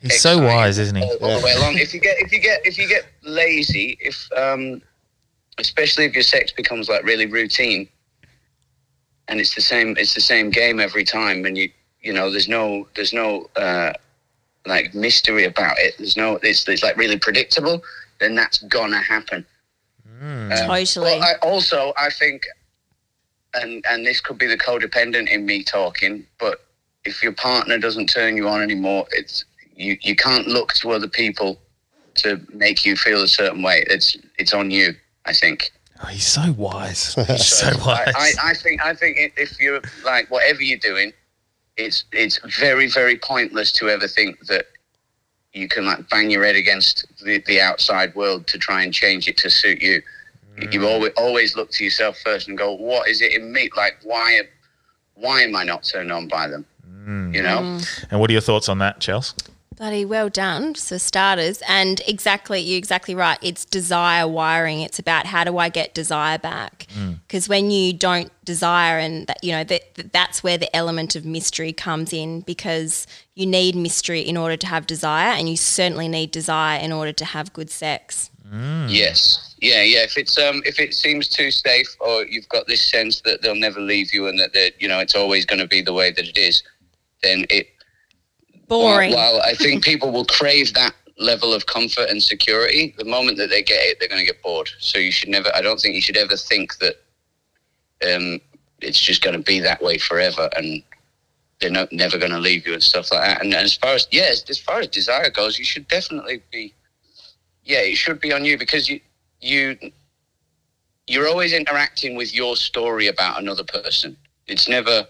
He's so
Exciting.
wise, isn't he?
all, all the way along. If you get if you get if you get lazy, if um, especially if your sex becomes like really routine, and it's the same it's the same game every time, and you you know there's no there's no uh, like mystery about it. There's no it's it's like really predictable. Then that's gonna happen. Um,
Totally.
well, I, also, I think, and and this could be the codependent in me talking, but if your partner doesn't turn you on anymore, it's you. You can't look to other people to make you feel a certain way. It's it's on you. I think.
Oh, he's so wise. He's so
I,
wise.
I, I think I think i- if you're like whatever you're doing, it's it's very very pointless to ever think that you can like bang your head against the, the outside world to try and change it to suit you. You always always look to yourself first and go, what is it in me? Like why why am I not turned on by them? You know.
and what are your thoughts on that, Chels?
Bloody well done for starters. And exactly, you're exactly right. It's desire wiring. It's about how do I get desire back?
Mm.
Because when you don't desire, and that, you know, that, that- that's where the element of mystery comes in because you need mystery in order to have desire, and you certainly need desire in order to have good sex.
Yes. Yeah, yeah. If it's um, if it seems too safe, or you've got this sense that they'll never leave you, and that they're, you know it's always going to be the way that it is, then it
Boring.
Well, I think people will crave that level of comfort and security. The moment that they get it, they're going to get bored. So you should never. I don't think you should ever think that um, it's just going to be that way forever, and they're not, never going to leave you and stuff like that. And, and as far as yes, as far as desire goes, you should definitely be. Yeah, it should be on you because you you you're always interacting with your story about another person. It's never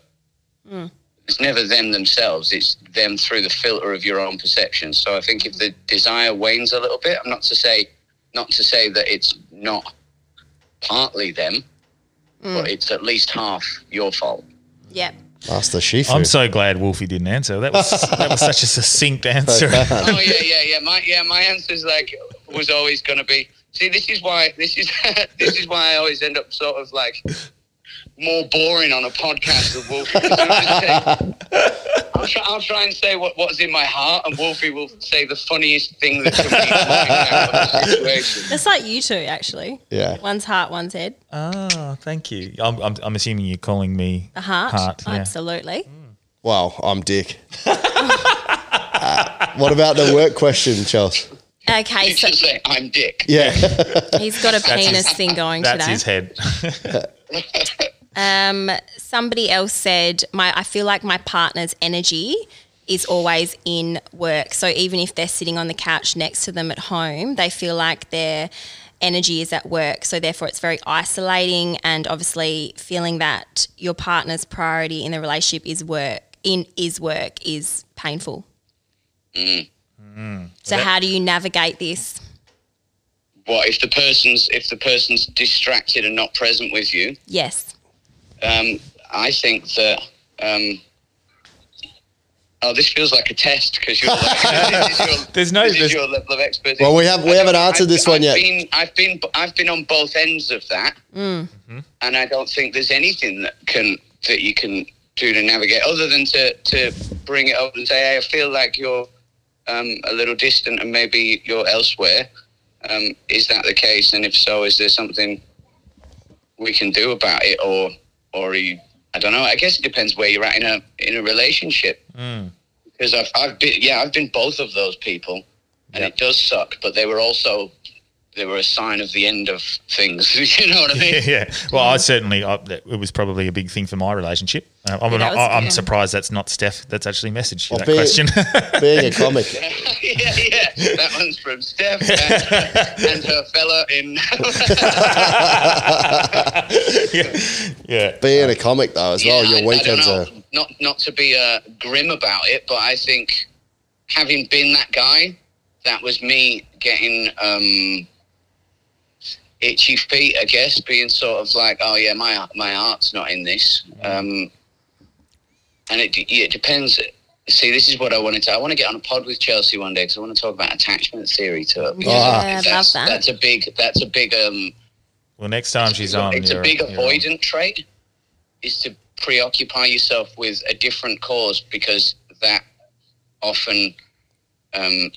it's never them themselves. It's them through the filter of your own perception. So I think if the desire wanes a little bit, I'm not to say, not to say that it's not partly them, but it's at least half your fault.
yep.
Master Shifu.
I'm so glad Wolfie didn't answer. That was that was such a succinct answer.
oh yeah, yeah, yeah. My yeah, my answer's like was always going to be See, this is why this is this is why I always end up sort of like more boring on a podcast than Wolfie. 'Cause then I say- I'll try, I'll try and say what, what's in my heart, and Wolfie will say the funniest thing that can be out of the situation.
It's like you two, actually.
Yeah.
One's heart, one's head.
Ah, thank you. I'm, I'm, I'm assuming you're calling me
The heart.
Heart, yeah.
Absolutely.
Well, I'm Dick. Uh, what about the work question, Charles?
Okay,
You
so
just say, I'm Dick.
Yeah.
he's got a penis thing going
That's
today.
his head.
Um, somebody else said, "My, I feel like my partner's energy is always in work. So even if they're sitting on the couch next to them at home, they feel like their energy is at work. So therefore, it's very isolating, and obviously, feeling that your partner's priority in the relationship is work in is work is painful. So how do you navigate this?
What if the person's if the person's distracted and not present with you?
Yes,
Um, I think that. Um, oh, this feels like a test because you're. Like, this is your,
There's no-
This
there's-
is your level of expertise.
Well, we have- we
I
haven't
don't-
answered
I've-
this one yet.
I've Been, I've been I've been on both ends of that, and I don't think there's anything that can that you can do to navigate other than to to bring it up and say, hey, I feel like you're um, a little distant and maybe you're elsewhere. Um, is that the case? And if so, is there something we can do about it, or or are you? I don't know. I guess it depends where you're at in a in a relationship. Because I've I've been yeah I've been both of those people, and it does suck. But they were also they were a sign of the end of things. you know what I mean?
yeah, yeah. Well, I certainly, I, that- it was probably a big thing for my relationship. Uh, I'm,
Yeah, that
not,
was-
I, am
yeah.
surprised that's not Steph that's actually messaged you
Well,
that
be-
question.
Being a comic.
yeah, yeah. That one's from Steph and, and her fella in.
yeah. yeah.
Being a comic though as well.
Yeah, I-
Your uh, weekends
I
are
don't know. not not to be uh, grim about it, but I think having been that guy, that was me getting um, itchy feet. I guess being sort of like, oh yeah, my my art's not in this,
Mm.
um, and it de- yeah, it depends. See, this is what I wanted to. I want to get on a pod with Chelsea one day because I want to talk about attachment theory to her. because
Ah.
Yeah, I love
that's,
that.
That's a big. That's a big. Um,
Well, next time she's
it's a-
on,
It's a
you're-
big
you're on.
avoidant trait is to preoccupy yourself with a different cause because that often um,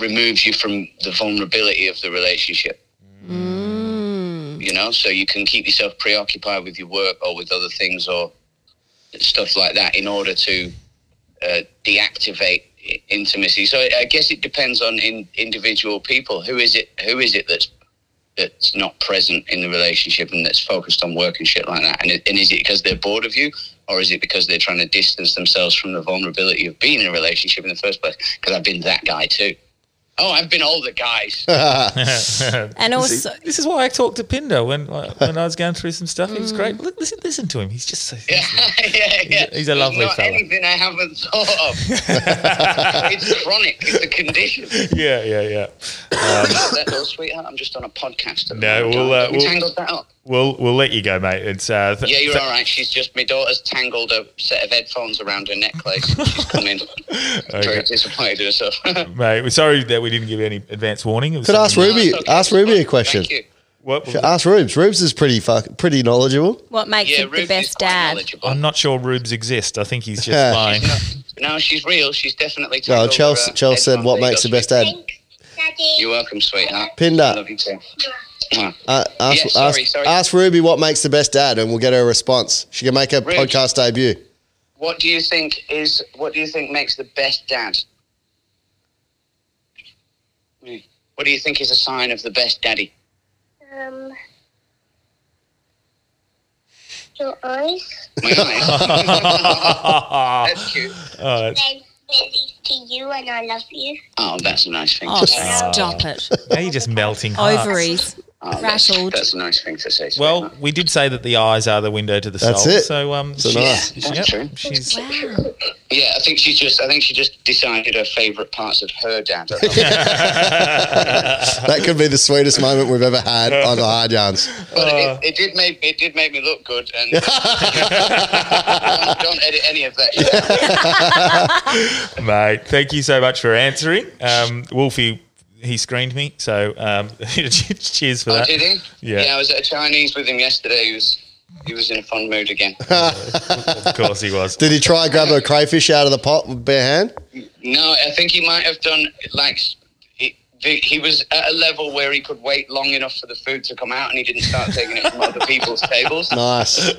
removes you from the vulnerability of the relationship. You know, so you can keep yourself preoccupied with your work or with other things or stuff like that in order to uh, deactivate i- intimacy. So I I guess it depends on in, individual people. Who is it? Who is it that's that's not present in the relationship and that's focused on work and shit like that? And, it- and is it because they're bored of you, or is it because they're trying to distance themselves from the vulnerability of being in a relationship in the first place? Because I've been that guy too. Oh, I've been all the guys.
and also
This is why I talked to Pinder when when I was going through some stuff. He was great. Look, listen, listen to him. He's just so.
yeah, yeah, yeah.
He's a lovely
There's not
fella.
anything I haven't thought of. it's chronic. It's a condition.
Yeah, yeah, yeah.
that little sweetheart. I'm just on a podcast. At the
Um, No,
moment,
we'll,
darling.
uh,
we
we'll-
tangled that up.
We'll we'll let you go, mate. It's uh, th-
Yeah, you're
th-
all right. She's just my daughter's tangled a set of headphones around her necklace. She's come in very disappointed in herself.
mate. We're sorry that we didn't give you any advance warning. It was
Could I ask
something-
Ruby
That's okay.
ask Ruby a
Thank
question.
you.
What,
Ask Rubes. Rubes is pretty fuck, pretty knowledgeable.
what makes
Yeah,
it the
Ruby's
best
quite
dad?
knowledgeable.
I'm not sure Rubes exist. I think he's just lying.
No, she's real. She's definitely.
No,
tangled
Chelsea
her uh,
Chelsea Uh, said
headphones.
what
There you
makes
go,
the best Uh,
sweet-
dad.
Thanks, Daddy.
You're welcome, sweetheart.
Pinned up.
Love you too. Mwah.
Uh, ask,
Yeah, sorry,
ask,
sorry.
ask Ruby what makes the best dad, and we'll get her a response. She can make her
Rubes.
podcast debut.
What do you think is? What do you think makes the best dad? Hmm. What do you think is a sign of the best daddy?
Um, your eyes.
My eyes. That's cute.
Oh, that's-
They believe to you, and I love you.
Oh, that's a nice thing
Oh,
to say.
stop it!
now you're just melting hearts.
Ovaries.
Oh, that's-
rattled.
That's, a nice thing to say.
Well,
sweetheart.
we did say that the eyes are the window to the
That's
soul.
it.
So um,
So
she's-
nice.
Yeah, that's
yep,
true.
she's
yeah, I think she's just. I think she just decided her favourite parts of her dad.
That could be the sweetest moment we've ever had on the hard yarns.
But
Uh.
it, it did make it did make me look good, and don't, don't edit any of that. Shit. out.
mate. Thank you so much for answering, um, Wolfie. he screened me. So um, cheers for
Oh,
that.
did he?
Yeah.
I was at a Chinese with him yesterday. He was he was in a fun mood again.
Of course he was.
Did he try and grab a crayfish out of the pot with bare hand?
no, I think he might have done like he, the, he was at a level where he could wait long enough for the food to come out, and he didn't start taking it from other people's tables.
Nice.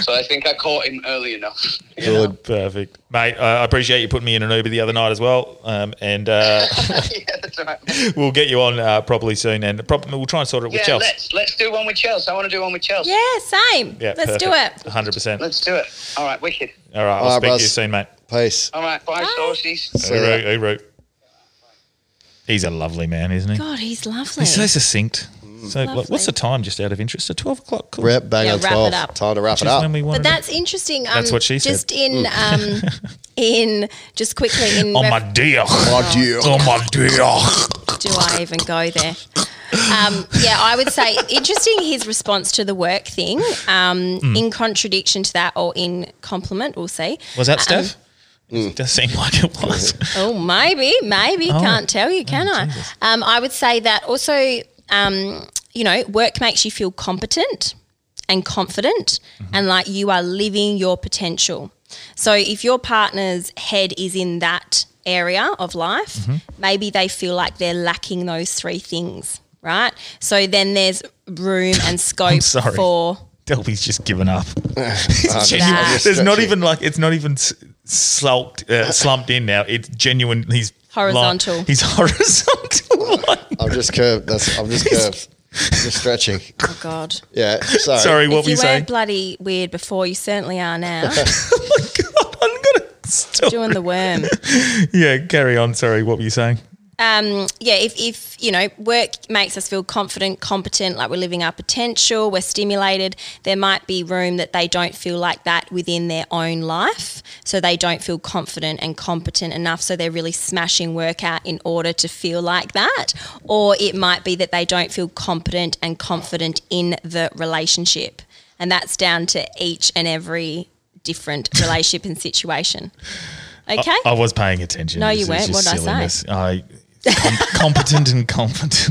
So I think I caught him early enough.
Good.
Perfect, mate. I I appreciate you putting me in an Uber the other night as well, um, and uh,
yeah, that's right.
we'll get you on uh, properly soon. And prob- we'll try and sort it with
Yeah,
Chelsea.
let's let's do one with Chelsea. I want to do one with Chelsea.
Yeah, same. Let's do it.
One hundred percent. All
Let's do it. All right, wicked.
right, I'll
All right,
speak
bros.
to you soon, mate.
Peace.
All right, bye,
Bye.
saucies.
See ya.
Uru, Uru. He's a lovely man, isn't he?
God, he's lovely.
He's so succinct. So,
Lovely.
what's the time? Just out of interest, at twelve o'clock. Cool.
Rep bang
Yeah,
on
wrap it
twelve.
up.
Time to wrap
Which
it
is
up.
when we
But
wanted to-
that's interesting. Um,
That's what she said.
Just in, um, in just quickly in.
on Oh my
ref-
dear.
Oh, dear.
On my dear.
do I even go there? Um, yeah, I would say interesting his response to the work thing. Um,
Mm.
In contradiction to that, or in compliment, we'll see.
Was that Steph?
Mm.
It does seem like it was.
Oh, maybe, maybe.
Oh.
Can't tell you, can
Oh,
I?
Jesus.
Um, I would say that also, um, you know, work makes you feel competent and confident
Mm-hmm.
and like you are living your potential. So if your partner's head is in that area of life,
Mm-hmm.
maybe they feel like they're lacking those three things, right? So then there's room and scope
sorry.
for.
Delby's just given up. It's genuine.
I'm
just
There's not
stretching.
even like it's not even s- sulked, uh, slumped in now. It's genuine. He's
Horizontal.
Line, he's horizontal. line.
I'm just curved. That's, I'm just curved. just stretching.
Oh, God.
Yeah. Sorry.
Sorry, what
if
were
you
you
weren't
saying?
bloody weird before, you certainly are now.
God, I'm gonna stop.
Doing the worm.
Yeah, carry on. Sorry, what were you saying?
um, yeah, if, if you know work makes us feel confident, competent, like we're living our potential, we're stimulated, there might be room that they don't feel like that within their own life. So they don't feel confident and competent enough. So they're really smashing work out in order to feel like that. Or it might be that they don't feel competent and confident in the relationship. And that's down to each and every different relationship and situation. Okay.
I was paying attention.
No, you
is
weren't.
just
What did I say?
silliness. I com- competent and competent.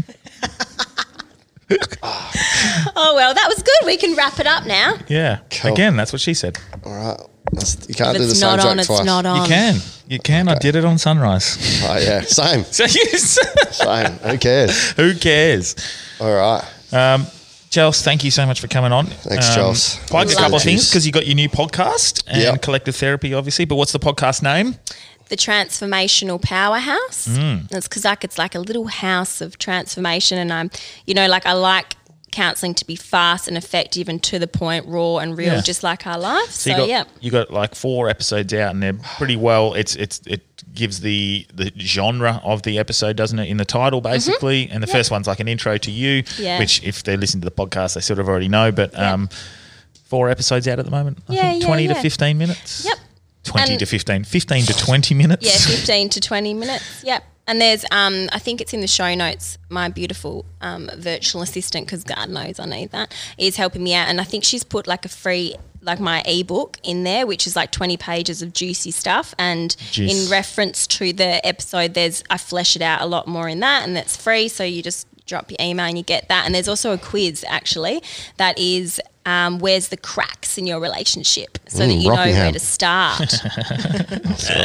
Oh well, that was good. We can wrap it up now.
Yeah.
Cool.
Again, that's what she said.
All right. That's, you can't
If
do the
it's
same
not
joke
on, it's
twice.
not on.
you can. You can. I did it on sunrise.
Oh, yeah. Same.
so yes.
Same. Who cares?
Who cares?
All right.
Um, Chels, thank you so much for coming on.
Thanks,
um,
Chels.
Plug a
Love
couple
it.
of things because you got your new podcast and
Yep.
collective therapy, obviously. But what's the podcast name?
The transformational powerhouse.
Mm.
It's because like it's like a little house of transformation, and I'm, you know, like I like counselling to be fast and effective and to the point, raw and real,
Yeah.
just like our life. So,
you got
yeah,
you got like four episodes out, and they're pretty well. It's it's it gives the the genre of the episode, doesn't it? In the title, basically. And the first one's like an intro to you,
Mm-hmm. Yeah.
which if they listen to the podcast, they sort of already know. But um, four episodes out at the moment. I
Yeah,
think
yeah,
twenty to
yeah.
fifteen minutes.
Yep.
20
And-
to 15 15 to 20 minutes
yeah, fifteen to twenty minutes. Yep. And there's, um, I think it's in the show notes. My beautiful um, virtual assistant, because God knows I need that, is helping me out, and I think she's put like a free, like my ebook in there, which is like twenty pages of juicy stuff. And
Juice.
in reference to the episode, there's I flesh it out a lot more in that, and that's free. So you just drop your email and you get that. And there's also a quiz actually that is. Um, where's the cracks in your relationship so that you know where
Rockingham.
to start?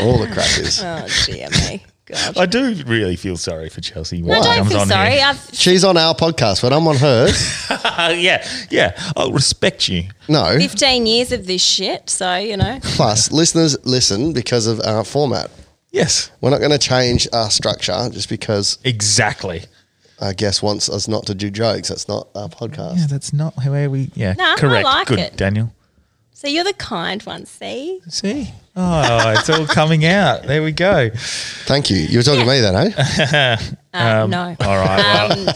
All the crackers.
oh, dear me. God.
I do really feel sorry for Chelsea.
No,
when she
don't
comes
feel
on
sorry.
here.
I've,
She's on our podcast, but I'm on hers.
Uh, yeah, yeah. I'll respect you.
No.
15 years of this shit, so, you know.
Plus, listeners listen because of our format.
Yes,
We're not going to change our structure just because
exactly.
our guest wants us not to do jokes. That's not our podcast.
Yeah, that's not where we. Yeah,
No, I
correct.
like
Good,
it.
Daniel.
So you're the kind one, see?
See, oh, it's all coming out. There we go.
Thank you. You were talking to me then, eh?
Uh, no.
Um,
Um,
All right. Well, uh,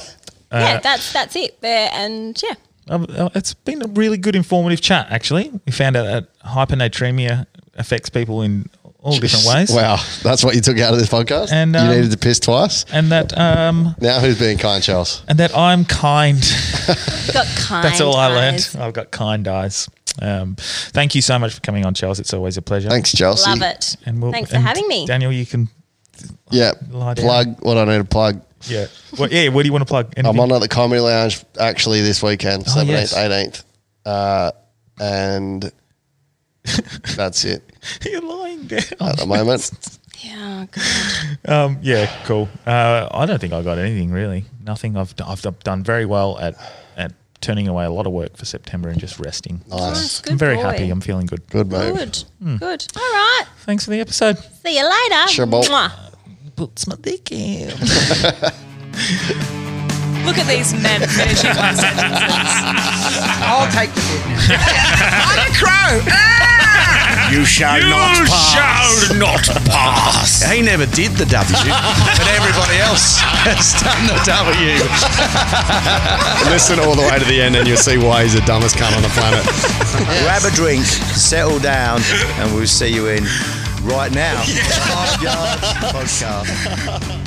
yeah, that's that's it there. And yeah,
Um, uh, it's been a really good informative chat. Actually, we found out that hypernatremia affects people in all different ways,
Wow. That's what you took out of this podcast?
And, um,
you needed to piss twice?
and that um,
Now who's being kind, Charles?
and that I'm kind.
you've got kind.
That's all I learned.
eyes.
I've got kind eyes. Um, thank you so much for coming on, Charles. It's always a pleasure.
Thanks, Chelsea.
Love it.
And we'll,
Thanks
and
for having me.
Daniel. You can
Yeah.
Lie down.
Plug what I need to plug.
Yeah. Well, yeah. What do you want to plug?
I'm
Anything?
on at the Comedy Lounge actually this weekend, 17th,
yes.
18th. Uh, and that's it
You're lying Um, down.
at the moment.
Yeah, oh, God.
Um, yeah. Cool. Uh, I don't think I got anything really. Nothing. I've d- I've d- done very well at at turning away a lot of work for September and just resting.
Nice.
Good
I'm very
boy.
happy. Hmm. I'm feeling good.
Good, mate.
Good. Good. All right.
Thanks for the episode.
See you later.
Shabot.
Mwah.
Puts my dick in.
Look at these men finishing my sentences.
I'll take the good news.
I'm a crow. Ah!
You shall not pass.
shall not pass.
He never did the W, but everybody else has done the W.
Listen all the way to the end and you'll see why he's the dumbest cunt on the planet.
Grab a drink, settle down, and we'll see you in right now. Lifeguard Podcast.